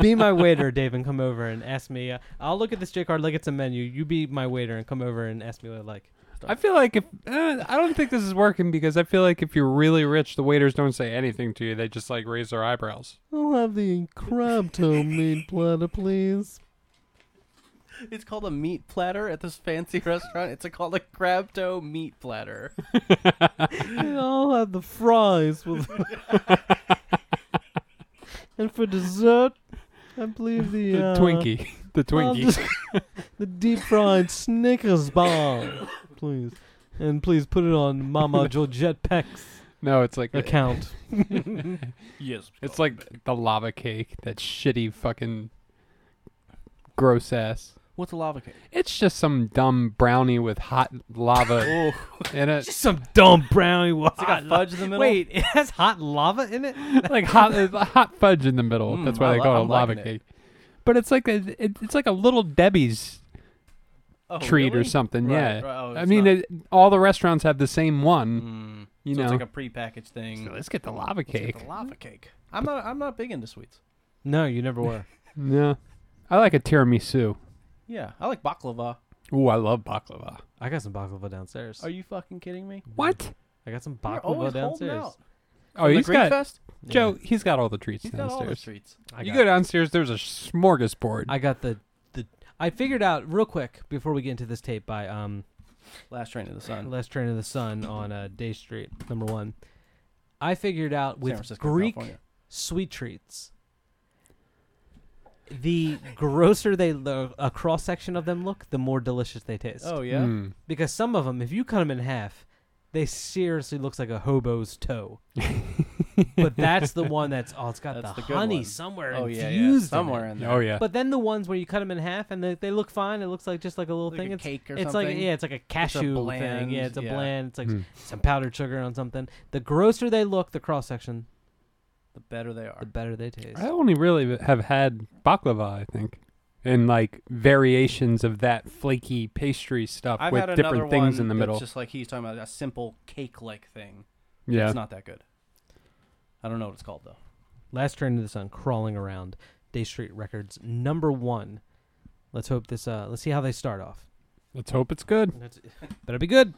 S5: be [LAUGHS] my waiter, Dave, and come over and ask me. Uh, I'll look at this J card like it's a menu. You be my waiter and come over and ask me what I like.
S4: I feel like if uh, I don't think this is working because I feel like if you're really rich, the waiters don't say anything to you. They just like raise their eyebrows.
S5: I'll have the crab toe [LAUGHS] meat platter, please.
S3: It's called a meat platter at this fancy [LAUGHS] restaurant. It's called a crab toe meat platter.
S5: And I'll have the fries [LAUGHS] with. and for dessert, I believe the,
S4: The
S5: uh,
S4: Twinkie, [LAUGHS] the
S5: I'll
S4: Twinkie.
S5: just- Oh, the [LAUGHS] deep fried Snickers bar, please, and please put it on Mama [LAUGHS] Georgette Peck's
S4: no, it's like
S5: account.
S3: [LAUGHS] yes.
S4: [LAUGHS] it's like the lava cake. That shitty fucking gross ass.
S3: What's a lava cake?
S4: It's just some dumb brownie with hot
S3: [LAUGHS]
S4: lava
S3: Oh,
S4: in it.
S5: Some dumb brownie. It's
S3: it's like a fudge in the middle.
S5: Wait, it has hot lava in it?
S4: [LAUGHS] like hot uh, hot fudge in the middle.
S3: Mm,
S4: That's why
S3: I
S4: they
S3: li-
S4: call it
S3: I'm
S4: a lava
S3: liking it.
S4: cake. But it's like a it, it's like a little Debbie's
S3: Oh,
S4: treat or
S3: really?
S4: something.
S3: Right,
S4: yeah,
S3: right, oh,
S4: I
S3: it's
S4: mean
S3: not-
S4: it, all the restaurants have the same one.
S3: Mm.
S4: You
S3: so
S4: know,
S3: it's like a prepackaged thing.
S4: let's get the lava
S3: Let's get
S4: cake.
S3: the lava cake. I'm not. I'm not big into sweets.
S5: No, you never were.
S4: No, I like a tiramisu.
S3: Yeah, I like baklava.
S4: Ooh, I love baklava.
S5: I got some baklava downstairs.
S3: Are you fucking kidding me?
S4: What?
S5: I got some
S3: You're always
S5: baklava
S3: holding
S5: downstairs.
S3: out.
S4: Oh,
S3: the
S4: he's
S3: Greek
S4: got
S3: fest.
S4: Joe. He's got all the treats
S3: He's got
S4: downstairs.
S3: all the treats.
S5: I
S4: you
S5: got-
S4: go downstairs. There's a smorgasbord.
S5: I got the the. I figured out real quick before we get into this tape by um
S3: Last train to the sun.
S5: Last Train of the Sun on uh, Day Street number one. I figured out
S3: San
S5: with
S3: Francisco,
S5: Greek
S3: California.
S5: sweet treats. The grosser they the a cross section of them look, the more delicious they taste.
S3: Oh yeah.
S4: Mm.
S5: because some of them, if you cut them in half, they seriously looks like a hobo's toe.
S3: [LAUGHS]
S5: but that's the one that's oh, it's got
S3: That's
S5: the,
S3: the good
S5: honey
S3: one.
S5: somewhere
S3: Oh yeah,
S5: infused
S3: yeah.
S5: in it.
S3: Somewhere in there.
S4: Oh yeah.
S5: But then the ones where you cut them in half and they, they look fine. It looks like just like a little
S3: Like
S5: thing.
S3: a
S5: it's
S3: cake or
S5: it's like
S3: something?
S5: yeah, it's like a cashew thing.
S3: bland,
S5: Yeah, it's a
S3: yeah.
S5: bland. It's like
S4: Hmm.
S5: some powdered sugar on something. The grosser they look, the cross section,
S3: The better they
S5: the
S3: are.
S5: better they taste.
S4: I only really have had baklava, I think, and like variations of that flaky pastry stuff
S3: I've
S4: with
S3: had another
S4: different things
S3: one
S4: in the
S3: that's
S4: middle.
S3: Just like he's talking about a simple cake-like thing.
S4: yeah,
S3: It's not that good. I don't know what it's called though.
S5: Last train to the sun, crawling around. Day Street Records, number one. Let's hope this. Uh, let's see how they start off.
S4: let's hope it's good.
S5: That's, better be good.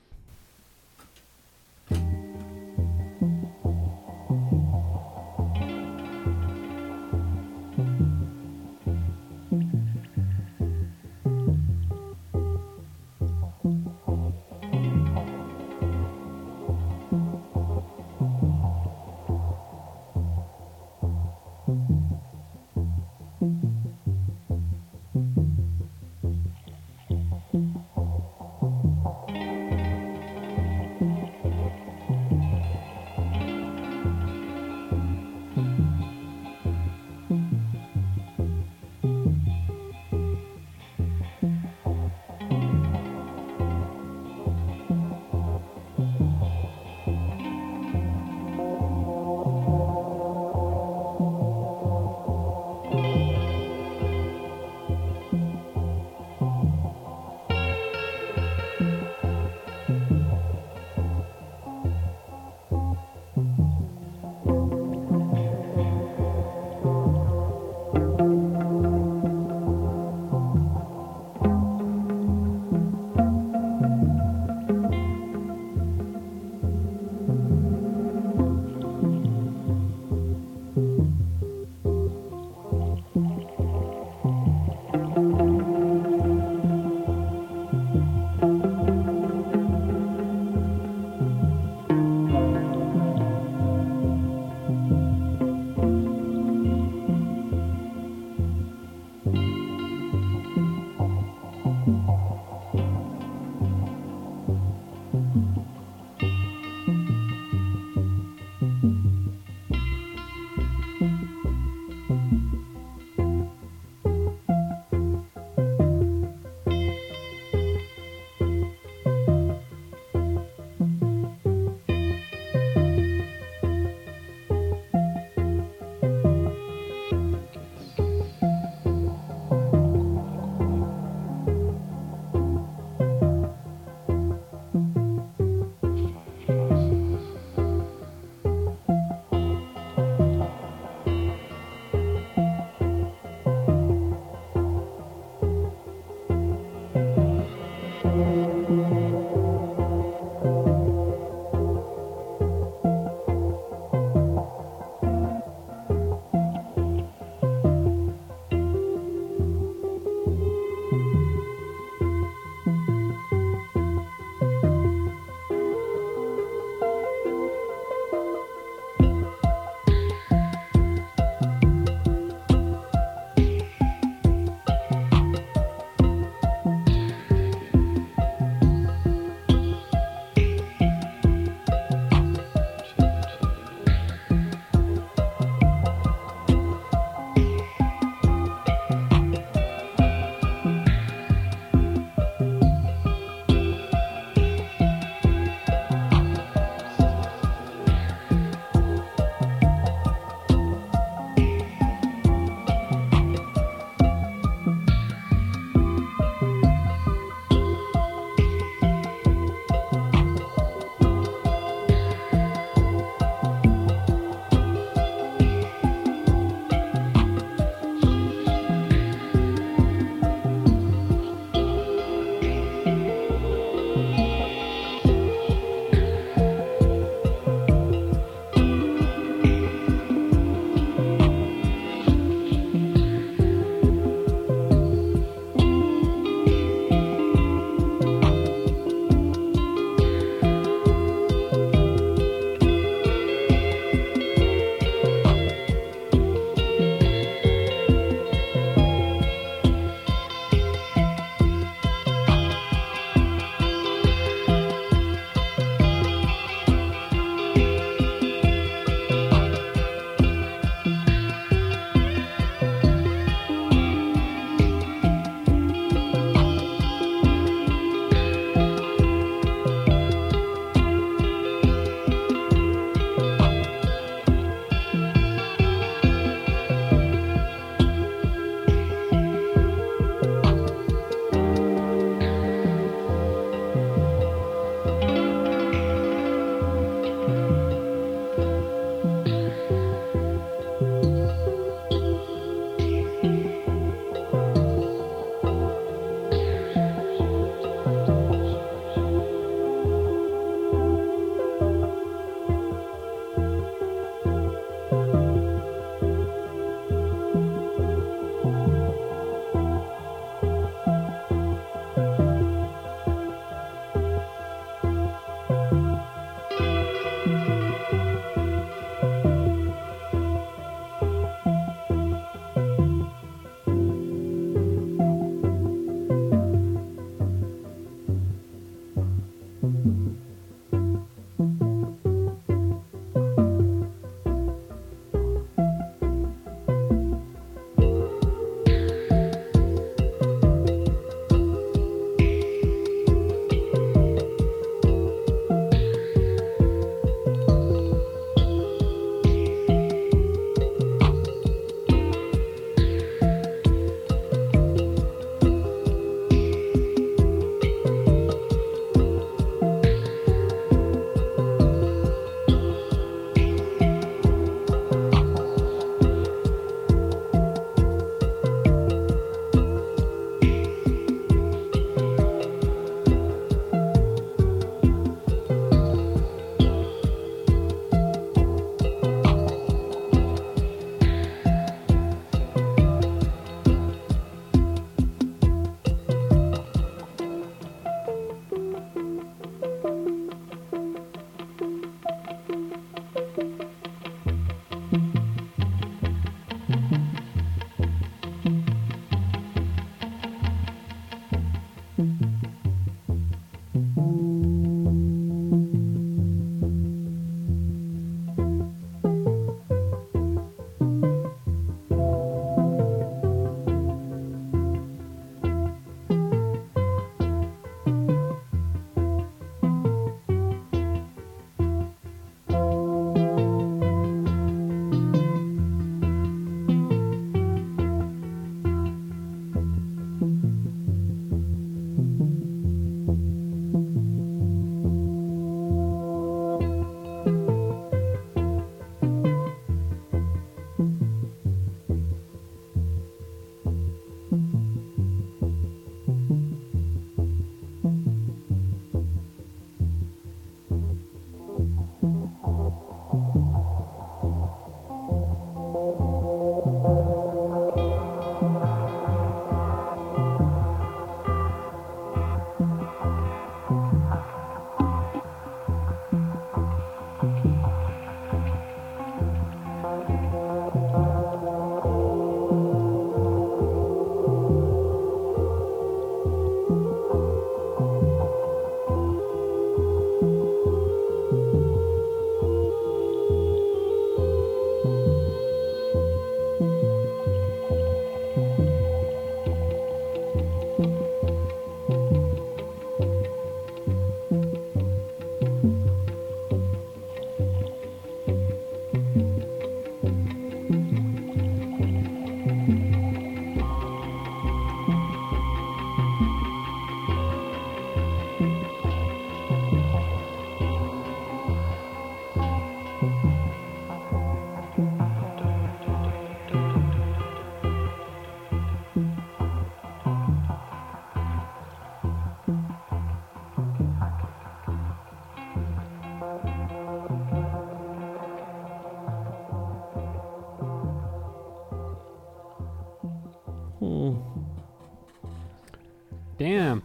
S4: Damn.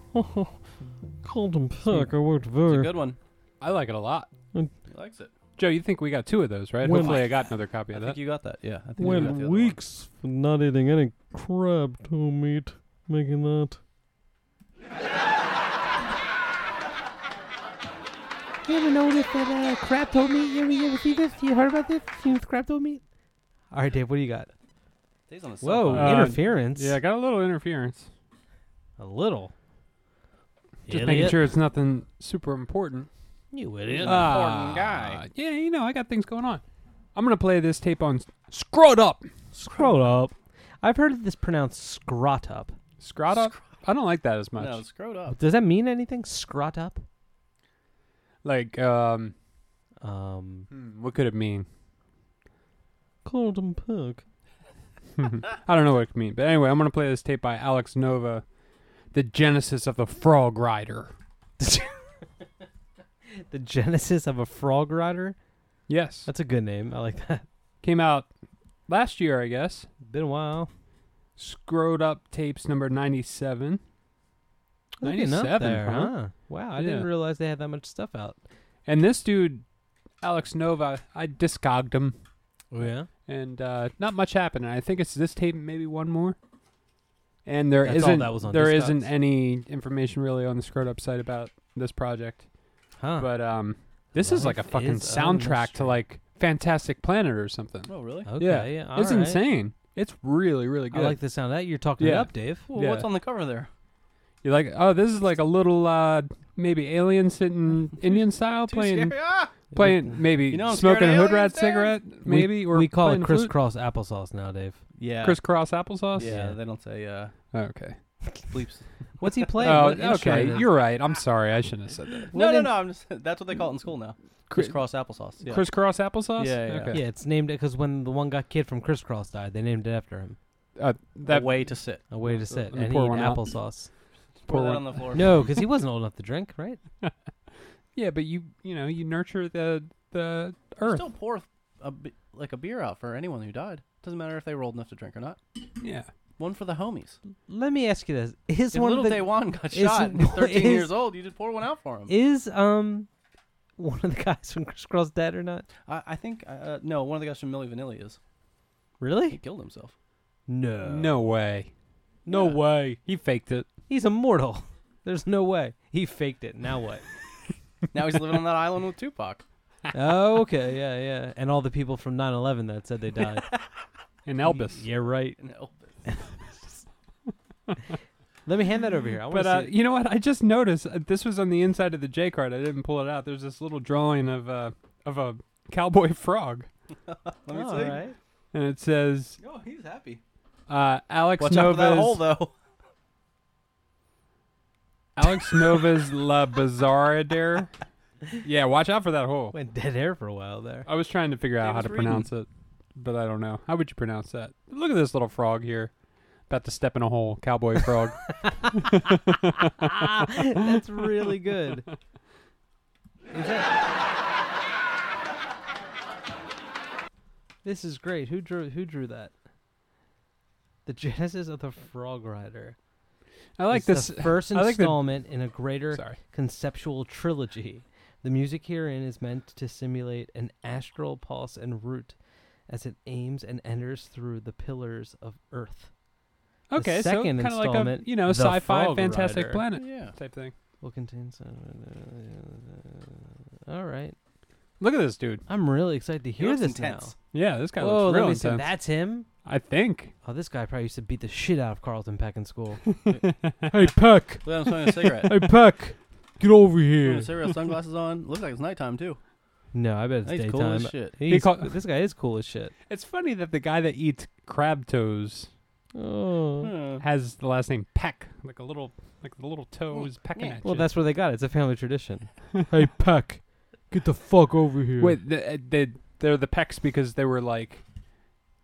S5: Called him
S4: Peck,
S5: I worked
S3: It's a
S5: very.
S3: good one.
S4: I like it a lot.
S3: He likes it.
S4: Joe, you think we got two of those, right?
S5: When-
S4: Hopefully, I got another copy
S3: I
S4: of
S3: think
S4: that.
S3: you got that. Yeah. I think you got the
S5: Went
S3: other one.
S5: weeks for not eating any crab to meat, making that. you ever noticed that uh, crab toe meat? You ever, you ever see this? You heard about this? Seen this crab toe meat? All right, Dave, what do you got?
S3: Stays on the cell
S5: Whoa,
S3: phone.
S4: Uh,
S5: interference.
S4: Yeah, I got a little interference.
S5: a little.
S4: Just making sure it's nothing super important. Ah,
S5: You
S3: He's
S5: idiot.
S3: an important guy.
S4: Yeah, you know, I got things going on. I'm gonna play this tape on Scrot Up.
S5: Scroll up. I've heard this pronounced scrot up.
S4: Scrot Up? I don't like that as much.
S3: No, screwed up.
S5: Does that mean anything? Scrot up?
S4: Like, um,
S5: Um, [LAUGHS]
S4: hmm, what could it mean?
S5: called him Pug.
S4: [LAUGHS] I don't know what it could mean. But anyway, I'm gonna play this tape by Alex Nova, The Genesis of the Frog Rider.
S5: The genesis of a frog rider.
S4: Yes.
S5: That's a good name. I like that.
S4: came out last year, I guess.
S5: Been a while.
S4: Screwed up tapes number 97.
S5: That's getting up
S4: 97,
S5: there,
S4: huh?
S5: Wow, I
S4: Yeah.
S5: didn't realize they had that much stuff out.
S4: And this dude, Alex Nova, I discogged him.
S5: Oh yeah.
S4: And uh, not much happened. And I think it's this tape, and maybe one more. And there
S5: That's all
S4: not
S5: that was on
S4: there
S5: Discogs.
S4: isn't any information really on the Screwed Up site about this project.
S3: [LAUGHS]
S5: Huh.
S4: But um, this is like a
S5: Life
S4: fucking
S5: is a
S4: soundtrack to
S5: mystery.
S4: like Fantastic Planet or something.
S3: Oh, really?
S5: okay.
S4: yeah,
S5: Yeah. all
S4: it's
S5: right.
S4: insane. It's really really
S5: I
S4: good.
S5: like the sound of that. You're talking it
S4: Yeah.
S5: up, Dave.
S3: Well,
S4: Yeah.
S3: What's on the cover there?
S4: You're like, oh, this is like a little uh, maybe alien
S3: [LAUGHS]
S4: sitting Indian style playing
S3: Ah!
S4: playing maybe
S3: You know I'm
S4: smoking
S3: scared
S4: a
S3: of
S4: hood rat
S3: aliens, Dad.
S4: cigarette
S5: We-
S4: maybe or
S5: we call
S4: playing the
S5: it
S4: flute.
S5: crisscross applesauce now, Dave.
S3: Yeah.
S4: crisscross applesauce.
S3: Yeah, they don't say uh,
S4: Oh, okay.
S3: bleeps.
S5: What's he playing?
S4: Oh,
S5: What instrument
S4: okay.
S5: is-
S4: You're right. I'm sorry. I shouldn't have said that.
S5: Well,
S3: no,
S5: then-
S3: no, no. I'm just, [LAUGHS] that's what they call it in school now.
S4: Cri-
S3: Crisscross applesauce. Yeah.
S4: Crisscross applesauce.
S3: Yeah, yeah, yeah.
S4: Okay.
S5: Yeah, it's named it because when the one guy kid from Crisscross died, they named it after him.
S4: Uh,
S3: that
S4: that
S3: way to sit.
S5: A way to sit.
S4: me
S5: And he
S4: pour
S5: ate
S4: one out.
S5: applesauce.
S3: Pour
S4: poor
S3: that
S4: one.
S3: on the floor.
S5: no, because Oh, he wasn't old enough to drink, right?
S4: Yeah, but you you know you nurture the the
S3: You
S4: earth.
S3: Still pour a bi- like a beer out for anyone who died. Doesn't matter if they were old enough to drink or not.
S4: Yeah.
S3: One for the homies.
S5: Let me ask you this: Is
S3: If
S5: one
S3: little
S5: of the
S3: Day One got
S5: is- [LAUGHS]
S3: shot and he's 13 years
S5: is-
S3: old, you just pour one out for him.
S5: Is um one of the guys from Crisscross dead or not?
S3: I, I think, uh, no, one of the guys from Millie Vanilli is. He
S5: Really?
S3: killed himself.
S5: No.
S4: no way. No way. He faked it.
S5: He's immortal. [LAUGHS] There's no way. He faked it. Now what?
S3: Now he's living on that [LAUGHS] island with Tupac.
S5: oh, okay. Yeah, yeah. And all the people from 9 11 that said they died.
S4: And Elvis.
S5: yeah, right.
S3: No.
S5: [LAUGHS] Let me hand that over here. I want
S4: But
S5: to
S4: uh,
S5: see.
S4: you know what? I just noticed uh, this was on the inside of the J card. I didn't pull it out. There's this little drawing of a of a cowboy [LAUGHS] frog,
S3: Let me
S5: all
S3: see.
S5: right.
S4: and it says
S3: Oh, he's [LAUGHS] happy.
S4: uh, Alex
S3: Watch out for
S4: Nova's
S3: that hole, though. [LAUGHS]
S4: Alex Nova's La Bizarradere. Yeah, watch out for that hole.
S5: Went dead air for a while there.
S4: I was trying to figure
S3: Yeah, I
S4: out how
S3: was
S4: to
S3: reading.
S4: pronounce it, but I don't know. How would you pronounce that? Look at this little frog here, about to step in a hole. Cowboy [LAUGHS]
S3: [LAUGHS]
S4: frog.
S5: That's really good. Is that- This is great. Who drew who drew that? The Genesis of the Frog Rider.
S4: I like
S5: It's
S4: this.
S5: the first
S4: I like the-
S5: installment in a greater
S4: Sorry.
S5: conceptual trilogy. The music herein is meant to simulate an astral pulse and root as it aims and enters through the pillars of Earth. The
S4: Okay, so
S5: second
S4: kind of like a
S5: installment,
S4: you know
S5: The
S4: sci-fi
S5: Frog
S4: fantastic
S5: Rider.
S4: planet
S3: Yeah.
S4: type thing.
S5: Will contain some. All right,
S4: Look at this dude.
S5: I'm really excited to hear
S3: looks
S5: this
S3: intense.
S4: Yeah, this guy
S5: now. Whoa,
S4: looks
S5: let
S4: real
S5: me see.
S4: intense.
S5: That's him.
S4: I think. [LAUGHS]
S5: Oh, this guy probably used to beat the shit out of Carlton Peck in school.
S4: Hey, Puck.
S3: Look at him smoking
S5: [LAUGHS]
S3: a cigarette.
S4: Hey, Puck. Get over
S3: Smoking
S4: here.
S3: a cigarette, sunglasses on. Looks like it's nighttime, too.
S5: no, I bet it's
S3: Oh, He's
S5: daytime.
S3: cool as shit.
S5: He's-
S4: He call-
S5: this guy is cool as shit.
S4: It's funny that the guy that eats crab toes
S5: Oh.
S4: Hmm.
S3: Huh.
S4: has the last name Peck, like a little, like the little toe is pecking
S3: yeah.
S4: at
S5: Well,
S4: you.
S5: that's where they got it. It's a family tradition.
S4: hey, Peck.
S6: Get the fuck over here.
S4: Wait, the, uh, they they're the Pecks because they were like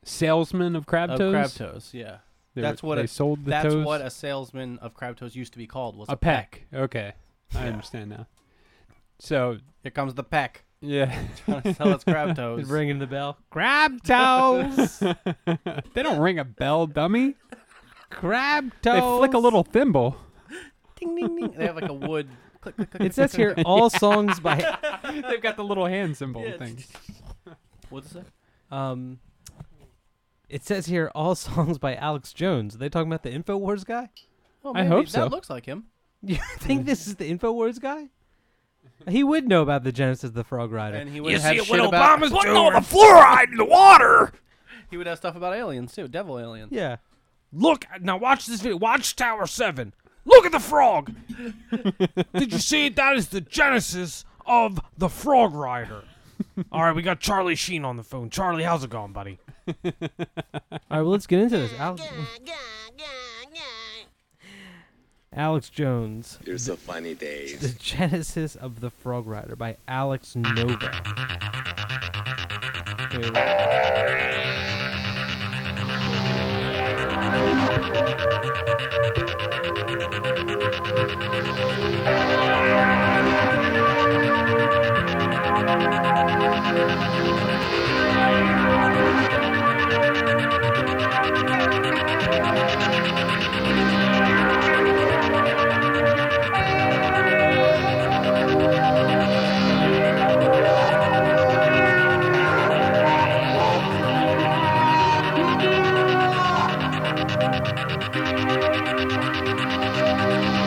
S4: salesmen of crab
S3: Of
S4: toes.
S3: crab toes, yeah.
S4: They
S3: That's
S4: were-
S3: what
S4: they
S3: a-
S4: sold the
S3: That's
S4: toes.
S3: what a salesman of crab toes used to be called. Was
S4: a peck. Okay, I understand now. So
S3: Here comes the peck.
S4: yeah, [LAUGHS]
S3: Trying to sell us crab toes.
S5: Ringing the bell.
S4: crab [LAUGHS] toes. they don't ring a bell, dummy.
S5: Crab
S4: They flick a little thimble. [LAUGHS]
S3: ding, ding, ding. They have like a wood. click, click, click,
S5: It
S3: click,
S5: says
S3: click.
S5: here all songs by
S4: They've got the little hand symbol
S3: Yeah.
S4: thing.
S3: What's that?
S5: um. It says here all songs by Alex Jones. Are they talking about the Infowars guy? [LAUGHS]
S3: Oh,
S4: I
S3: maybe.
S4: hope
S3: that
S4: so.
S3: looks like him.
S5: You think this is the Infowars guy? He would know about the Genesis of the Frog Rider.
S3: And he
S9: You
S3: would have
S9: see,
S3: shit
S9: when
S3: about.
S9: Obama's putting all the fluoride in the water,
S3: He would have stuff about aliens too. Devil aliens.
S5: Yeah.
S9: Look now, watch this video. Watch Tower Seven. Look at the frog. Did you see it? That is the genesis of the Frog Rider. All right, we got Charlie Sheen on the phone. Charlie, how's it going, buddy?
S5: All right, well, let's get into this. Alex, Alex Jones.
S10: Here's the funny days.
S5: The Genesis of the Frog Rider by Alex Nova. Here we go.
S11: Thank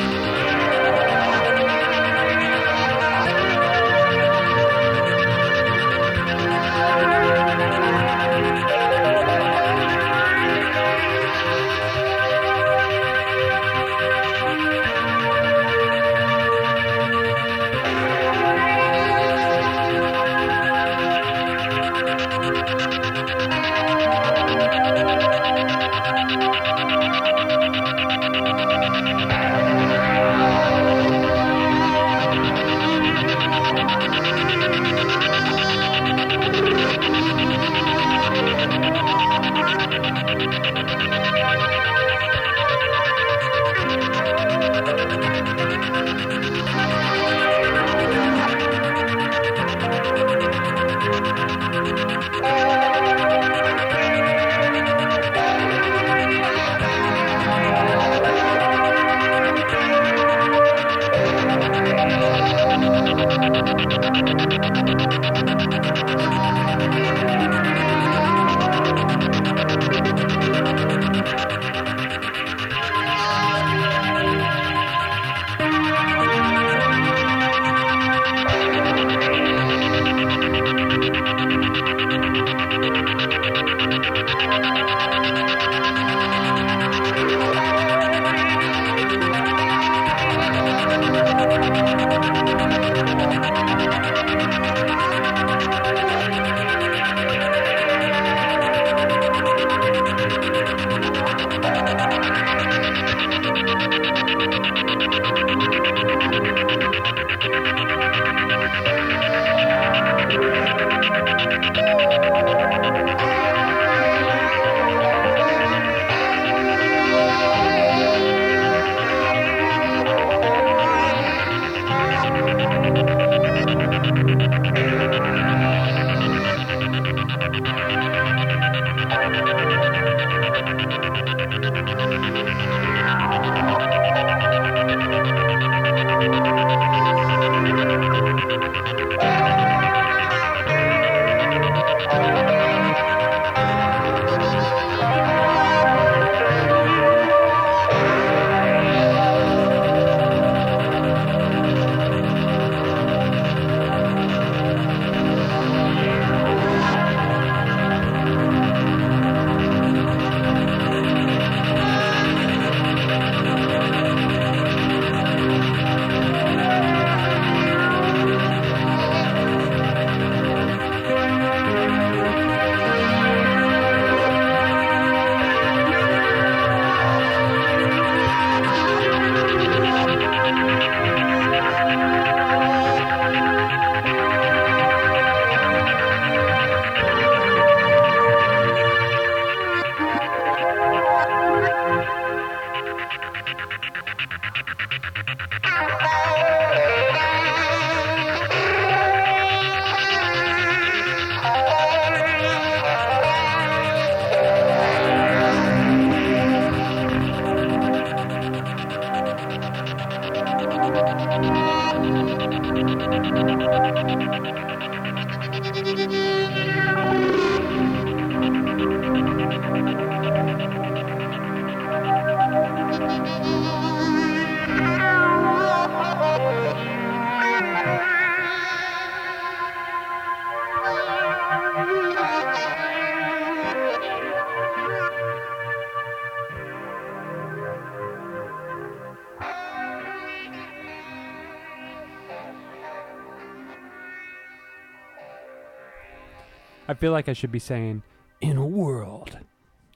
S4: I feel like I should be saying "in a world"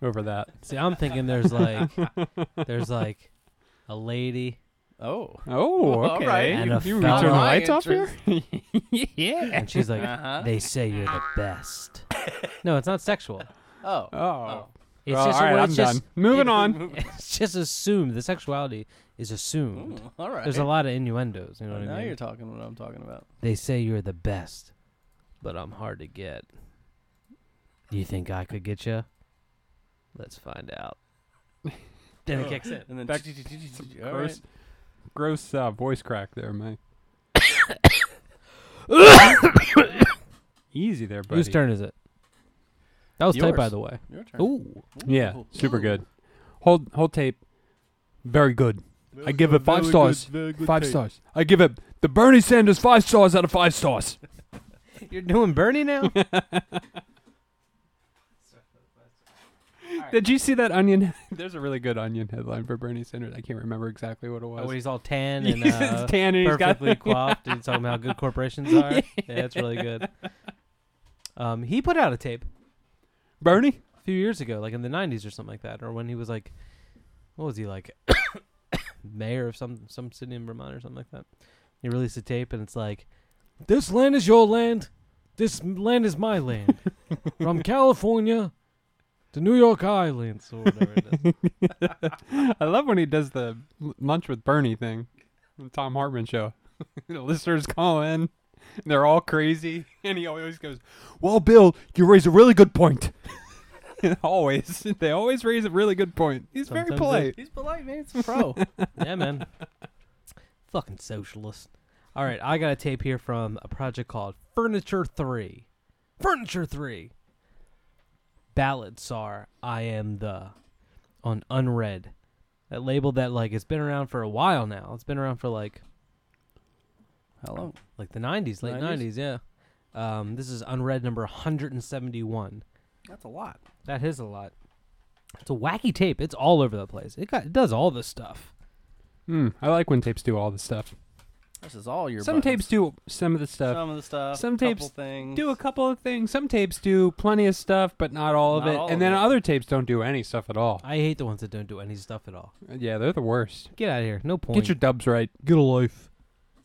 S4: over that.
S5: See, I'm thinking there's like there's like a lady
S3: Oh.
S4: Oh,
S3: All
S4: okay.
S3: right.
S4: You,
S5: And a
S4: you turn the
S5: fellow-
S4: lights off here? yeah.
S5: and she's like
S3: Uh-huh.
S5: they say you're the best. no, it's not sexual.
S3: Oh.
S4: Oh.
S5: It's
S4: Well,
S5: just
S4: all
S5: a
S4: right,
S5: word-
S4: I'm
S5: it's
S4: done.
S5: just-
S4: Moving on.
S5: It's just assumed. The sexuality is assumed.
S3: Mm, all right.
S5: There's a lot of innuendos. You know what
S3: Now
S5: I mean?
S3: you're talking what I'm talking about.
S5: They say you're the best, but I'm hard to get. You think I could get you? Let's find out. [LAUGHS] then it kicks in.
S3: And then
S4: Back-
S3: all right.
S4: Gross, gross uh, voice crack there, Mike.
S5: [COUGHS]
S4: Easy there, buddy.
S5: Whose turn is it? That was tight, by
S3: Yours.
S5: the way.
S3: Your turn.
S5: Ooh,
S4: Yeah,
S3: Ooh.
S4: super good. Hold hold tape. Very good. I give it five stars. five stars. I give it the Bernie Sanders five stars out of five stars.
S5: you're doing Bernie now.
S4: Did you see that onion? [LAUGHS] There's a really good onion headline for Bernie Sanders. I can't remember exactly what it was.
S5: oh, he's all tan
S4: [LAUGHS]
S5: and
S4: He's
S5: uh,
S4: tan and he's got-
S5: perfectly coiffed and talking about how
S4: [LAUGHS]
S5: good corporations are. Yeah, that's really good. Um, he put out a tape
S4: Bernie?
S5: a few years ago, like in the '90s or something like that, or when he was like, what was he like, [COUGHS] mayor of some some city in Vermont or something like that. He released a tape, and it's like, "This land is your land. This m- land is
S4: [LAUGHS]
S5: my land. From California to New York Islands, or whatever it is."
S4: [LAUGHS] I love when he does the l- lunch with Bernie thing, the Tom Hartman show. [LAUGHS] the listeners call in, they're all crazy, [LAUGHS] and he always goes, "Well, Bill, you raise a really good point." [LAUGHS] always, [LAUGHS] they always raise a really good point. He's very
S5: Sometimes
S4: polite.
S3: He's polite, man. It's a pro.
S5: yeah, man. Fucking socialist. All right, I got a tape here from a project called Furniture 3. Furniture 3. Ballads are I am the on unread. That label that like it's been around for a while now. It's been around for like
S3: Hello.
S5: like the 90s, late
S3: 90s?
S5: 90s, yeah. Um, this is unread number 171.
S3: That's a lot.
S5: That is a lot. It's a wacky tape. It's all over the place. It got it does all this stuff.
S4: Hmm, I like when tapes do all this stuff.
S3: This is all your
S4: some
S3: buttons.
S4: tapes do some of the stuff.
S3: Some of the stuff.
S4: some
S3: couple
S4: tapes
S3: things.
S4: do a couple of things. Some tapes do plenty of stuff, but not all of
S3: Not
S4: it.
S3: all
S4: and
S3: of
S4: then
S3: it.
S4: other tapes don't do any stuff at all. Uh,
S5: I hate the ones that don't do any stuff at all.
S4: Yeah, they're the worst.
S5: Get out of here. No point.
S4: Get your dubs right. Get a life.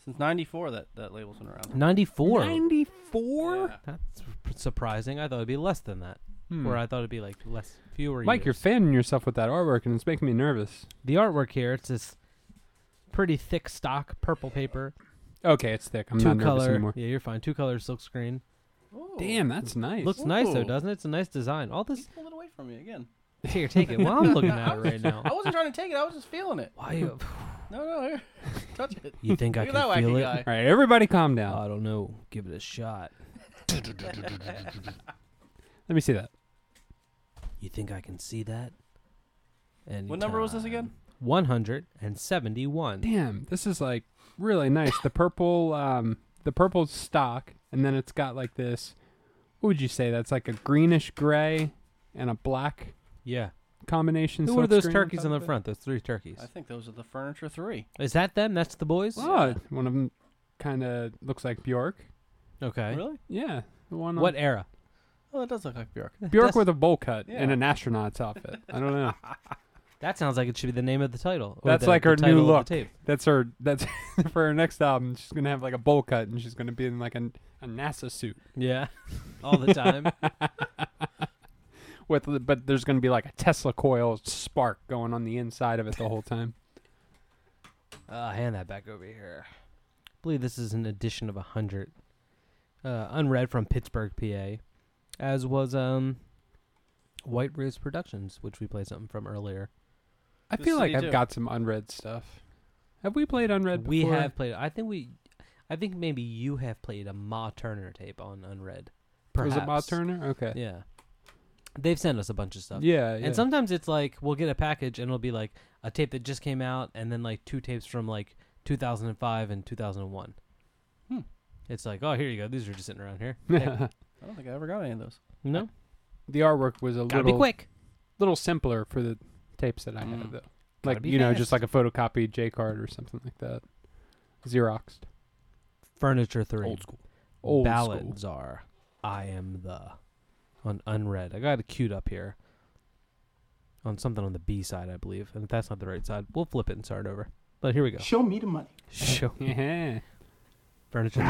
S3: Since '94, that that label's been around.
S5: 94.
S4: Ninety-four.
S3: Yeah.
S5: That's p- surprising. I thought it'd be less than that.
S4: Hmm.
S5: Or I thought it'd be like less, fewer.
S4: Mike, you're
S5: years.
S4: fanning yourself with that artwork, and it's making me nervous.
S5: the artwork here. It's this pretty thick stock purple paper.
S4: Okay, it's thick. I'm
S5: Two
S4: not nervous
S5: color.
S4: anymore.
S5: Yeah, you're fine. Two color silk screen.
S4: Damn, that's nice.
S5: Looks nice though,
S3: Ooh.
S5: doesn't it? It's a nice design. All
S3: He
S5: this
S3: pulled it away from me again.
S5: here, take it. Well, I'm looking at it right now.
S3: I wasn't trying to take it. I was just feeling it.
S5: [LAUGHS] Why? You,
S3: No, no, here. touch it.
S5: [LAUGHS] you think I
S3: Look at that
S5: can feel
S3: wacky
S5: it?
S3: guy.
S4: All right, everybody, calm down.
S5: I don't know. Give it a shot.
S4: Let me see that.
S5: You think I can see that? And
S3: What number was this again?
S5: One hundred and seventy-one.
S4: Damn, this is like really nice. The purple, um, the purple stock, and then it's got like this. What would you say? That's like a greenish gray and a black
S5: Yeah.
S4: combination.
S5: Who
S4: silk
S5: are those
S4: screen on
S5: turkeys
S4: top
S5: on the
S4: of it?
S5: front? Those three turkeys.
S3: I think those are the furniture three.
S5: Is that them? That's the boys.
S4: Oh, one of them kind of looks like Bjork.
S5: Okay.
S3: Really?
S4: Yeah, the one. on-
S5: What era?
S3: Oh, it does look like Bjork.
S4: Bjork
S5: That's-
S4: with a bowl cut and
S3: Yeah.
S4: an astronaut's outfit. I don't know.
S5: That sounds like it should be the name of the title. or
S4: That's
S5: the-
S4: like
S5: the
S4: her
S5: title
S4: new
S5: of the
S4: look.
S5: tape.
S4: That's her. That's [LAUGHS] for her next album. She's gonna have like a bowl cut, and she's gonna be in like a, a NASA suit
S5: Yeah. [LAUGHS] All
S4: [LAUGHS]
S5: the time.
S4: with, the- but there's gonna be like a Tesla coil spark going on the inside of it the whole
S5: [LAUGHS]
S4: time.
S5: Uh, hand that back over here. I believe this is an edition of 100. Uh, unread from Pittsburgh, PA. As was um, White Rose Productions, which we played something from earlier.
S4: I
S3: The
S4: feel like
S3: city
S4: I've
S3: too.
S4: got some unread stuff. Have we played unread?
S5: we
S4: before?
S5: have played. I think we. I think maybe you have played a Ma Turner tape on Unread. Perhaps.
S4: Was it Ma Turner? Okay.
S5: Yeah. They've sent us a bunch of stuff.
S4: Yeah. [LAUGHS] yeah.
S5: And sometimes it's like we'll get a package and it'll be like a tape that just came out and then like two tapes from like 2005 and 2001.
S3: Hmm.
S5: It's like, oh, here you go. These are just sitting around
S4: [LAUGHS]
S5: here. Hey,
S4: the
S3: I don't think I ever got any of those.
S5: no,
S4: artwork was a
S5: gotta be
S4: little
S5: quick.
S4: little simpler for the tapes that I
S3: Mm.
S4: have though.
S5: Gotta
S4: Like
S5: be
S4: you know, just
S5: fast.
S4: like a photocopied J card or something like that,
S5: [LAUGHS]
S4: Xeroxed.
S5: Furniture three. Old school.
S4: Old
S5: Ballad
S4: school.
S5: czar. I am the on unread. I got it queued up here on something on the B side, I believe. And if that's not the right side, we'll flip it and start over. But here we go.
S1: Show me the money.
S5: Show
S4: Yeah.
S5: [LAUGHS] furniture.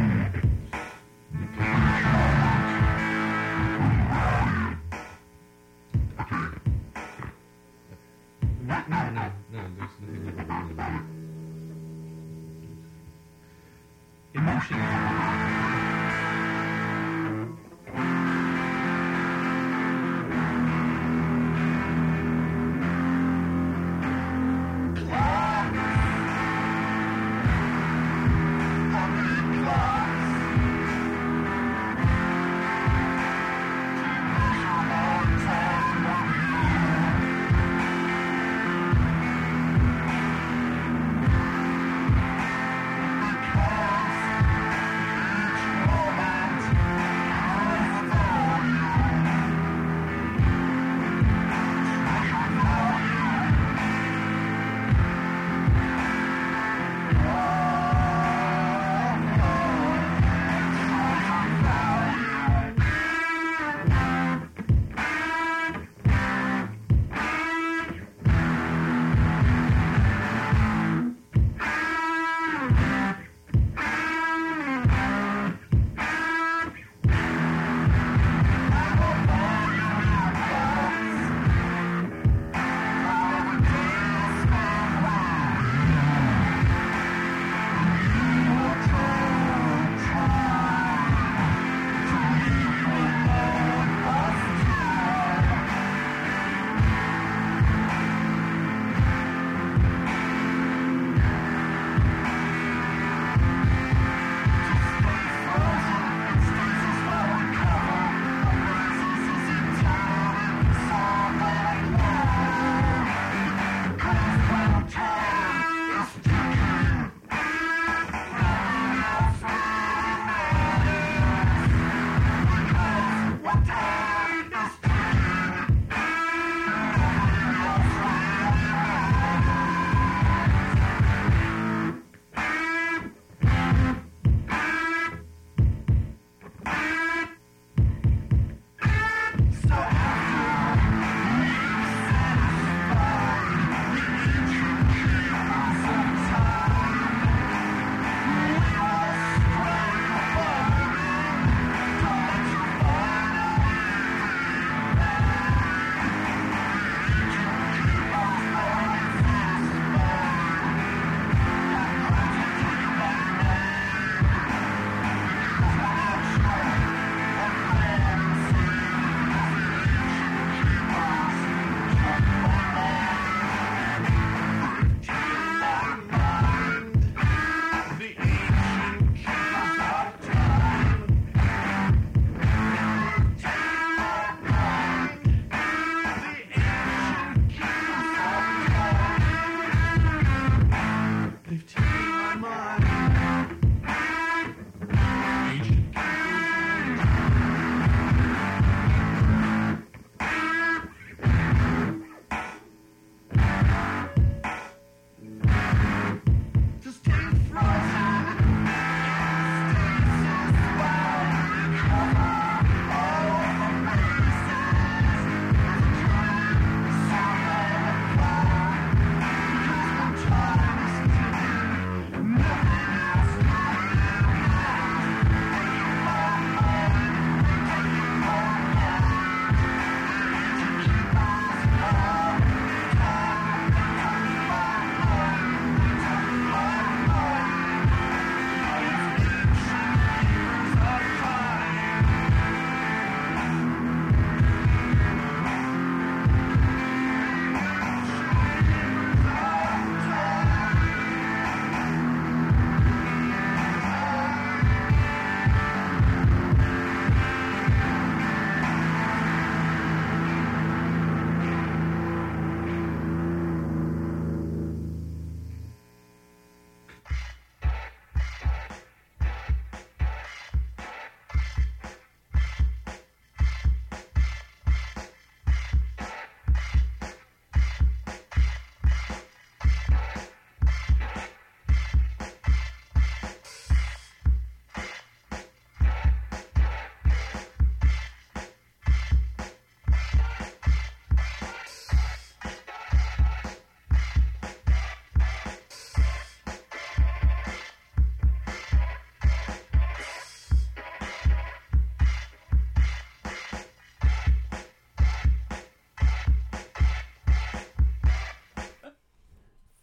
S4: [LAUGHS]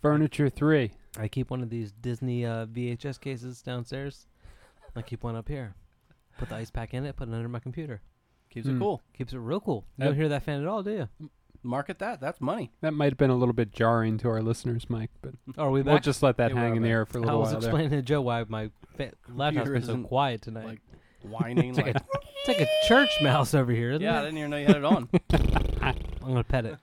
S4: Furniture three.
S5: I keep one of these Disney uh, VHS cases downstairs. I keep one up here. Put the ice pack in it. Put it under my computer.
S3: Keeps
S4: Hmm.
S3: it cool.
S5: Keeps it real cool. You don't
S4: Yep.
S5: hear that fan at all, do you?
S3: Market that. That's money.
S4: That might have been a little bit jarring to our listeners, Mike, but
S5: Are we
S4: we'll
S5: back?
S4: just let that
S3: Yeah, we're
S4: hang in the
S3: back.
S4: air for a
S5: I
S4: little
S5: was
S4: while there.
S5: explaining to Joe why my fa- laptop's
S3: Computer
S5: been so
S3: isn't,
S5: quiet tonight.
S3: Like whining.
S5: like
S3: like,
S5: a- it's like a church mouse over here, isn't
S3: yeah, I
S5: it?
S3: didn't even know you had it on.
S5: I'm gonna pet it.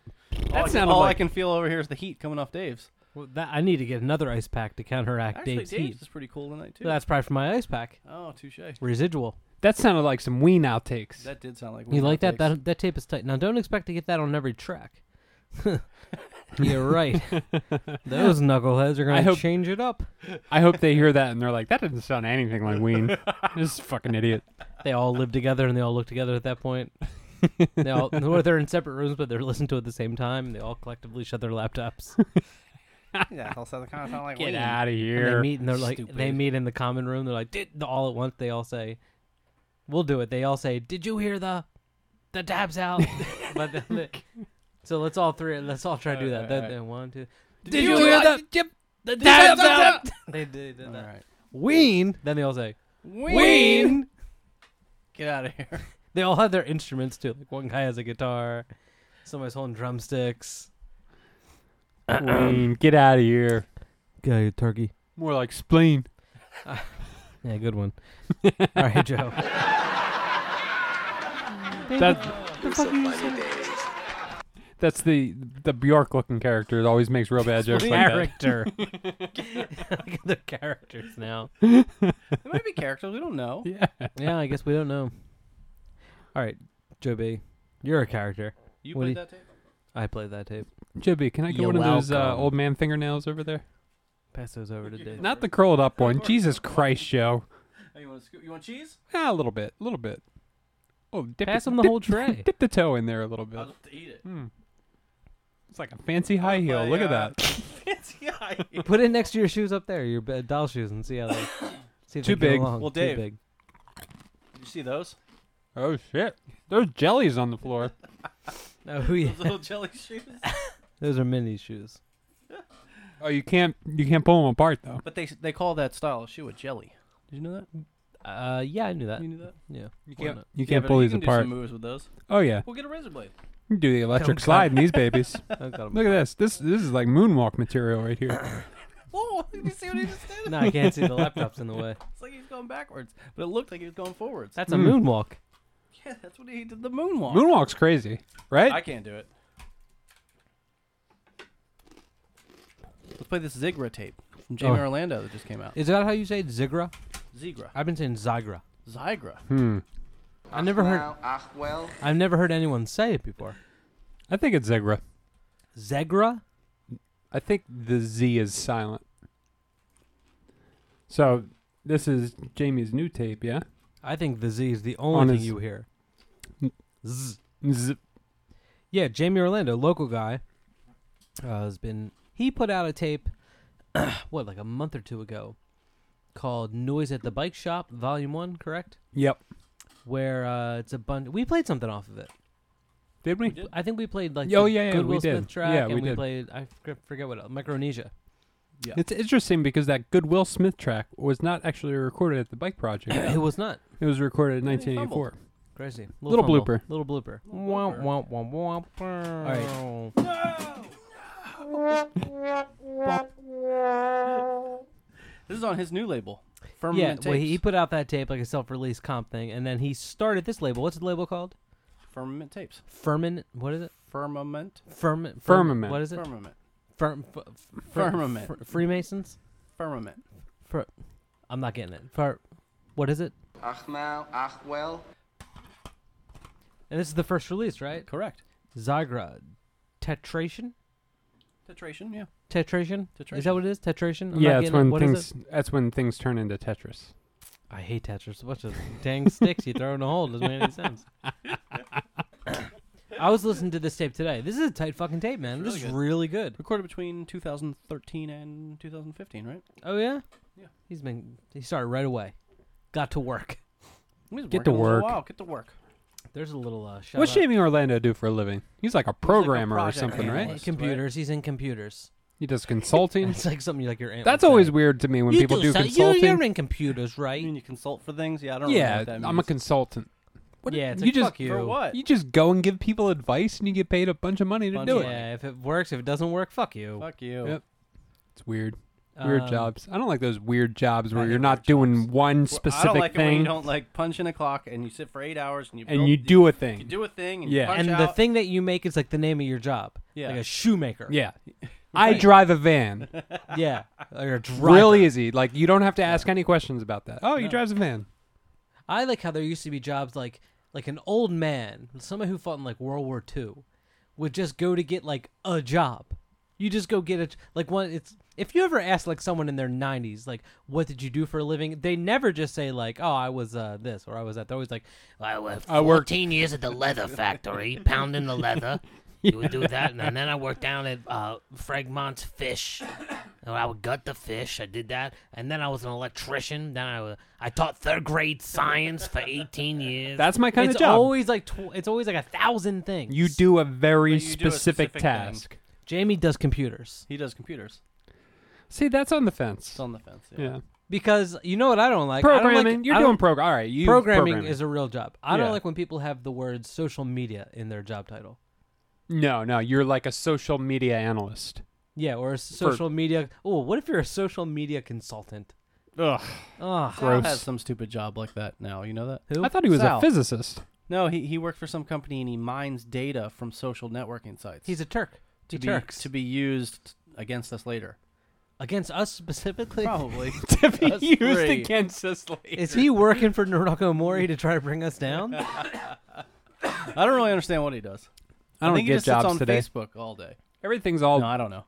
S3: all I,
S5: sounded
S3: all I
S5: like-
S3: can feel over here is the heat coming off Dave's.
S5: Well, that, I need to get another ice pack to counteract
S3: Actually,
S5: Dave's
S3: Dave's,
S5: heat.
S3: is pretty cool tonight too.
S5: That's probably from my ice pack
S3: oh, touche.
S5: residual.
S4: That sounded like some Ween outtakes.
S3: That did sound like
S5: You like that?
S3: outtakes.
S5: That that tape is tight. Now don't expect to get that on every track. [LAUGHS] You're right. Those knuckleheads are
S4: I
S5: gonna
S4: hope-
S5: change it up.
S4: I hope they hear that and they're like, that doesn't sound anything like
S5: [LAUGHS]
S4: Ween. this is a fucking idiot.
S5: They all live together and they all look together at that point. They all or they're in separate rooms but they're listening to it at the same time and they all collectively shut their laptops.
S3: [LAUGHS] yeah, that sound kind of sound like
S4: Get
S3: Wayne.
S4: out of
S5: And they
S4: here.
S5: meet and they're like they
S3: Stupid.
S5: meet in the common room. They're like did all at once. They all say, "We'll do it." They all say, "Did you hear the the dabs [LAUGHS] out?" but then they- so let's all three. Let's all try to do that.
S3: Alright,
S5: Then-
S3: alright.
S5: then one, two. Did,
S3: you hear
S5: the yep, the dabs out? they did, did
S3: All
S5: that.
S3: right.
S5: Ween. Then they all say
S3: Wayne!
S5: Ween.
S3: Get out of here. [LAUGHS]
S5: They all have their instruments too. Like one guy has a guitar. Somebody's holding drumsticks.
S4: Ween, get out of here.
S5: Guy turkey.
S4: More like spleen.
S5: Yeah, good [LAUGHS] one. all right, Joe.
S4: That, that's the the Bjork looking character that always makes real bad jokes like that.
S5: [LAUGHS] character. Look at the characters now.
S3: It might be characters. We
S4: [LAUGHS]
S3: don't know.
S4: [LAUGHS] Yeah.
S5: Yeah, I guess we don't know. All right, Joe B, you're a character.
S3: You
S5: What
S3: played
S5: do
S3: that tape?
S5: I played that tape.
S4: Jibby, can I get
S5: You're
S4: one of those uh,
S5: welcome.
S4: old man fingernails over there?
S5: Pass those over to Dave.
S4: Not the curled up one. Jesus Christ, Joe.
S3: Oh, you want to scoop? You want cheese?
S4: Ah, a little bit, a little bit. Oh, dip
S5: Pass
S4: it-
S5: him
S4: [LAUGHS]
S5: the
S4: dip-
S5: whole tray.
S4: Dip the toe in there a little
S3: I'll
S4: bit.
S3: have to eat it. [LAUGHS]
S4: Hmm. It's like a fancy high heel. Look at
S3: uh,
S4: that.
S3: Fancy eye.
S5: Put it next to your shoes up there, your ba- doll shoes, and see how they. See if
S4: Too
S5: they get
S4: big.
S5: along.
S3: Well,
S5: Too
S3: Dave.
S5: big.
S3: Did [LAUGHS] you see those?
S4: Oh shit. There's jellies on the floor.
S5: No, [LAUGHS]
S4: [LAUGHS]
S5: who you-
S3: Those little jelly shoes.
S5: Oh, those are mini shoes.
S4: Oh, you can't you can't pull them apart though.
S3: But they they call that style of shoe a jelly. Did you know that?
S5: Uh, yeah, I knew that.
S3: You knew that?
S5: Yeah,
S4: [LAUGHS] You
S5: why
S4: can't
S5: not?
S4: you
S3: Yeah,
S4: can't
S3: but
S4: pull
S3: you
S4: these
S3: can
S4: apart.
S3: Do some moves with those.
S4: Oh yeah.
S3: We'll get a razor blade. [LAUGHS]
S4: You can do the electric
S5: cut.
S4: slide in these babies.
S5: I've got 'em.
S4: Look at this. This this is like moonwalk material right
S3: [COUGHS]
S4: here.
S3: Whoa! [LAUGHS] Did you see what he just did?
S5: no, I can't see the laptops in
S4: [LAUGHS]
S5: the way.
S3: It's like he was going backwards, but it looked like he was going forwards.
S5: That's a
S4: Hmm.
S5: moonwalk.
S3: yeah, that's what he did. The moonwalk.
S4: Moonwalk's crazy, right?
S3: I can't do it. Let's play this Zigra tape from Jamie
S5: Oh.
S3: Orlando that just came out.
S5: Is that how you say it? Zigra?
S3: Zigra.
S5: I've been saying Zagra.
S3: Zygra.
S4: hmm.
S5: I never heard.
S1: well.
S5: I've never heard anyone say it before.
S4: I think it's Zegra.
S5: Zegra.
S4: I think the Z is silent. So this is Jamie's new tape, yeah?
S5: I think the Z is the only
S4: On
S5: thing
S4: his-
S5: you hear. Z.
S4: Z-
S5: Yeah, Jamie Orlando, local guy, uh, has been. He put out a tape, [CLEARS THROAT] what, like a month or two ago, called "Noise at the Bike Shop" Volume One, correct?
S4: Yep.
S5: Where uh, it's a bunch. We played something off of it.
S4: Did we?
S5: I think we played like
S4: Oh,
S5: the
S4: yeah, yeah,
S5: Good
S4: we
S5: Will
S4: did.
S5: Smith track,
S4: Yeah,
S5: and
S4: we
S5: we,
S4: did.
S5: played I forget- forget what else, Micronesia.
S4: It's interesting because that Good Will Smith track was not actually recorded at the Bike
S5: [COUGHS]
S4: Project.
S5: it was not
S4: it was recorded in
S3: Yeah, he
S4: 1984.
S5: crazy.
S4: Little
S5: fumble,
S4: blooper.
S5: Little blooper.
S3: blooper.
S5: Womp, womp, womp, womp. All right.
S3: This is on his new label.
S5: Yeah,
S3: Firmament
S5: well,
S3: tapes.
S5: he put out that tape like a self-release comp thing, and then he started this label. What's the label called?
S3: Firmament tapes.
S5: Firmin. What is it?
S3: Firmament.
S5: Firmin.
S4: Firmament.
S5: What is it?
S3: Firmament.
S5: Firm, f- f- fir-
S3: Firmament.
S5: fr- Freemasons.
S3: Firmament.
S5: Fir- I'm not getting it. Fir- what is it? And this is the first release, right?
S3: Correct.
S5: Zagra. Tetration.
S3: Titration. Yeah.
S5: Tetration. Is that
S3: Tetration.
S5: what it is? Tetration. I'm not
S4: Yeah,
S5: getting
S4: it's
S5: it.
S4: when
S5: What is it?
S4: things that's when things turn into Tetris.
S5: I hate Tetris. A bunch of dang sticks you throw in a hole doesn't make [LAUGHS] any sense. I was listening to this tape today. This is a tight fucking tape, man.
S3: It's
S5: this
S3: really
S5: is really good.
S3: Recorded between 2013 and 2015, right?
S5: Oh yeah.
S3: Yeah.
S5: He's been. He started right away. Got to work.
S3: He was
S4: Get
S3: working
S4: to
S3: a little
S4: work.
S3: While. Get to work.
S5: There's a little uh, shout
S4: What's
S5: out.
S4: Jamie Orlando do for a living? He's like a programmer or
S3: project
S4: something,
S5: Yeah,
S4: right?
S3: analyst,
S5: Computers. He's in computers.
S4: He does
S5: [LAUGHS]
S4: consulting.
S5: It's like something like your aunt.
S4: That's
S5: would say.
S4: always weird to me when
S5: You
S4: people do
S5: so-
S4: consulting.
S5: You, are in computers,
S3: You
S5: right?
S3: mean you consult for things? Yeah, I don't know
S4: yeah,
S3: what that means.
S4: I'm a consultant.
S5: yeah, it's
S4: you
S5: like,
S4: just-
S5: fuck you.
S3: For what?
S4: You just go and give people advice, and you get paid a bunch of money to
S3: Bunch
S4: do
S3: of
S4: it.
S3: money.
S5: Yeah, if it works, if it doesn't work, fuck you.
S3: Fuck you.
S4: Yep. It's weird. Weird
S5: Um,
S4: jobs. I don't like those weird jobs where
S3: hate
S4: you're not doing one
S3: Well,
S4: specific
S3: I don't like it when
S4: thing
S3: you don't like punch in a clock and you sit for eight hours and you
S4: and
S3: build-
S4: you do a thing.
S3: you do a thing and
S4: Yeah.
S3: you punch
S5: And the
S3: out.
S5: thing that you make is like the name of your job.
S3: Yeah.
S5: Like a shoemaker.
S4: yeah. I drive a van.
S5: Yeah.
S4: [LAUGHS]
S5: Or a driver.
S4: Real easy. Like you don't have to ask any questions about that. Oh, he drives a van.
S5: I like how there used to be jobs like like an old man, someone who fought in like World War II, would just go to get like a job. You just go get a like one. It's if you ever ask like someone in their nineties like what did you do for a living, they never just say like oh I was uh, this or I was that. They're always like
S9: I worked
S4: I worked-
S9: 14 years at the leather factory, pounding the leather. You would do that, and then I worked down at uh, Fragmont's Fish. And I would gut the fish. I did that, and then I was an electrician. Then I wa- I taught third grade science for 18 years.
S4: That's my kind
S5: it's
S4: of job.
S5: always like tw- it's always like a thousand things.
S4: you do a very
S3: But you do a
S4: specific,
S3: specific thing.
S4: task.
S5: Jamie does computers
S3: he does computers.
S4: See, that's on the fence.
S3: It's on the fence. Yeah.
S4: yeah.
S5: because you know what I don't like I don't like-
S4: Programming.
S5: I
S4: you're
S5: don't-
S4: doing program. All right. You
S5: programming, is a real job. I
S4: Yeah.
S5: don't like when people have the word social media in their job title.
S4: No, no. You're like a social media analyst.
S5: Yeah, or a social media. Oh, what if you're a social media consultant?
S4: Ugh.
S5: Ugh.
S3: Sal has some stupid job like that now. You know that?
S5: Who?
S4: I thought he was
S3: Sal.
S4: a physicist.
S3: No, he, he worked for some company and he mines data from social networking sites.
S5: He's a Turk. He
S3: to be,
S5: Turks
S3: to be used against us later.
S4: [LAUGHS]
S5: against us specifically.
S3: Probably.
S4: to be
S3: Us
S4: used
S3: three.
S4: against us later.
S5: Is he working for Narako Mori to try to bring
S4: [LAUGHS]
S5: us down?
S3: I don't really understand what he does.
S4: I don't
S3: think he
S4: get
S3: just sits
S4: jobs
S3: on
S4: today. Oh.
S3: Facebook all day.
S4: Everything's all.
S3: No, I don't know.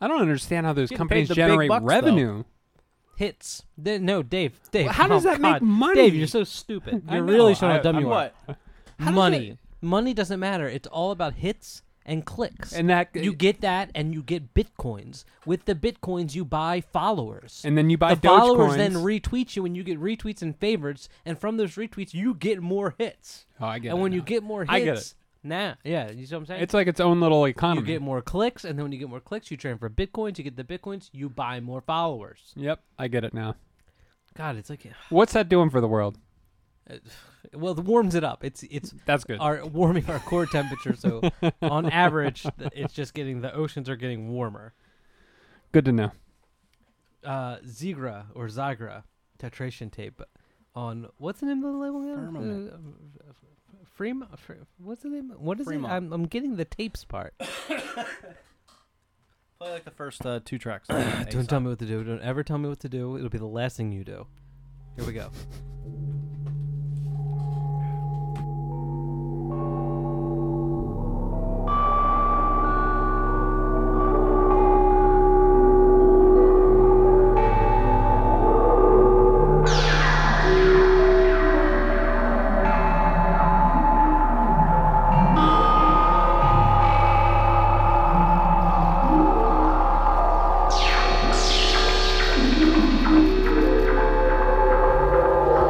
S4: I don't understand how those
S3: Getting paid
S4: companies
S3: the big
S4: generate
S3: bucks, though.
S4: revenue.
S5: Hits. Th- No, Dave. Dave.
S4: How does
S5: oh,
S4: that make
S5: God.
S4: money?
S5: Dave, you're so stupid.
S4: I
S5: You're
S4: know,
S5: really showing
S4: I-
S5: how dumb
S4: I'm
S5: you
S3: What?
S5: are. Money. Money doesn't matter. It's all about hits and clicks.
S4: And that
S5: you get that, and you get bitcoins. With the bitcoins, you buy followers.
S4: and then you buy
S5: the followers then
S4: Dogecoins.
S5: retweet you, and you get retweets and favorites, and from those retweets you get more hits.
S4: Oh, I get
S5: and
S4: it
S5: when
S4: now.
S5: you get more hits,
S4: I get it.
S5: Nah, yeah, you see what I'm saying?
S4: It's like its own little
S5: you
S4: economy.
S5: get more clicks, and then when you get more clicks, you trade for bitcoins. You get the bitcoins, you buy more followers.
S4: yep, I get it now.
S5: God, it's like [SIGHS]
S4: What's that doing for the world?
S5: well, it warms it up. It's it's
S4: That's good.
S5: our warming our core temperature.
S4: [LAUGHS]
S5: So on average, th- it's just getting the oceans are getting warmer.
S4: Good to know.
S5: uh Zigra or Zagra titration tape on what's the name of the label again?
S3: Firmament.
S5: Uh, f- f- Frem- Fre- what's the name? What is
S3: Fremont.
S5: it? I'm, I'm getting the tapes part.
S3: Play like the first uh, two tracks.
S4: [CLEARS THROAT]
S5: Don't tell me what to do. Don't ever tell me what to do. It'll be the last thing you do. Here we go.
S12: Thank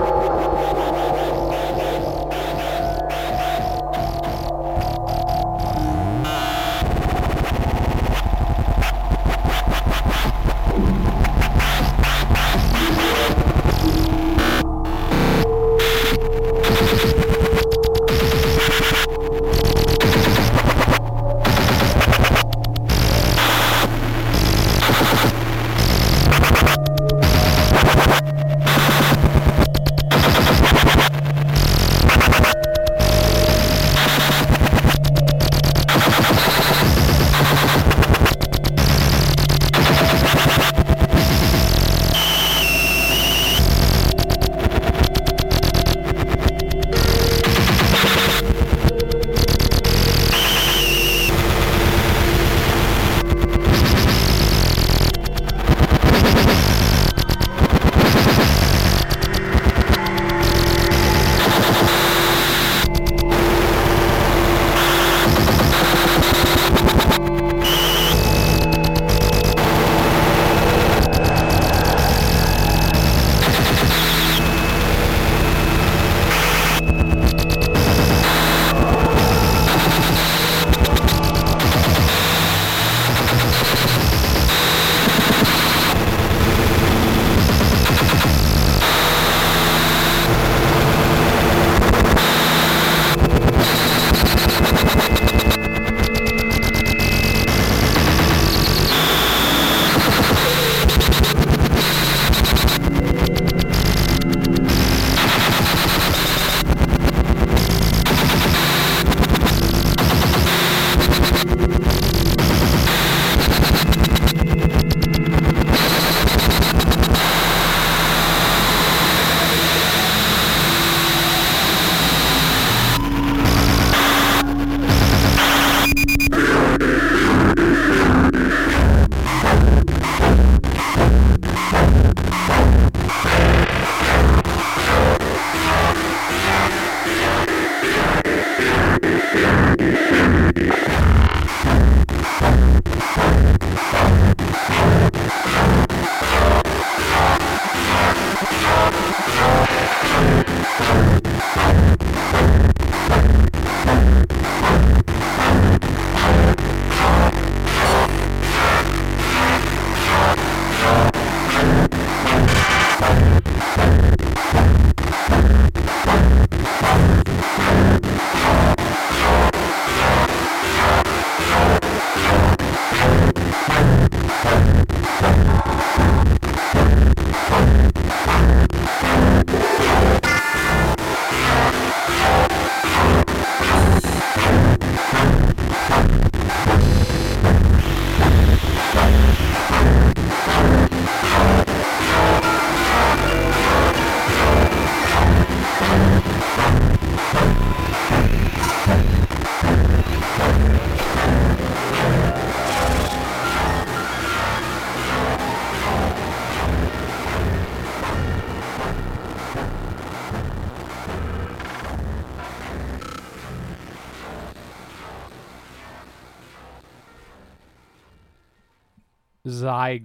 S4: Zy-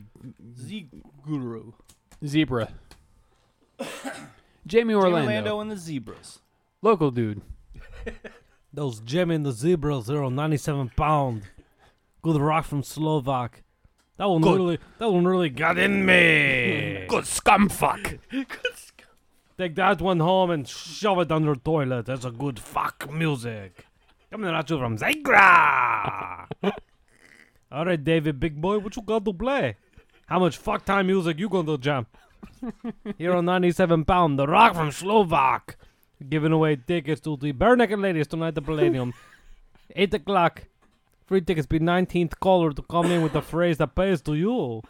S3: Z Guru.
S4: Zebra. [COUGHS] Jamie
S3: Jay
S4: Orlando,
S3: Orlando and the Zebras.
S4: local dude.
S5: Those Jimmy and the Zebras, they're on 97 pound. Good rock from Slovak. That one really, that one really got in me.
S6: Good scumfuck.
S5: Take that one home and shove it under toilet. That's a good fuck music. Coming at you from Zagra. All right, David, big boy, what you got to play? How much fuck time music you gonna jam? Here on 97 pound, the rock from Slovak. Giving away tickets to the bare naked ladies tonight at Palladium. 8 o'clock. Free tickets be 19th caller to come in with a phrase that pays to you.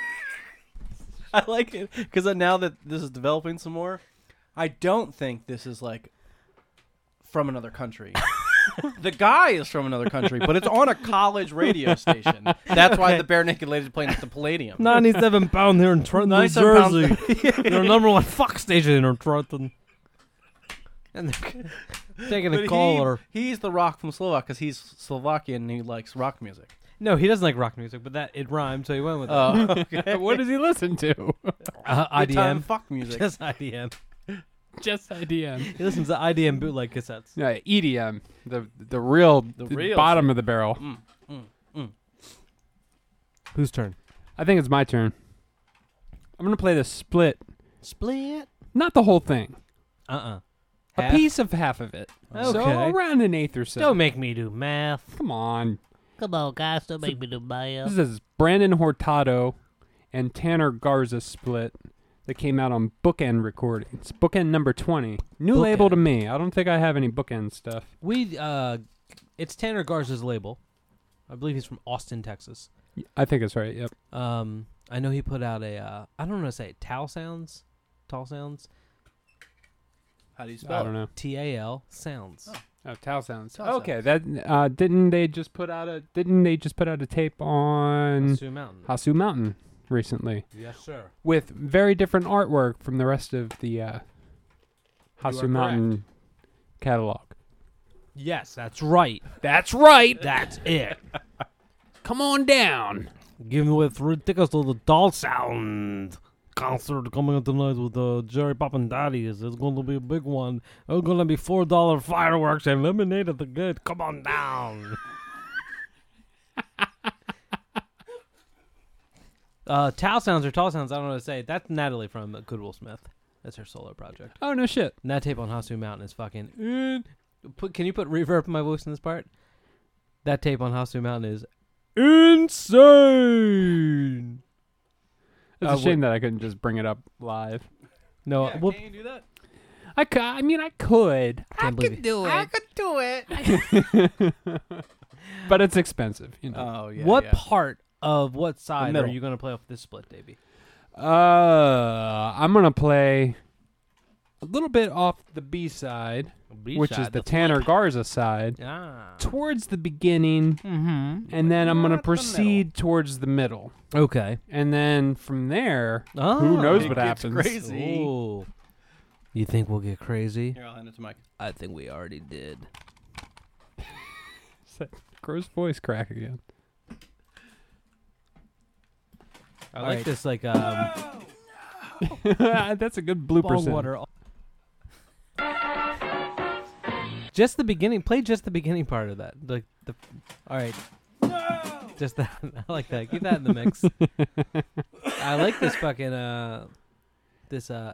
S3: [LAUGHS] I like it because now that this is developing some more, I don't think this is like from
S4: [LAUGHS]
S3: another country. the guy is from another country, but it's on a college radio station.
S4: [LAUGHS]
S3: That's why the bare naked ladies are playing at the Palladium. [LAUGHS]
S5: 97 pound here in Trenton, New
S3: 97
S5: Jersey. [LAUGHS] Their number one fuck station in Trenton. And they're taking
S3: [LAUGHS] But
S5: a caller.
S3: He, he's the rock from Slovak because he's Slovakian and he likes rock music.
S4: [LAUGHS]
S5: No, he doesn't like rock music, but that it rhymed, so he went with it.
S3: Oh, okay.
S4: What [LAUGHS] does he listen to?
S5: Uh,
S3: Good time
S5: IDM.
S3: fuck
S5: [LAUGHS]
S3: music.
S5: Just IDM.
S4: Just [LAUGHS] IDM.
S5: He listens to IDM bootleg cassettes.
S4: E No, EDM, the the real, Mm. the
S3: real
S4: bottom of the barrel.
S5: Whose turn?
S4: I think it's my turn. I'm gonna play the split,
S3: Split.
S4: not the whole thing,
S5: Uh uh
S4: a piece of half of it. So
S5: Okay.
S4: around an eighth or so.
S5: Don't make me do math.
S4: Come on,
S9: Come on, guys, don't make me do mayo.
S4: this is Brandon Hortado and Tanner Garza split that came out on Bookend Recordings. Bookend number twenty, new label to me. I don't think I have any Bookend stuff.
S5: We, uh, it's Tanner Garza's label. I believe he's from Austin, Texas.
S4: I think it's right. Yep.
S5: Um, I know he put out a, uh, I don't want to say it, Tau Sounds? Tall Sounds?
S3: How do you spell
S4: I
S3: it?
S4: don't know.
S5: T A L Sounds.
S4: Oh, Tao sounds.
S3: Tao
S4: okay, that uh, didn't they just put out a didn't they just put out a tape on
S5: Sioux Mountain.
S4: Hasu Mountain recently
S5: Yes, sir.
S4: with very different artwork from the rest of the uh, Hasu Mountain catalog.
S5: Yes, that's right.
S4: That's right.
S5: That's it.
S4: Come on down.
S5: Giving away three tickets to the Doll Sound concert coming up tonight with uh, Jerry Pop and Daddies. It's going to be a big one. It's going to be four dollar fireworks and lemonade at the gate. Come on down. uh, Tao Sounds or Tall Sounds, I don't know what to say. That's Natalie from Goodwill Smith. That's her solo project.
S4: Oh no shit.
S5: And that tape on Hasu Mountain is fucking. Put, can you put reverb in my voice in this part? That tape on Hasu Mountain is insane.
S4: It's
S5: Uh,
S4: a shame that I couldn't just bring it up live.
S5: No,
S3: Yeah,
S5: we'll,
S3: can you do that?
S4: I cou- I mean I could,
S5: can't believe it.
S9: do it.
S4: [LAUGHS] but it's expensive, you know.
S3: Oh yeah.
S5: what
S3: yeah.
S5: part of what side are
S3: middle.
S5: you going to play off this split, Davey?
S4: Uh, I'm gonna play a little bit off the B side, which is the Tanner Garza side,
S5: Ah.
S4: towards the beginning,
S9: Mm-hmm.
S4: and then I'm gonna
S3: not the middle.
S4: proceed towards the middle,
S5: Okay.
S4: and then from there,
S5: Oh.
S4: who knows
S3: It
S4: what
S3: gets
S4: happens?
S3: crazy.
S5: Ooh. You think we'll get crazy?
S3: Here, I'll hand it to Mike.
S5: I think we already did.
S4: Gross voice crack again. [LAUGHS]
S5: I
S4: All
S5: like
S4: right.
S5: this, like um,
S4: That's a good blooper.
S5: ball
S4: sound.
S5: water. Just the beginning. Play just the beginning part of that. Like the. All right. Just that. [LAUGHS] I like that. Keep that in the [LAUGHS] mix. I like this fucking uh, this uh,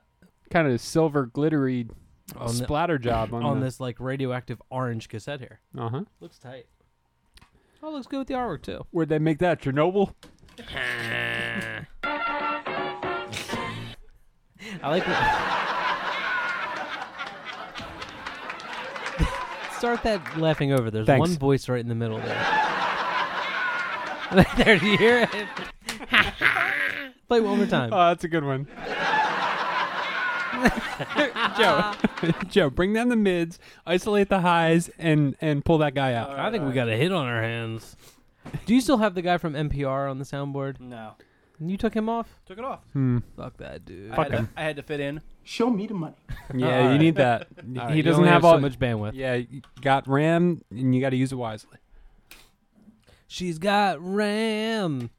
S4: Kind of silver glittery
S5: on, the-
S4: splatter job on,
S5: on
S4: the,
S5: this like radioactive orange cassette here.
S4: Uh huh.
S5: Looks tight. Oh, looks good with the artwork too.
S4: Where'd they make that? [LAUGHS] Chernobyl.
S5: I like. The- [LAUGHS] Start that laughing over. There's
S4: Thanks.
S5: one voice right in the middle there. [LAUGHS] there, do you hear it? [LAUGHS] Play one more time.
S4: Oh, that's a good [LAUGHS] one. Joe, [LAUGHS] Joe, bring down the mids, isolate the highs, and and pull that guy out.
S5: I think we got a hit on our hands. Do you still have the guy from NPR on the soundboard?
S3: No.
S5: You took him off?
S3: Took it off.
S4: Hmm.
S5: Fuck that dude.
S3: I, had to, I had to fit in.
S2: Show me the money.
S4: Yeah,
S5: All
S4: you
S5: right.
S4: need that. he
S5: All right, you
S4: doesn't
S5: only
S4: have [LAUGHS]
S5: so
S4: all
S5: much bandwidth.
S4: Yeah, you got RAM, and you got to use it wisely.
S5: She's got RAM.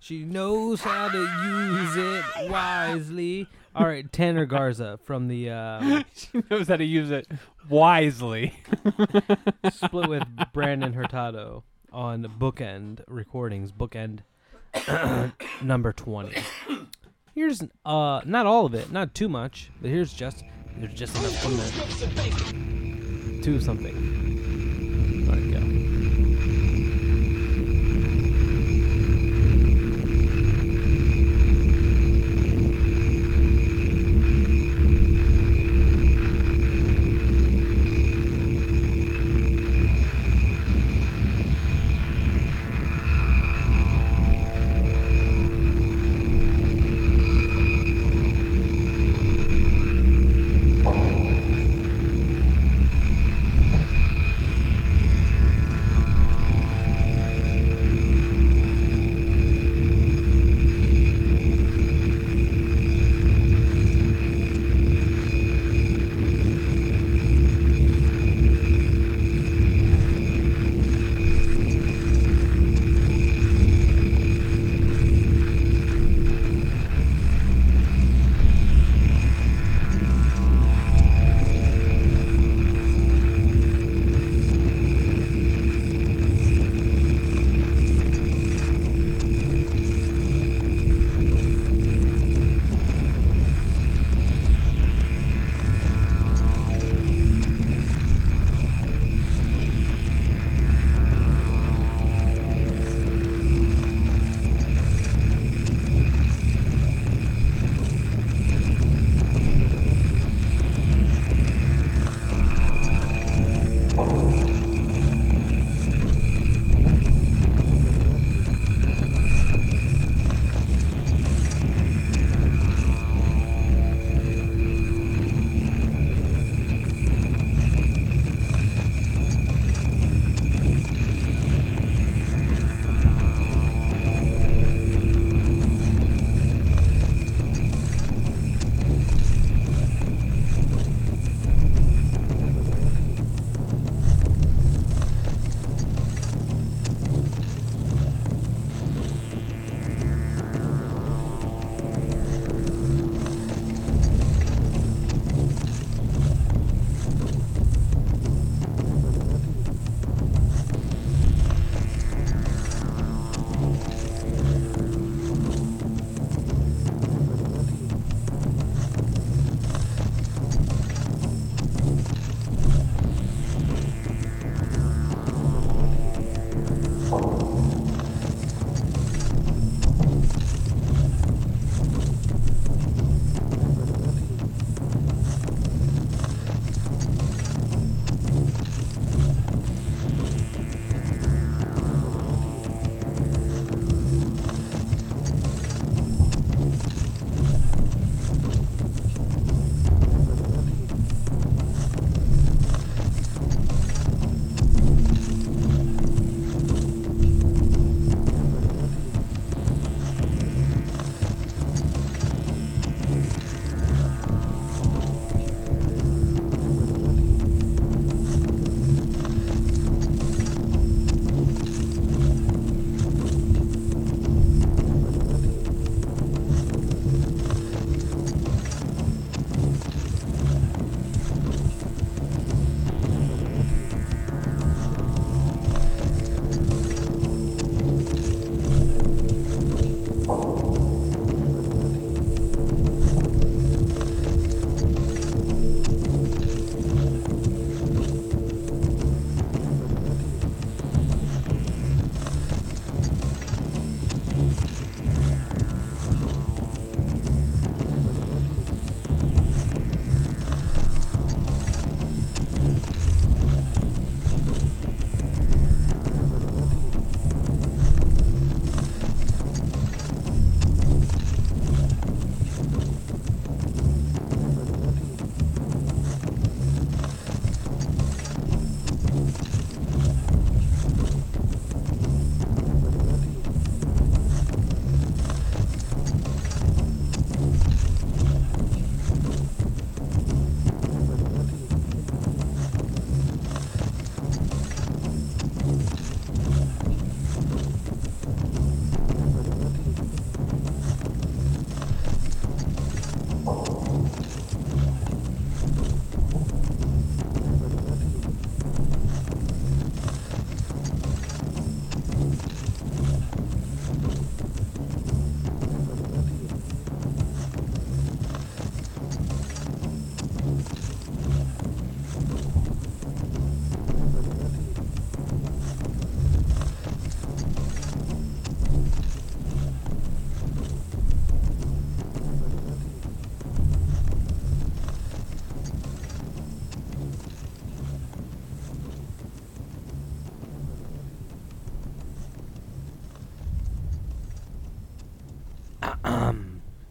S5: She knows how to use it wisely. All right, Tanner Garza from the uh,
S4: she [LAUGHS] knows how to use it wisely.
S5: split with Brandon Hurtado on Bookend Recordings, Bookend [COUGHS] number 20. Here's uh not all of it, not too much, but here's just there's just enough from there. Two something. All right, go.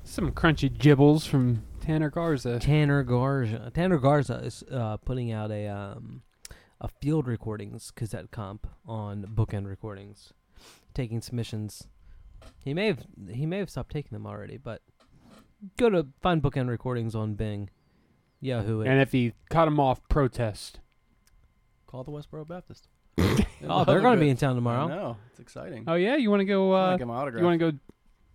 S4: Some crunchy gibbles from Tanner Garza.
S5: Tanner Garza. Tanner Garza is uh, putting out a um, a field recordings cassette comp on Bookend Recordings, taking submissions. He may have he may have stopped taking them already, but go to find Bookend Recordings on Bing, Yahoo, and
S4: And if he cut him off, protest.
S3: Call the Westboro Baptist.
S5: [LAUGHS] oh, they're going to be in town tomorrow.
S3: No, it's exciting.
S4: Oh yeah, you want to go?
S3: I'll
S4: Uh,
S3: get my autograph.
S4: you want to go?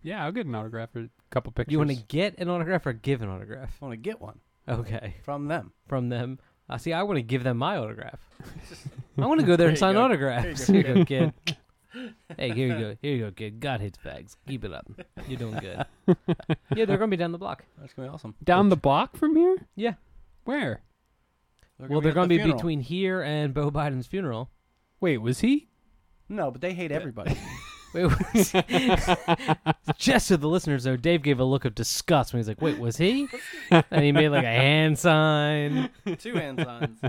S4: Yeah, I'll get an autograph or a couple pictures.
S5: You want to get an autograph or give an autograph? [LAUGHS]
S3: I want to get one
S5: Okay,
S3: from them.
S5: from them. I see. I want to give them my autograph. I want to go there and sign
S3: go.
S5: autographs. Here you go, kid. hey, here you go. Here you go, kid. God hits bags. Keep it up. You're doing good. yeah, they're gonna be down the block.
S3: That's gonna be awesome.
S4: down the block from here?
S5: Yeah.
S4: Where?
S5: well, they're
S3: at
S5: gonna
S3: the
S5: be
S3: funeral.
S5: between here and Bo Biden's funeral.
S4: Wait, was he?
S3: No, but they hate everybody.
S5: [LAUGHS] Wait, was- [LAUGHS] just to the listeners though, Dave gave a look of disgust when he's like, "Wait, was he?" And he made like a hand sign.
S3: Two hand signs.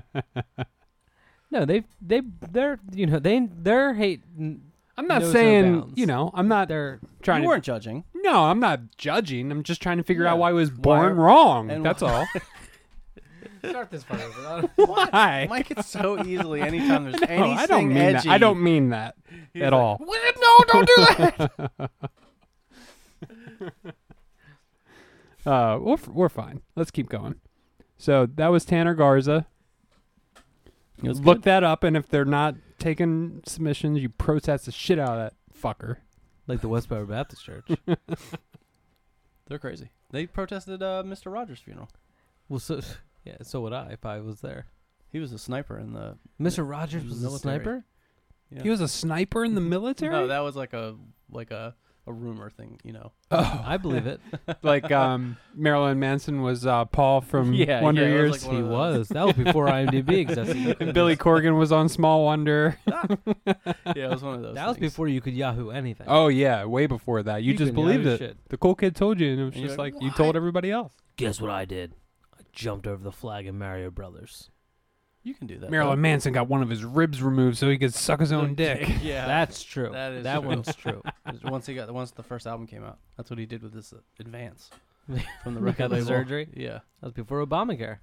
S5: No, they they they're you know they they're hate.
S4: I'm not
S5: Knows no
S4: saying
S5: bounds.
S4: you know. I'm not
S5: They're
S4: trying
S3: you
S4: to.
S3: weren't judging.
S4: No, I'm not judging. I'm just trying to figure
S3: Yeah.
S4: out why he was
S3: Why
S4: born
S3: are-
S4: wrong.
S3: and
S4: That's all.
S5: start this part over.
S4: [LAUGHS] why?
S3: Mike it's so easily anytime there's
S4: [LAUGHS]
S3: anything
S4: No, I don't mean that.
S3: edgy.
S4: I don't mean that at all.
S3: No, don't do that.
S4: [LAUGHS] Uh, we're, f- we're fine. Let's keep going. So that was Tanner Garza. Look that up, and if they're not taking submissions, you protest the shit out of that fucker.
S5: like the Westboro Baptist Church.
S3: They're crazy. They protested uh, Mr. Rogers' funeral.
S5: Well, so yeah, so would I if I was there.
S3: He was a sniper in the.
S5: Mr. Rogers was a
S3: Military.
S5: sniper.
S3: Yeah.
S4: He was a sniper in the military.
S3: No, that was like a like a, a rumor thing, you know.
S4: [LAUGHS] oh,
S5: I believe it.
S4: like um, Marilyn Manson was uh, Paul from
S3: [LAUGHS] Yeah,
S4: Wonder
S3: yeah, it was
S4: Years.
S3: like one
S5: he
S3: of those.
S5: was. That was before IMDb existed. You
S4: [LAUGHS] and
S5: couldn't-
S4: Billy Corgan was on Small Wonder.
S3: [LAUGHS] Yeah, it
S5: [LAUGHS]
S3: was one of those.
S5: That was
S3: things.
S5: before you could Yahoo anything.
S4: Oh yeah, way before that. You,
S5: You
S4: just
S5: can
S4: believed
S5: know
S4: it.
S5: shit.
S4: The cool kid told you, and it was
S3: And you're
S4: just
S3: like,
S4: like you told everybody else.
S9: Guess what I did? I jumped over the flag in Mario Brothers.
S3: You can do that.
S4: Marilyn
S3: though.
S4: Manson got one of his ribs removed so he could suck his own dick.
S5: [LAUGHS]
S3: Yeah.
S5: That's true.
S3: That is
S5: that
S3: true.
S5: one's true.
S3: [LAUGHS] once he got once the first album came out, that's what he did with this uh,
S5: [LAUGHS]
S3: advance from the
S5: He
S3: record
S5: got the
S3: label.
S5: surgery?
S3: Yeah,
S5: That was before Obamacare.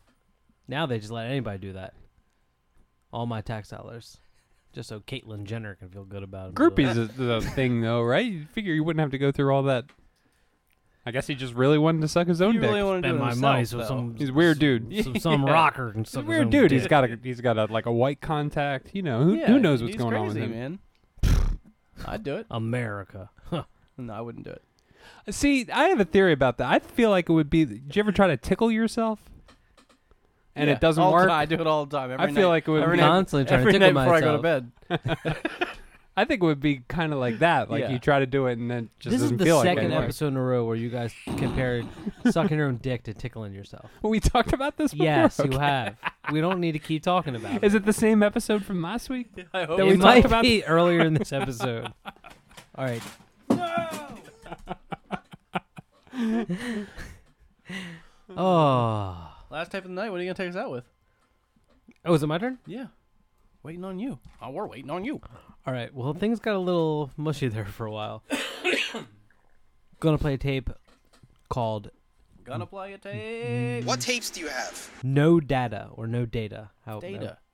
S5: Now they just let anybody do that. All my tax dollars, just so Caitlyn Jenner can feel good about
S4: [LAUGHS]
S5: it.
S4: Groupies is the thing, though, right? You figure you wouldn't have to go through all that. I guess he just really wanted to suck his own
S3: you
S4: dick.
S3: really want to do
S9: Spend
S3: it
S9: my
S3: himself,
S9: money so
S3: though.
S9: some
S4: He's a weird dude.
S9: some, some rocker and
S4: He's a
S9: some
S4: weird dude. He's got a he's got a like a white contact. You know who
S3: Yeah,
S4: who knows what's
S3: he's
S4: going on with
S3: crazy,
S4: him. [SIGHS]
S3: man. I'd do it.
S9: America.
S3: No, I wouldn't do it.
S4: See, I have a theory about that. I feel like it would be. Did you ever try to tickle yourself? And
S3: Yeah,
S4: it doesn't
S3: all the
S4: work.
S3: time. I do it all the time. Every
S4: I feel
S3: night-
S4: like it would
S3: every
S4: be-
S3: night-
S5: Constantly trying to
S3: every
S5: tickle
S3: night before I go
S5: myself.
S3: to bed.
S4: I think it would be kind of like that. Like
S3: Yeah.
S4: you try to do it and then it just
S5: This is
S4: doesn't
S5: the
S4: feel like
S5: second
S4: anymore.
S5: episode in a row where you guys
S4: [LAUGHS]
S5: compared sucking your own dick to tickling yourself.
S4: We talked about this. Before?
S5: Yes,
S4: [LAUGHS] Okay.
S5: you have. We don't need to keep talking about it.
S4: Is it the same episode from last week?
S3: I hope
S4: That
S5: it
S4: we
S5: might
S4: talked about
S5: be earlier in this episode. All right. [LAUGHS] Oh.
S3: Last type of the night. What are you gonna take us out with?
S5: Oh, is it my turn?
S3: Yeah, waiting on you. Oh, we're waiting on you.
S5: All right. Well, things got a little mushy there for a while. [COUGHS] Gonna play a tape called
S3: Gonna play a
S4: Mm,
S3: tape. What
S5: No Data or No Data. How
S3: data?
S5: [LAUGHS]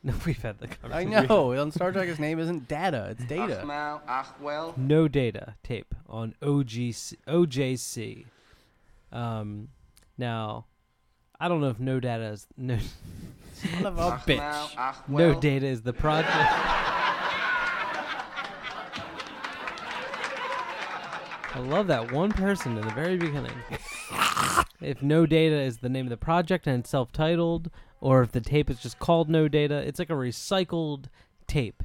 S5: No, we've had the conversation.
S4: [LAUGHS]
S3: I know. On Star Trek, his name isn't Data. It's Data.
S5: No Data tape on OGC, OJC. Um, now, I don't know if No Data is [LAUGHS] no
S3: Son of a bitch.
S5: No Data is the project. I love that one person in the very beginning. if No Data is the name of the project and it's self titled, or if the tape is just called No Data, it's like a recycled tape.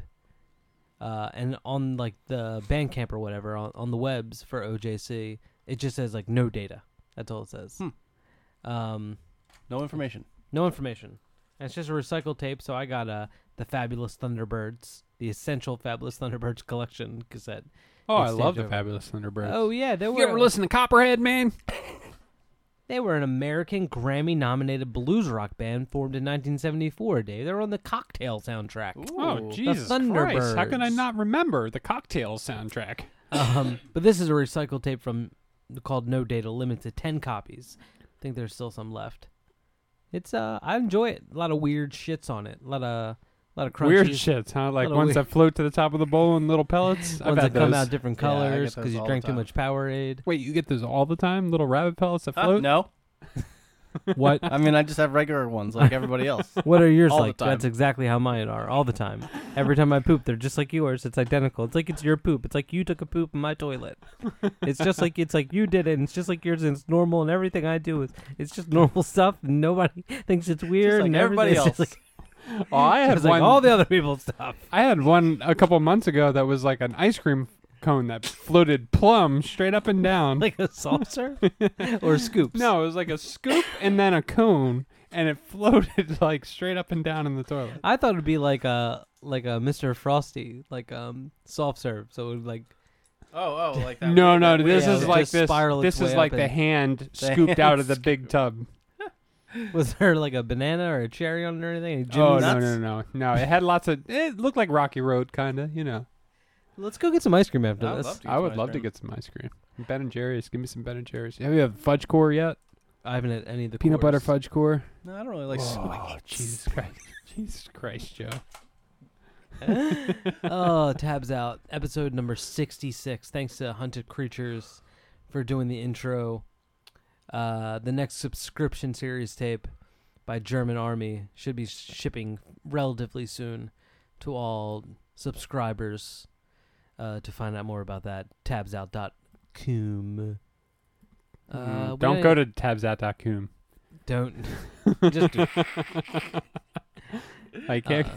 S5: Uh, and on like the Bandcamp or whatever, on, on the webs for OJC, it just says like no data. That's all it says. Um,
S3: No information.
S5: no information. And it's just a recycled tape, so I got uh, the Fabulous Thunderbirds, the essential Fabulous Thunderbirds collection cassette.
S4: Oh, I
S5: It's
S4: love
S5: taped
S4: the
S5: over.
S4: Fabulous Thunderbirds.
S5: Oh yeah, they
S4: you ever
S5: were
S4: listen to Copperhead, man?
S5: they were an American Grammy-nominated blues rock band formed in 1974. Dave, they were on the Cocktail soundtrack.
S4: Oh, Jesus Christ! How can I
S5: Thunderbirds.
S4: not remember the Cocktail soundtrack?
S5: Um, but this is a recycled tape from called No Data Limit to 10 copies. I think there's still some left. It's uh I enjoy it. A lot of weird shits on it. A lot of a lot of crunchy
S4: Weird shits, huh? Like
S5: Little
S4: ones
S5: weird-
S4: that float to the top of the bowl in little
S5: [LAUGHS]
S4: pellets. I've
S5: ones
S4: had
S5: that come out
S4: those.
S5: different
S3: Yeah, I get
S5: colors because
S3: those all
S5: you
S3: the
S5: drank too
S3: time.
S5: much Powerade.
S4: Wait, you get those all the time? Little rabbit pellets that [LAUGHS]
S3: Huh?
S4: float?
S3: Uh, no, [LAUGHS]
S5: What
S3: I mean I just have regular ones like everybody else.
S4: [LAUGHS]
S5: [LAUGHS] what are yours
S3: All the
S5: like?
S3: time.
S5: That's exactly how mine are all the time. Every time I poop, they're just like yours. It's identical. It's like it's your poop. It's like you took a poop in my toilet. It's just like it's like you did it. And it's just like yours. And it's normal. And everything I do is it's just normal stuff. And nobody [LAUGHS] thinks it's weird.
S3: like
S5: and
S3: everybody
S5: everything- it's just
S3: else.
S5: like-
S4: Oh, I had
S5: it's
S4: one.
S5: like all the other people's stuff. [LAUGHS]
S4: I had one a couple months ago that was like an ice cream cone that floated plumb straight up and down.
S5: Like a saucer
S3: [LAUGHS]
S5: or scoops.
S4: no, it was like a scoop and then a cone, and it [LAUGHS] floated like straight up and down in the toilet.
S5: I thought it'd be like a like a Mr. Frosty, like um soft serve. So it would like [LAUGHS]
S3: Oh, oh, like that.
S4: No, no, this
S5: yeah,
S4: is
S5: it
S4: like
S5: just
S4: this.
S5: spiral its
S4: This is
S5: way
S4: like
S5: up
S4: the
S5: and-
S4: hand scooped
S3: hand
S4: out of the big tub.
S5: was there like a banana or a cherry on it or anything? And
S4: Oh no,
S5: Jimmy-
S3: nuts?
S4: no, no, no! It had lots of. It looked like Rocky Road, kinda. You know,
S5: Let's go get some ice cream after
S3: I would
S5: this.
S3: love to.
S4: I would love to get some ice cream. Ben and Jerry's. Give me some Ben and Jerry's. Have you had fudge core yet?
S5: I haven't had any of the
S4: Peanut butter
S5: cores.
S4: fudge core.
S3: No, I don't really like.
S4: Oh [LAUGHS] Jesus Christ! Jesus Christ, Joe.
S5: [LAUGHS] oh, tabs out. Episode number 66. Thanks to Hunted Creatures for doing the intro. Uh, the next subscription series tape by German Army should be shipping relatively soon to all subscribers. Uh, to find out more about that, tabsout.com. Uh, we
S4: Mm, Don't
S5: got
S4: go
S5: any-
S4: to tabsat.com. [LAUGHS]
S5: Don't. [LAUGHS] Just
S4: I can't.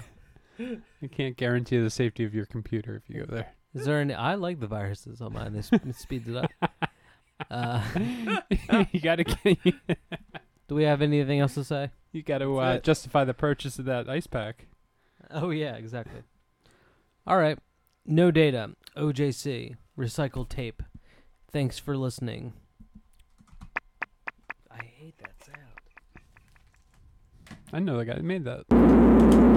S5: uh,
S4: I can't guarantee the safety of your computer if you go there.
S5: Is there any? I like the viruses on mine. They sp- [LAUGHS] it speeds it up. Uh,
S4: [LAUGHS]
S5: [LAUGHS]
S4: you gotta get,
S5: do we have anything else to say?
S4: you gotta uh, justify the purchase of that ice pack.
S5: Oh yeah, exactly. All right. No data. OJC. Recycled tape. Thanks for listening. I hate that sound.
S4: I know the guy that made that.